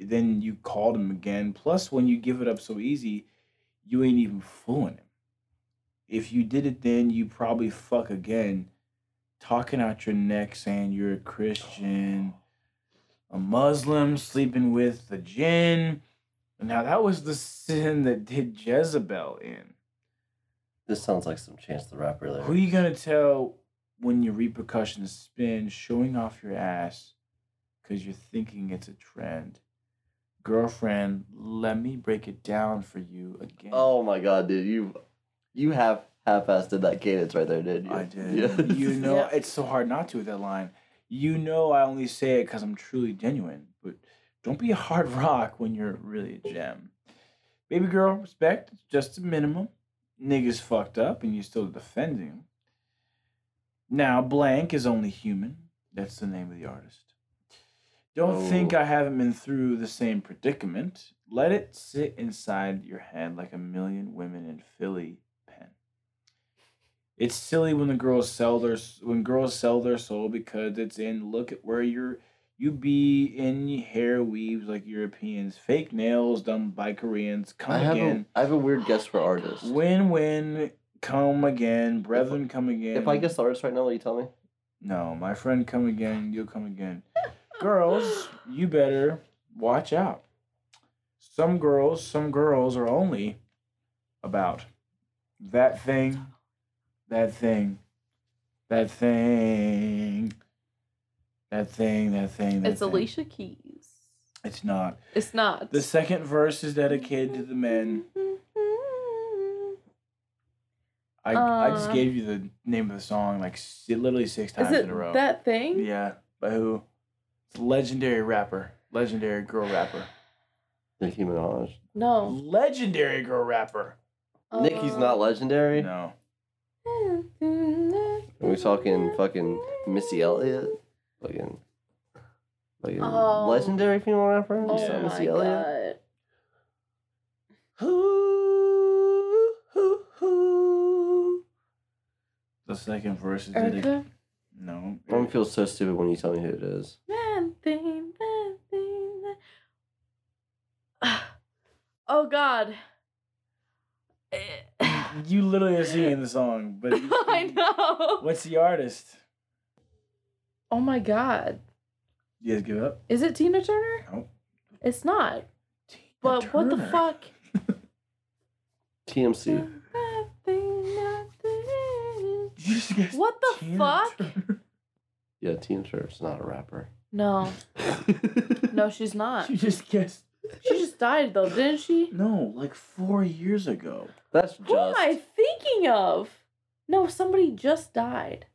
[SPEAKER 1] then you called him again. Plus when you give it up so easy, you ain't even fooling him. If you did it then you probably fuck again, talking out your neck saying you're a Christian a Muslim sleeping with the jinn. Now that was the sin that did Jezebel in.
[SPEAKER 3] This sounds like some Chance the Rapper
[SPEAKER 1] Who you gonna tell when your repercussions spin, showing off your ass because you're thinking it's a trend? Girlfriend, let me break it down for you again.
[SPEAKER 3] Oh my god, dude, you you have half-assed in that cadence right there, didn't you?
[SPEAKER 1] I did.
[SPEAKER 3] Yes.
[SPEAKER 1] You know, it's so hard not to with that line. You know, I only say it because I'm truly genuine, but don't be a hard rock when you're really a gem. Baby girl, respect, it's just a minimum. Niggas fucked up and you're still defending him. Now, blank is only human. That's the name of the artist. Don't think
[SPEAKER 3] Oh.
[SPEAKER 1] I haven't been through the same predicament. Let it sit inside your head like a million women in Philly pen. It's silly when the girls sell their when girls sell their soul because it's in look at where you're you be in hair weaves like Europeans, fake nails done by Koreans. Come
[SPEAKER 3] I have
[SPEAKER 1] again,
[SPEAKER 3] a I have a weird guess for artist.
[SPEAKER 1] win win. Come again, brethren. Come again.
[SPEAKER 3] If I guess artist right now, will you tell me?
[SPEAKER 1] no, my friend, come again. You'll come again. girls, you better watch out. Some girls, some girls are only about that thing, that thing, that thing, that thing, that thing. That
[SPEAKER 5] It's
[SPEAKER 1] thing.
[SPEAKER 5] Alicia Keys.
[SPEAKER 1] It's not.
[SPEAKER 5] It's not.
[SPEAKER 1] The second verse is dedicated to the men. I, I just
[SPEAKER 5] Uh.
[SPEAKER 1] gave you the name of the song like s- literally six times
[SPEAKER 12] Is
[SPEAKER 1] in a row.
[SPEAKER 12] it that thing?
[SPEAKER 1] Yeah, by who? It's a legendary rapper, legendary girl rapper,
[SPEAKER 3] Nicki Minaj.
[SPEAKER 12] No.
[SPEAKER 1] legendary girl rapper.
[SPEAKER 3] Nicki's not legendary.
[SPEAKER 1] No,
[SPEAKER 3] Are we talking fucking Missy Elliott? Fucking, fucking
[SPEAKER 5] Oh.
[SPEAKER 3] legendary female rapper?
[SPEAKER 12] Oh
[SPEAKER 3] So
[SPEAKER 12] my
[SPEAKER 1] Yeah.
[SPEAKER 3] Missy Elliott?
[SPEAKER 12] god.
[SPEAKER 3] Who, who, who?
[SPEAKER 1] the second verse is dedicated.
[SPEAKER 12] Erica?
[SPEAKER 1] No,
[SPEAKER 3] I'm gonna feel so stupid when you tell me who it is.
[SPEAKER 12] That thing, that thing, that- Oh god.
[SPEAKER 1] you literally are singing the song, but you-
[SPEAKER 12] I know.
[SPEAKER 1] what's the artist?
[SPEAKER 5] Oh my god.
[SPEAKER 1] You guys give up?
[SPEAKER 5] Is it Tina Turner?
[SPEAKER 1] No.
[SPEAKER 5] It's not.
[SPEAKER 1] Tina
[SPEAKER 5] But what the
[SPEAKER 1] Turner.
[SPEAKER 5] fuck?
[SPEAKER 3] TMC.
[SPEAKER 5] That thing, that thing.
[SPEAKER 1] You just guessed
[SPEAKER 5] What the
[SPEAKER 1] Tina
[SPEAKER 5] fuck?
[SPEAKER 1] Turner.
[SPEAKER 3] Yeah, Tina Turner's not a rapper.
[SPEAKER 5] No. No, she's not.
[SPEAKER 1] You just guessed.
[SPEAKER 5] She just died though, didn't she?
[SPEAKER 1] No, like four years ago.
[SPEAKER 3] That's just.
[SPEAKER 5] Who am I thinking of? No, somebody just died.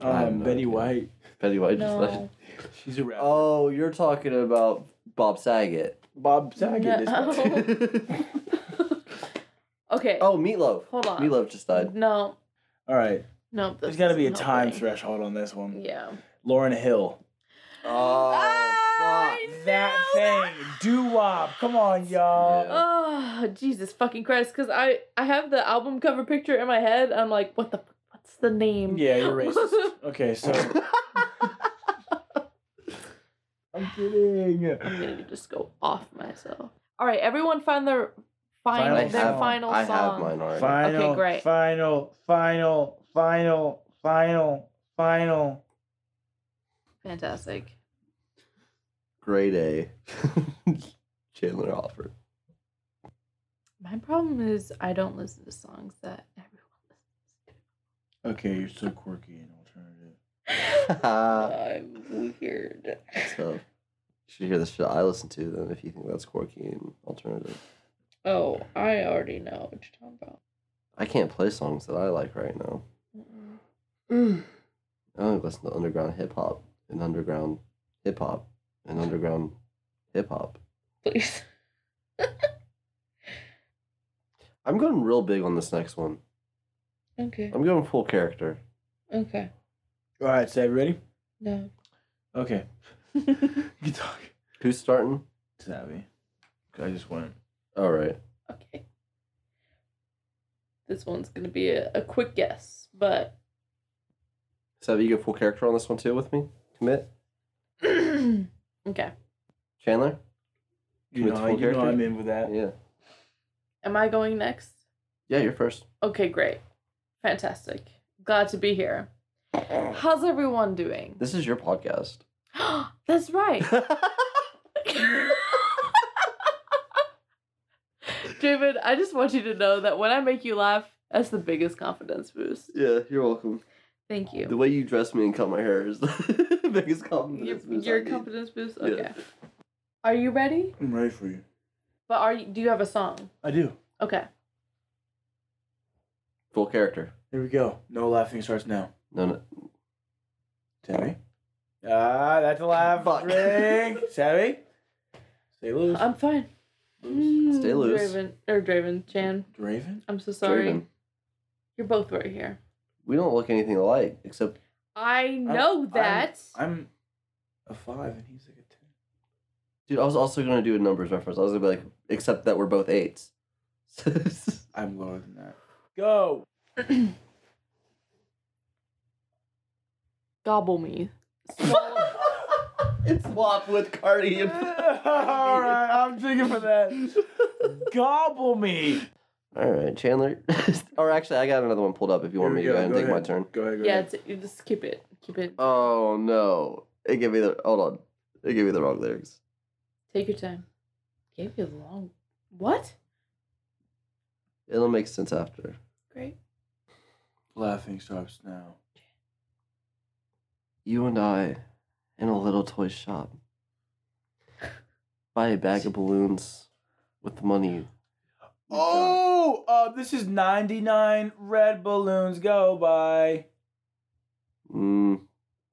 [SPEAKER 3] I have
[SPEAKER 1] Um,
[SPEAKER 3] no
[SPEAKER 1] Betty
[SPEAKER 3] idea.
[SPEAKER 1] White. Uh,
[SPEAKER 3] Betty White just
[SPEAKER 5] No.
[SPEAKER 3] left.
[SPEAKER 1] She's a rapper.
[SPEAKER 3] Oh, you're talking about Bob Saget.
[SPEAKER 1] Bob Saget is
[SPEAKER 5] No. okay.
[SPEAKER 3] oh, meatloaf.
[SPEAKER 5] Hold on.
[SPEAKER 3] Meatloaf just died.
[SPEAKER 5] No.
[SPEAKER 1] All right.
[SPEAKER 5] No. this
[SPEAKER 1] There's got to be a
[SPEAKER 5] isn't
[SPEAKER 1] time
[SPEAKER 5] helping.
[SPEAKER 1] threshold on this one.
[SPEAKER 5] Yeah.
[SPEAKER 1] Lauren Hill.
[SPEAKER 3] Oh,
[SPEAKER 5] Ah, I
[SPEAKER 3] fuck.
[SPEAKER 5] knew
[SPEAKER 1] That thing. Doo wop. Come on, y'all.
[SPEAKER 3] Yeah.
[SPEAKER 5] Oh Jesus fucking Christ! Because I I have the album cover picture in my head. I'm like, what the what's the name?
[SPEAKER 1] Yeah, you're racist. Okay, so. I'm kidding.
[SPEAKER 5] I'm gonna just go off myself. All right, everyone, find their find
[SPEAKER 1] Final
[SPEAKER 5] their
[SPEAKER 1] song.
[SPEAKER 5] final
[SPEAKER 3] I
[SPEAKER 5] song.
[SPEAKER 3] have mine already.
[SPEAKER 1] Final,
[SPEAKER 5] great.
[SPEAKER 1] final, final, final, final, final.
[SPEAKER 5] Fantastic.
[SPEAKER 3] Grade A. Chandler Alford.
[SPEAKER 5] My problem is I don't listen to songs that everyone listens
[SPEAKER 4] Okay, you're so quirky and alternative.
[SPEAKER 3] Tough.
[SPEAKER 5] to. I'm weird.
[SPEAKER 3] You should hear the shit I listen to then if you think that's quirky and alternative.
[SPEAKER 5] Oh, I already know what you're talking about.
[SPEAKER 3] I can't play songs that I like right now.
[SPEAKER 5] Mm-mm.
[SPEAKER 3] I only listen to underground hip hop and underground hip hop and underground hip hop.
[SPEAKER 5] Please.
[SPEAKER 3] I'm going real big on this next one.
[SPEAKER 5] Okay.
[SPEAKER 3] I'm going full character.
[SPEAKER 5] Okay.
[SPEAKER 1] All right, so ready?
[SPEAKER 5] No.
[SPEAKER 1] Okay. You talk.
[SPEAKER 3] Who's starting?
[SPEAKER 4] Savvy. I just went.
[SPEAKER 3] All right.
[SPEAKER 5] Okay. This one's gonna be a, a quick guess, but
[SPEAKER 3] Sevi, you go full character on this one too with me? Commit?
[SPEAKER 5] okay.
[SPEAKER 3] Chandler?
[SPEAKER 1] You
[SPEAKER 3] With
[SPEAKER 1] know,
[SPEAKER 3] full
[SPEAKER 1] you know
[SPEAKER 3] character?
[SPEAKER 1] I'm in with that.
[SPEAKER 3] Yeah.
[SPEAKER 5] Am I going next?
[SPEAKER 3] Yeah, you're first.
[SPEAKER 5] Okay, great. Fantastic. Glad to be here. How's everyone doing?
[SPEAKER 3] This is your podcast.
[SPEAKER 5] That's right. David, I just want you to know that when I make you laugh, that's the biggest confidence boost.
[SPEAKER 3] yeah, you're welcome.
[SPEAKER 5] Thank you.
[SPEAKER 3] The way you dress me and cut my hair is the biggest compliment.
[SPEAKER 5] Your,
[SPEAKER 3] it's been
[SPEAKER 5] your
[SPEAKER 3] done.
[SPEAKER 5] confidence boost?
[SPEAKER 3] Yeah.
[SPEAKER 5] Okay. Are you ready?
[SPEAKER 4] I'm ready for you.
[SPEAKER 5] But are you do you have a song?
[SPEAKER 1] I do.
[SPEAKER 5] Okay.
[SPEAKER 3] Full character.
[SPEAKER 1] Here we go.
[SPEAKER 4] No laughing starts now.
[SPEAKER 3] No, no.
[SPEAKER 4] Savvy?
[SPEAKER 1] Ah, that's a laugh.
[SPEAKER 3] Fuck.
[SPEAKER 1] Drink. Savvy? Stay loose.
[SPEAKER 5] I'm fine.
[SPEAKER 3] Stay
[SPEAKER 5] Mm,
[SPEAKER 3] loose.
[SPEAKER 5] Draven or Draven, Jan.
[SPEAKER 4] Draven?
[SPEAKER 5] I'm so sorry.
[SPEAKER 3] Draven.
[SPEAKER 5] You're both right here.
[SPEAKER 3] We don't look anything alike except
[SPEAKER 5] I know that.
[SPEAKER 4] I'm a five and he's like a ten.
[SPEAKER 3] dude, I was also gonna do a numbers reference. I was gonna be like, except that we're both eights.
[SPEAKER 4] I'm lower than that.
[SPEAKER 1] Go.
[SPEAKER 5] Gobble me.
[SPEAKER 3] it's swap with Cardi and
[SPEAKER 1] All right, I'm drinking for that. Gobble me.
[SPEAKER 3] Alright, Chandler. or actually I got another one pulled up if you want me to go ahead and take my turn.
[SPEAKER 4] Go ahead, go
[SPEAKER 5] yeah,
[SPEAKER 4] ahead.
[SPEAKER 5] it's, you just keep it. Keep it.
[SPEAKER 3] Oh no. It gave me the hold on. It gave me the wrong lyrics.
[SPEAKER 5] Take your time. Gave you a long. What?
[SPEAKER 3] It'll make sense after.
[SPEAKER 5] Great.
[SPEAKER 4] Laughing starts now.
[SPEAKER 3] You and I in a little toy shop. Buy a bag of balloons with the money.
[SPEAKER 1] Oh, uh, this is 99 red balloons go by.
[SPEAKER 3] Mm,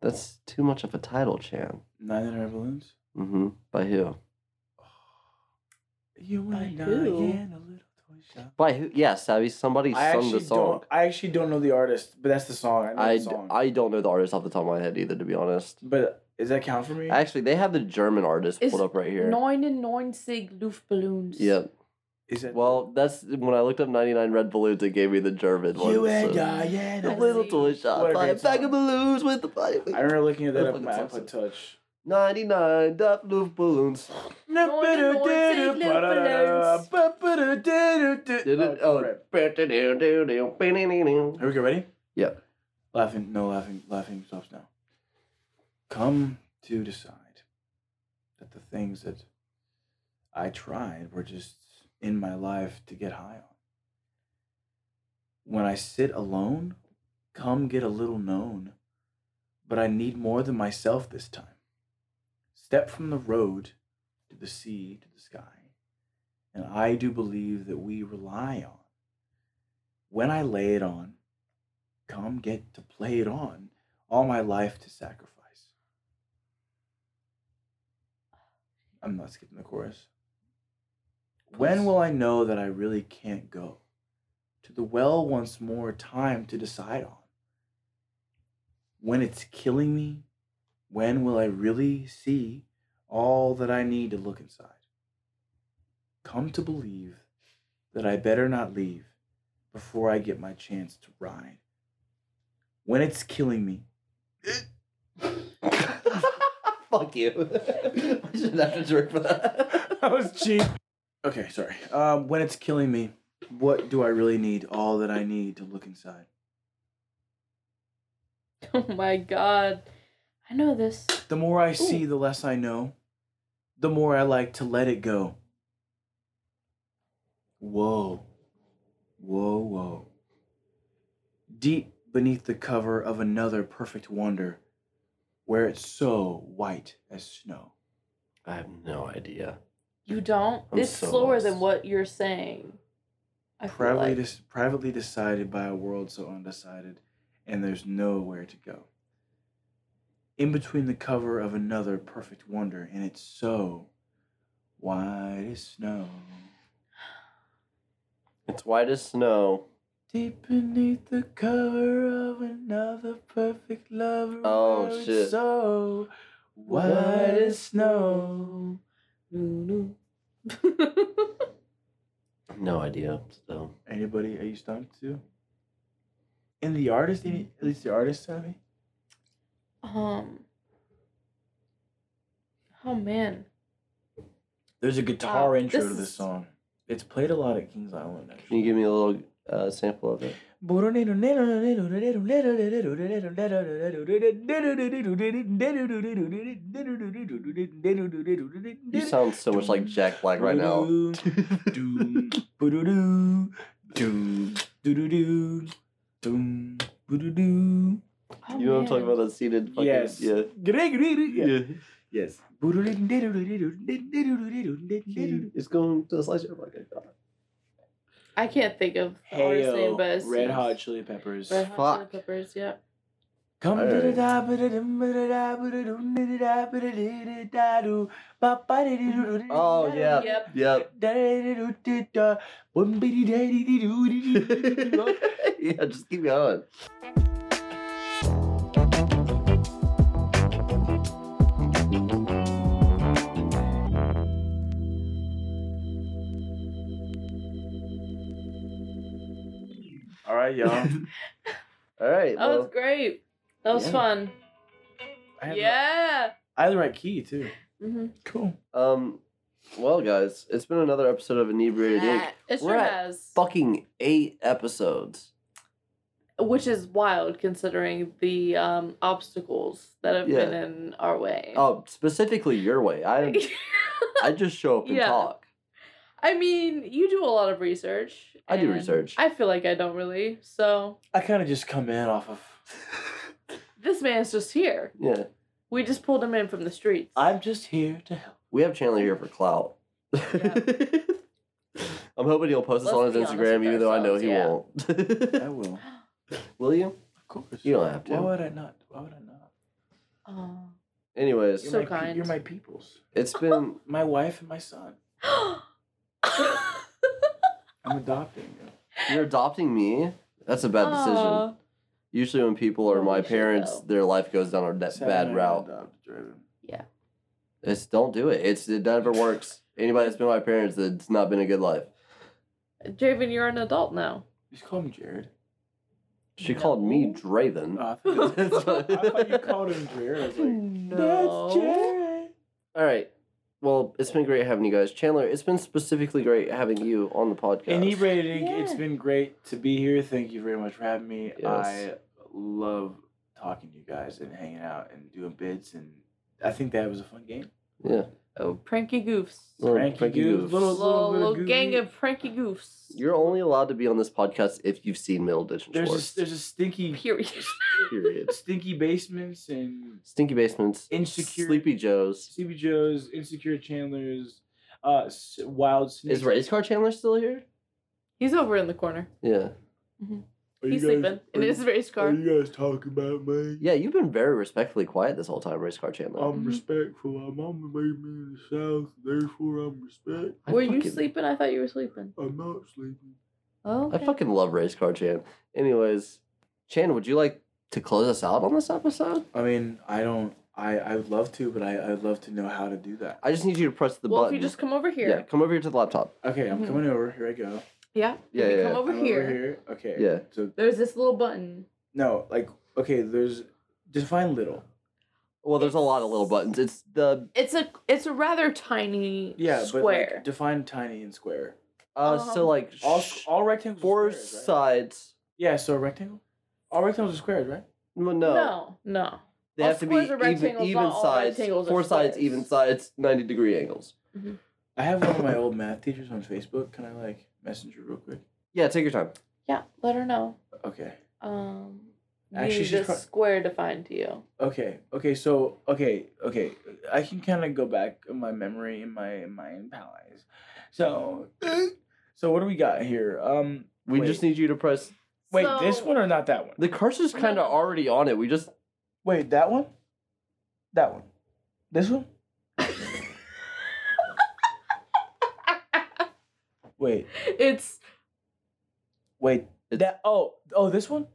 [SPEAKER 3] that's too much of a title, Chan.
[SPEAKER 4] Nine hundred balloons?
[SPEAKER 3] Mm-hmm. By who?
[SPEAKER 4] You
[SPEAKER 5] By
[SPEAKER 4] and I
[SPEAKER 5] who?
[SPEAKER 4] in a little toy shop.
[SPEAKER 3] By who? Yeah, Savvy. Somebody
[SPEAKER 1] I
[SPEAKER 3] sung
[SPEAKER 1] actually
[SPEAKER 3] the song.
[SPEAKER 1] don't. I actually don't know the artist, but that's the song. I know
[SPEAKER 3] I,
[SPEAKER 1] the
[SPEAKER 3] d-
[SPEAKER 1] song.
[SPEAKER 3] I don't know the artist off the top of my head either, to be honest.
[SPEAKER 1] but does that count for me?
[SPEAKER 3] Actually, they have the German artist
[SPEAKER 5] Is
[SPEAKER 3] pulled up right here.
[SPEAKER 5] Nine and nine sig Luftballons.
[SPEAKER 3] Yeah.
[SPEAKER 4] Is that
[SPEAKER 3] Well, that's when I looked up 99 Red Balloons, it gave me the German one.
[SPEAKER 1] you and
[SPEAKER 3] so-
[SPEAKER 1] I, yeah.
[SPEAKER 3] The
[SPEAKER 5] I
[SPEAKER 1] no-
[SPEAKER 3] little
[SPEAKER 5] see.
[SPEAKER 3] toy
[SPEAKER 1] What
[SPEAKER 3] shop.
[SPEAKER 1] a
[SPEAKER 3] Buy a
[SPEAKER 1] great
[SPEAKER 3] bag
[SPEAKER 1] song.
[SPEAKER 3] of balloons with the money.
[SPEAKER 1] I remember looking at that up on my
[SPEAKER 3] Fucking
[SPEAKER 1] iPod Touch.
[SPEAKER 3] 99 Duff Loof Balloons.
[SPEAKER 1] Oh,
[SPEAKER 3] Did it?
[SPEAKER 1] Oh,
[SPEAKER 3] Oh,
[SPEAKER 1] crap.
[SPEAKER 4] Here we go, ready?
[SPEAKER 3] Yep.
[SPEAKER 4] Laughing no laughing laughing stops now. Come to decide that the things that I tried were just in my life to get high on. When I sit alone, come get a little known. But I need more than myself this time. Step from the road to the sea to the sky. And I do believe that we rely on. When I lay it on, come get to play it on all my life to sacrifice. I'm not skipping the chorus.
[SPEAKER 1] When will I know that I really can't go? To the well once more time to decide on. When it's killing me, when will I really see all that I need to look inside? Come to believe that I better not leave before I get my chance to ride. When it's killing me,
[SPEAKER 3] Fuck you. I shouldn't have to drink for that.
[SPEAKER 13] That was cheap.
[SPEAKER 1] Okay, sorry. Um, when it's killing me, what do I really need? All that I need to look inside.
[SPEAKER 5] Oh my god. I know this.
[SPEAKER 1] The more I see, the less I know. The more I like to let it go. Whoa. Whoa, whoa. Deep beneath the cover of another perfect wonder, where it's so white as snow.
[SPEAKER 3] I have no idea.
[SPEAKER 5] You don't?
[SPEAKER 3] I'm
[SPEAKER 5] it's
[SPEAKER 3] so
[SPEAKER 5] slower
[SPEAKER 3] lost.
[SPEAKER 5] than what you're saying. I feel
[SPEAKER 1] Privately,
[SPEAKER 5] like.
[SPEAKER 1] dis- privately decided by a world so undecided, and there's nowhere to go. In between the cover of another perfect wonder, and it's so white as snow.
[SPEAKER 3] It's white as snow.
[SPEAKER 1] Deep beneath the cover of another perfect lover.
[SPEAKER 3] Oh,
[SPEAKER 1] where it's
[SPEAKER 3] shit.
[SPEAKER 1] So white as snow.
[SPEAKER 5] No,
[SPEAKER 3] No idea. So
[SPEAKER 1] Anybody, are you stunned too? And the artist, any, at least the artist, Sammy?
[SPEAKER 5] no. um. Oh man.
[SPEAKER 1] There's a guitar
[SPEAKER 5] Wow,
[SPEAKER 1] intro
[SPEAKER 5] this
[SPEAKER 1] to
[SPEAKER 5] is-
[SPEAKER 1] this song. It's played a lot at Kings Island.
[SPEAKER 3] can you give me a little uh, sample of it? You
[SPEAKER 1] actually.
[SPEAKER 3] sound so much like Jack Black right now.
[SPEAKER 1] Doom, boo-doo-doo, doom, doo-doo-doo, doom, boo-doo-doo.
[SPEAKER 5] Oh,
[SPEAKER 3] You know what I'm
[SPEAKER 5] man.
[SPEAKER 3] talking about? That seated fucking
[SPEAKER 13] Yes.
[SPEAKER 3] yeah.
[SPEAKER 13] Yeah.
[SPEAKER 1] Yes.
[SPEAKER 3] He is going to the slideshow. Fucking God.
[SPEAKER 5] I can't think of the artist name, but
[SPEAKER 13] Heyo,
[SPEAKER 5] it's
[SPEAKER 13] Red Hot Chili Peppers.
[SPEAKER 5] Red Hot Chili
[SPEAKER 3] Fuck.
[SPEAKER 5] Peppers. Yep.
[SPEAKER 1] Come to the
[SPEAKER 3] Alright.
[SPEAKER 1] da ba da dum ba da da ba da dum da da da ba da da da da do ba ba da da do da
[SPEAKER 3] Oh,
[SPEAKER 1] da
[SPEAKER 3] yeah.
[SPEAKER 5] Yep.
[SPEAKER 3] Yep.
[SPEAKER 1] da da da do da da bum ba dee da dee dee doo dee dee dee dee doo.
[SPEAKER 3] yeah, just keep going.
[SPEAKER 1] All right, y'all.
[SPEAKER 3] All
[SPEAKER 5] That
[SPEAKER 3] right. well,
[SPEAKER 5] was great. That was
[SPEAKER 1] Yeah.
[SPEAKER 5] fun.
[SPEAKER 1] I had the-
[SPEAKER 5] Yeah.
[SPEAKER 1] I had the right key too.
[SPEAKER 5] Mm-hmm.
[SPEAKER 1] Cool.
[SPEAKER 3] Um, well, guys, it's been another episode of Inebriated Inc.
[SPEAKER 5] It
[SPEAKER 3] We're
[SPEAKER 5] sure
[SPEAKER 3] at
[SPEAKER 5] has.
[SPEAKER 3] Fucking eight episodes.
[SPEAKER 5] Which is wild considering the um, obstacles that have been
[SPEAKER 3] Yeah.
[SPEAKER 5] in our way.
[SPEAKER 3] Oh, specifically your way. I I just show up and
[SPEAKER 5] Yeah.
[SPEAKER 3] talk.
[SPEAKER 5] I mean, you do a lot of research.
[SPEAKER 3] I do
[SPEAKER 5] and
[SPEAKER 3] research.
[SPEAKER 5] I feel like I don't really. So
[SPEAKER 1] I kind of just come in off of.
[SPEAKER 5] this man's just here.
[SPEAKER 3] Yeah,
[SPEAKER 5] We just pulled him in from the streets.
[SPEAKER 1] I'm just here to help.
[SPEAKER 3] we have Chandler here for clout. I'm hoping he'll post this
[SPEAKER 5] Let's
[SPEAKER 3] on his
[SPEAKER 5] be honest
[SPEAKER 3] Instagram,
[SPEAKER 5] with
[SPEAKER 3] even though I know he
[SPEAKER 5] ourselves,
[SPEAKER 1] I
[SPEAKER 3] won't.
[SPEAKER 1] will.
[SPEAKER 3] Will you?
[SPEAKER 1] Of course.
[SPEAKER 3] You don't have to.
[SPEAKER 1] Why would I not? Why would I not?
[SPEAKER 5] Oh.
[SPEAKER 3] Anyways,
[SPEAKER 1] You're
[SPEAKER 5] So
[SPEAKER 1] my pe-
[SPEAKER 5] kind.
[SPEAKER 1] You're my peoples.
[SPEAKER 3] it's been
[SPEAKER 1] My wife and my son. I'm adopting you.
[SPEAKER 3] you're adopting me. That's a bad decision.
[SPEAKER 5] Aw.
[SPEAKER 3] Usually, when people are my
[SPEAKER 5] Holy shit,
[SPEAKER 3] parents,
[SPEAKER 5] though.
[SPEAKER 3] their life goes down a da-
[SPEAKER 1] Sad
[SPEAKER 3] bad
[SPEAKER 1] I'm
[SPEAKER 3] route.
[SPEAKER 1] adopted, Draven.
[SPEAKER 3] It's don't do it. It's it never works. Anybody that's been my parents, it's not been a good life.
[SPEAKER 5] Draven, you're an adult now.
[SPEAKER 1] Just call him Jared.
[SPEAKER 3] She called me Draven.
[SPEAKER 1] Oh, I thought- I thought you
[SPEAKER 3] All
[SPEAKER 1] called him Jared. I was like,
[SPEAKER 5] No.
[SPEAKER 1] that's Jared.
[SPEAKER 3] right. Well, it's been great having you guys, Chandler. It's been specifically great having you on the podcast.
[SPEAKER 1] Inebriated Inc. It's
[SPEAKER 5] Yeah.
[SPEAKER 1] been great to be here. Thank you very much for having me.
[SPEAKER 3] Yes.
[SPEAKER 1] I love talking to you guys and hanging out and doing bits and I think that was a fun game.
[SPEAKER 3] yeah,
[SPEAKER 5] Oh, pranky goofs.
[SPEAKER 3] Little
[SPEAKER 1] Pranky
[SPEAKER 3] pranky
[SPEAKER 1] goofs,
[SPEAKER 3] goofs.
[SPEAKER 1] little-
[SPEAKER 5] Little,
[SPEAKER 1] bit of
[SPEAKER 5] little gang
[SPEAKER 1] goofy.
[SPEAKER 5] of pranky goofs.
[SPEAKER 3] You're only allowed to be on this podcast if you've seen Middle Ditch and
[SPEAKER 1] There's
[SPEAKER 3] Schwartz.
[SPEAKER 1] a, there's a stinky
[SPEAKER 5] Period.
[SPEAKER 3] Period.
[SPEAKER 1] stinky basements and
[SPEAKER 3] Stinky basements.
[SPEAKER 1] Insecure-
[SPEAKER 3] Sleepy Joes.
[SPEAKER 1] CB Joe's insecure Chandler's uh s- wild snakes.
[SPEAKER 3] Is race car Chandler still here?
[SPEAKER 5] He's over in the corner.
[SPEAKER 3] Yeah.
[SPEAKER 5] Mhm.
[SPEAKER 1] Are
[SPEAKER 5] He's
[SPEAKER 1] you guys-
[SPEAKER 5] sleeping in
[SPEAKER 1] are
[SPEAKER 5] his
[SPEAKER 1] you-
[SPEAKER 5] race
[SPEAKER 1] Are
[SPEAKER 5] car.
[SPEAKER 1] you guys talking about me?
[SPEAKER 3] Yeah, you've been very respectfully quiet this whole time, race car Chandler.
[SPEAKER 5] Mm-hmm.
[SPEAKER 1] I'm respectful. My mama made me in the south, therefore I'm respect.
[SPEAKER 3] I
[SPEAKER 5] Were you
[SPEAKER 3] fucking-
[SPEAKER 5] sleeping? I thought you were sleeping.
[SPEAKER 1] I'm not sleeping.
[SPEAKER 5] Oh,
[SPEAKER 3] I fucking love race car Chan. Anyways, Chan, would you like to close us out on this episode?
[SPEAKER 1] I mean, I don't. I I would love to, but I I'd love to know how to do that.
[SPEAKER 3] I just need you to press the
[SPEAKER 5] well,
[SPEAKER 3] button.
[SPEAKER 5] if you just come over here.
[SPEAKER 3] Yeah, come over here to the laptop.
[SPEAKER 1] Okay, I'm
[SPEAKER 5] Mhm.
[SPEAKER 1] coming over. Here I go.
[SPEAKER 5] Yeah.
[SPEAKER 3] Yeah,
[SPEAKER 5] if you
[SPEAKER 3] yeah,
[SPEAKER 5] Come
[SPEAKER 3] yeah.
[SPEAKER 5] over
[SPEAKER 1] I'm
[SPEAKER 5] here.
[SPEAKER 1] Over here. Okay.
[SPEAKER 3] Yeah.
[SPEAKER 1] So
[SPEAKER 5] There's this little button.
[SPEAKER 1] no, like okay, there's define little.
[SPEAKER 3] Well, there's a lot of little buttons. It's the
[SPEAKER 5] It's a it's a rather tiny
[SPEAKER 1] Yeah, but
[SPEAKER 5] square.
[SPEAKER 1] like, define tiny and square.
[SPEAKER 3] uh, so
[SPEAKER 5] Um,
[SPEAKER 3] like
[SPEAKER 1] All
[SPEAKER 3] sh-
[SPEAKER 1] all rectangles. are
[SPEAKER 3] four
[SPEAKER 1] squares, right?
[SPEAKER 3] sides.
[SPEAKER 1] Yeah. So a rectangle. All rectangles are squares, right?
[SPEAKER 3] No,
[SPEAKER 5] no, no.
[SPEAKER 3] they
[SPEAKER 5] all
[SPEAKER 3] have to be
[SPEAKER 5] squares are
[SPEAKER 3] even,
[SPEAKER 5] rectangles,
[SPEAKER 3] even
[SPEAKER 5] not all
[SPEAKER 3] sides.
[SPEAKER 5] rectangles are
[SPEAKER 3] Four sides,
[SPEAKER 5] squares.
[SPEAKER 3] even sides, ninety degree angles.
[SPEAKER 1] I have one of my old math teachers on Facebook. Can I like messenger real quick?
[SPEAKER 3] Yeah, take your time.
[SPEAKER 5] Yeah, let her know.
[SPEAKER 1] Okay.
[SPEAKER 5] Um, you
[SPEAKER 1] Actually,
[SPEAKER 5] need
[SPEAKER 1] she's
[SPEAKER 5] this
[SPEAKER 1] pro-
[SPEAKER 5] square defined to you.
[SPEAKER 1] Okay. Okay. So okay. Okay. I can kind of go back in my memory in my in my palace. So so what do we got here? Um.
[SPEAKER 3] We
[SPEAKER 1] wait.
[SPEAKER 3] just need you to press.
[SPEAKER 1] Wait,
[SPEAKER 5] So-
[SPEAKER 1] this one or not that one?
[SPEAKER 3] The cursor's
[SPEAKER 5] No,
[SPEAKER 3] kind
[SPEAKER 5] no,
[SPEAKER 3] of
[SPEAKER 5] no.
[SPEAKER 3] already on it. We just
[SPEAKER 1] Wait, that one? That one. This one? Wait,
[SPEAKER 5] It's
[SPEAKER 1] wait.
[SPEAKER 3] It's-
[SPEAKER 1] that oh oh this one?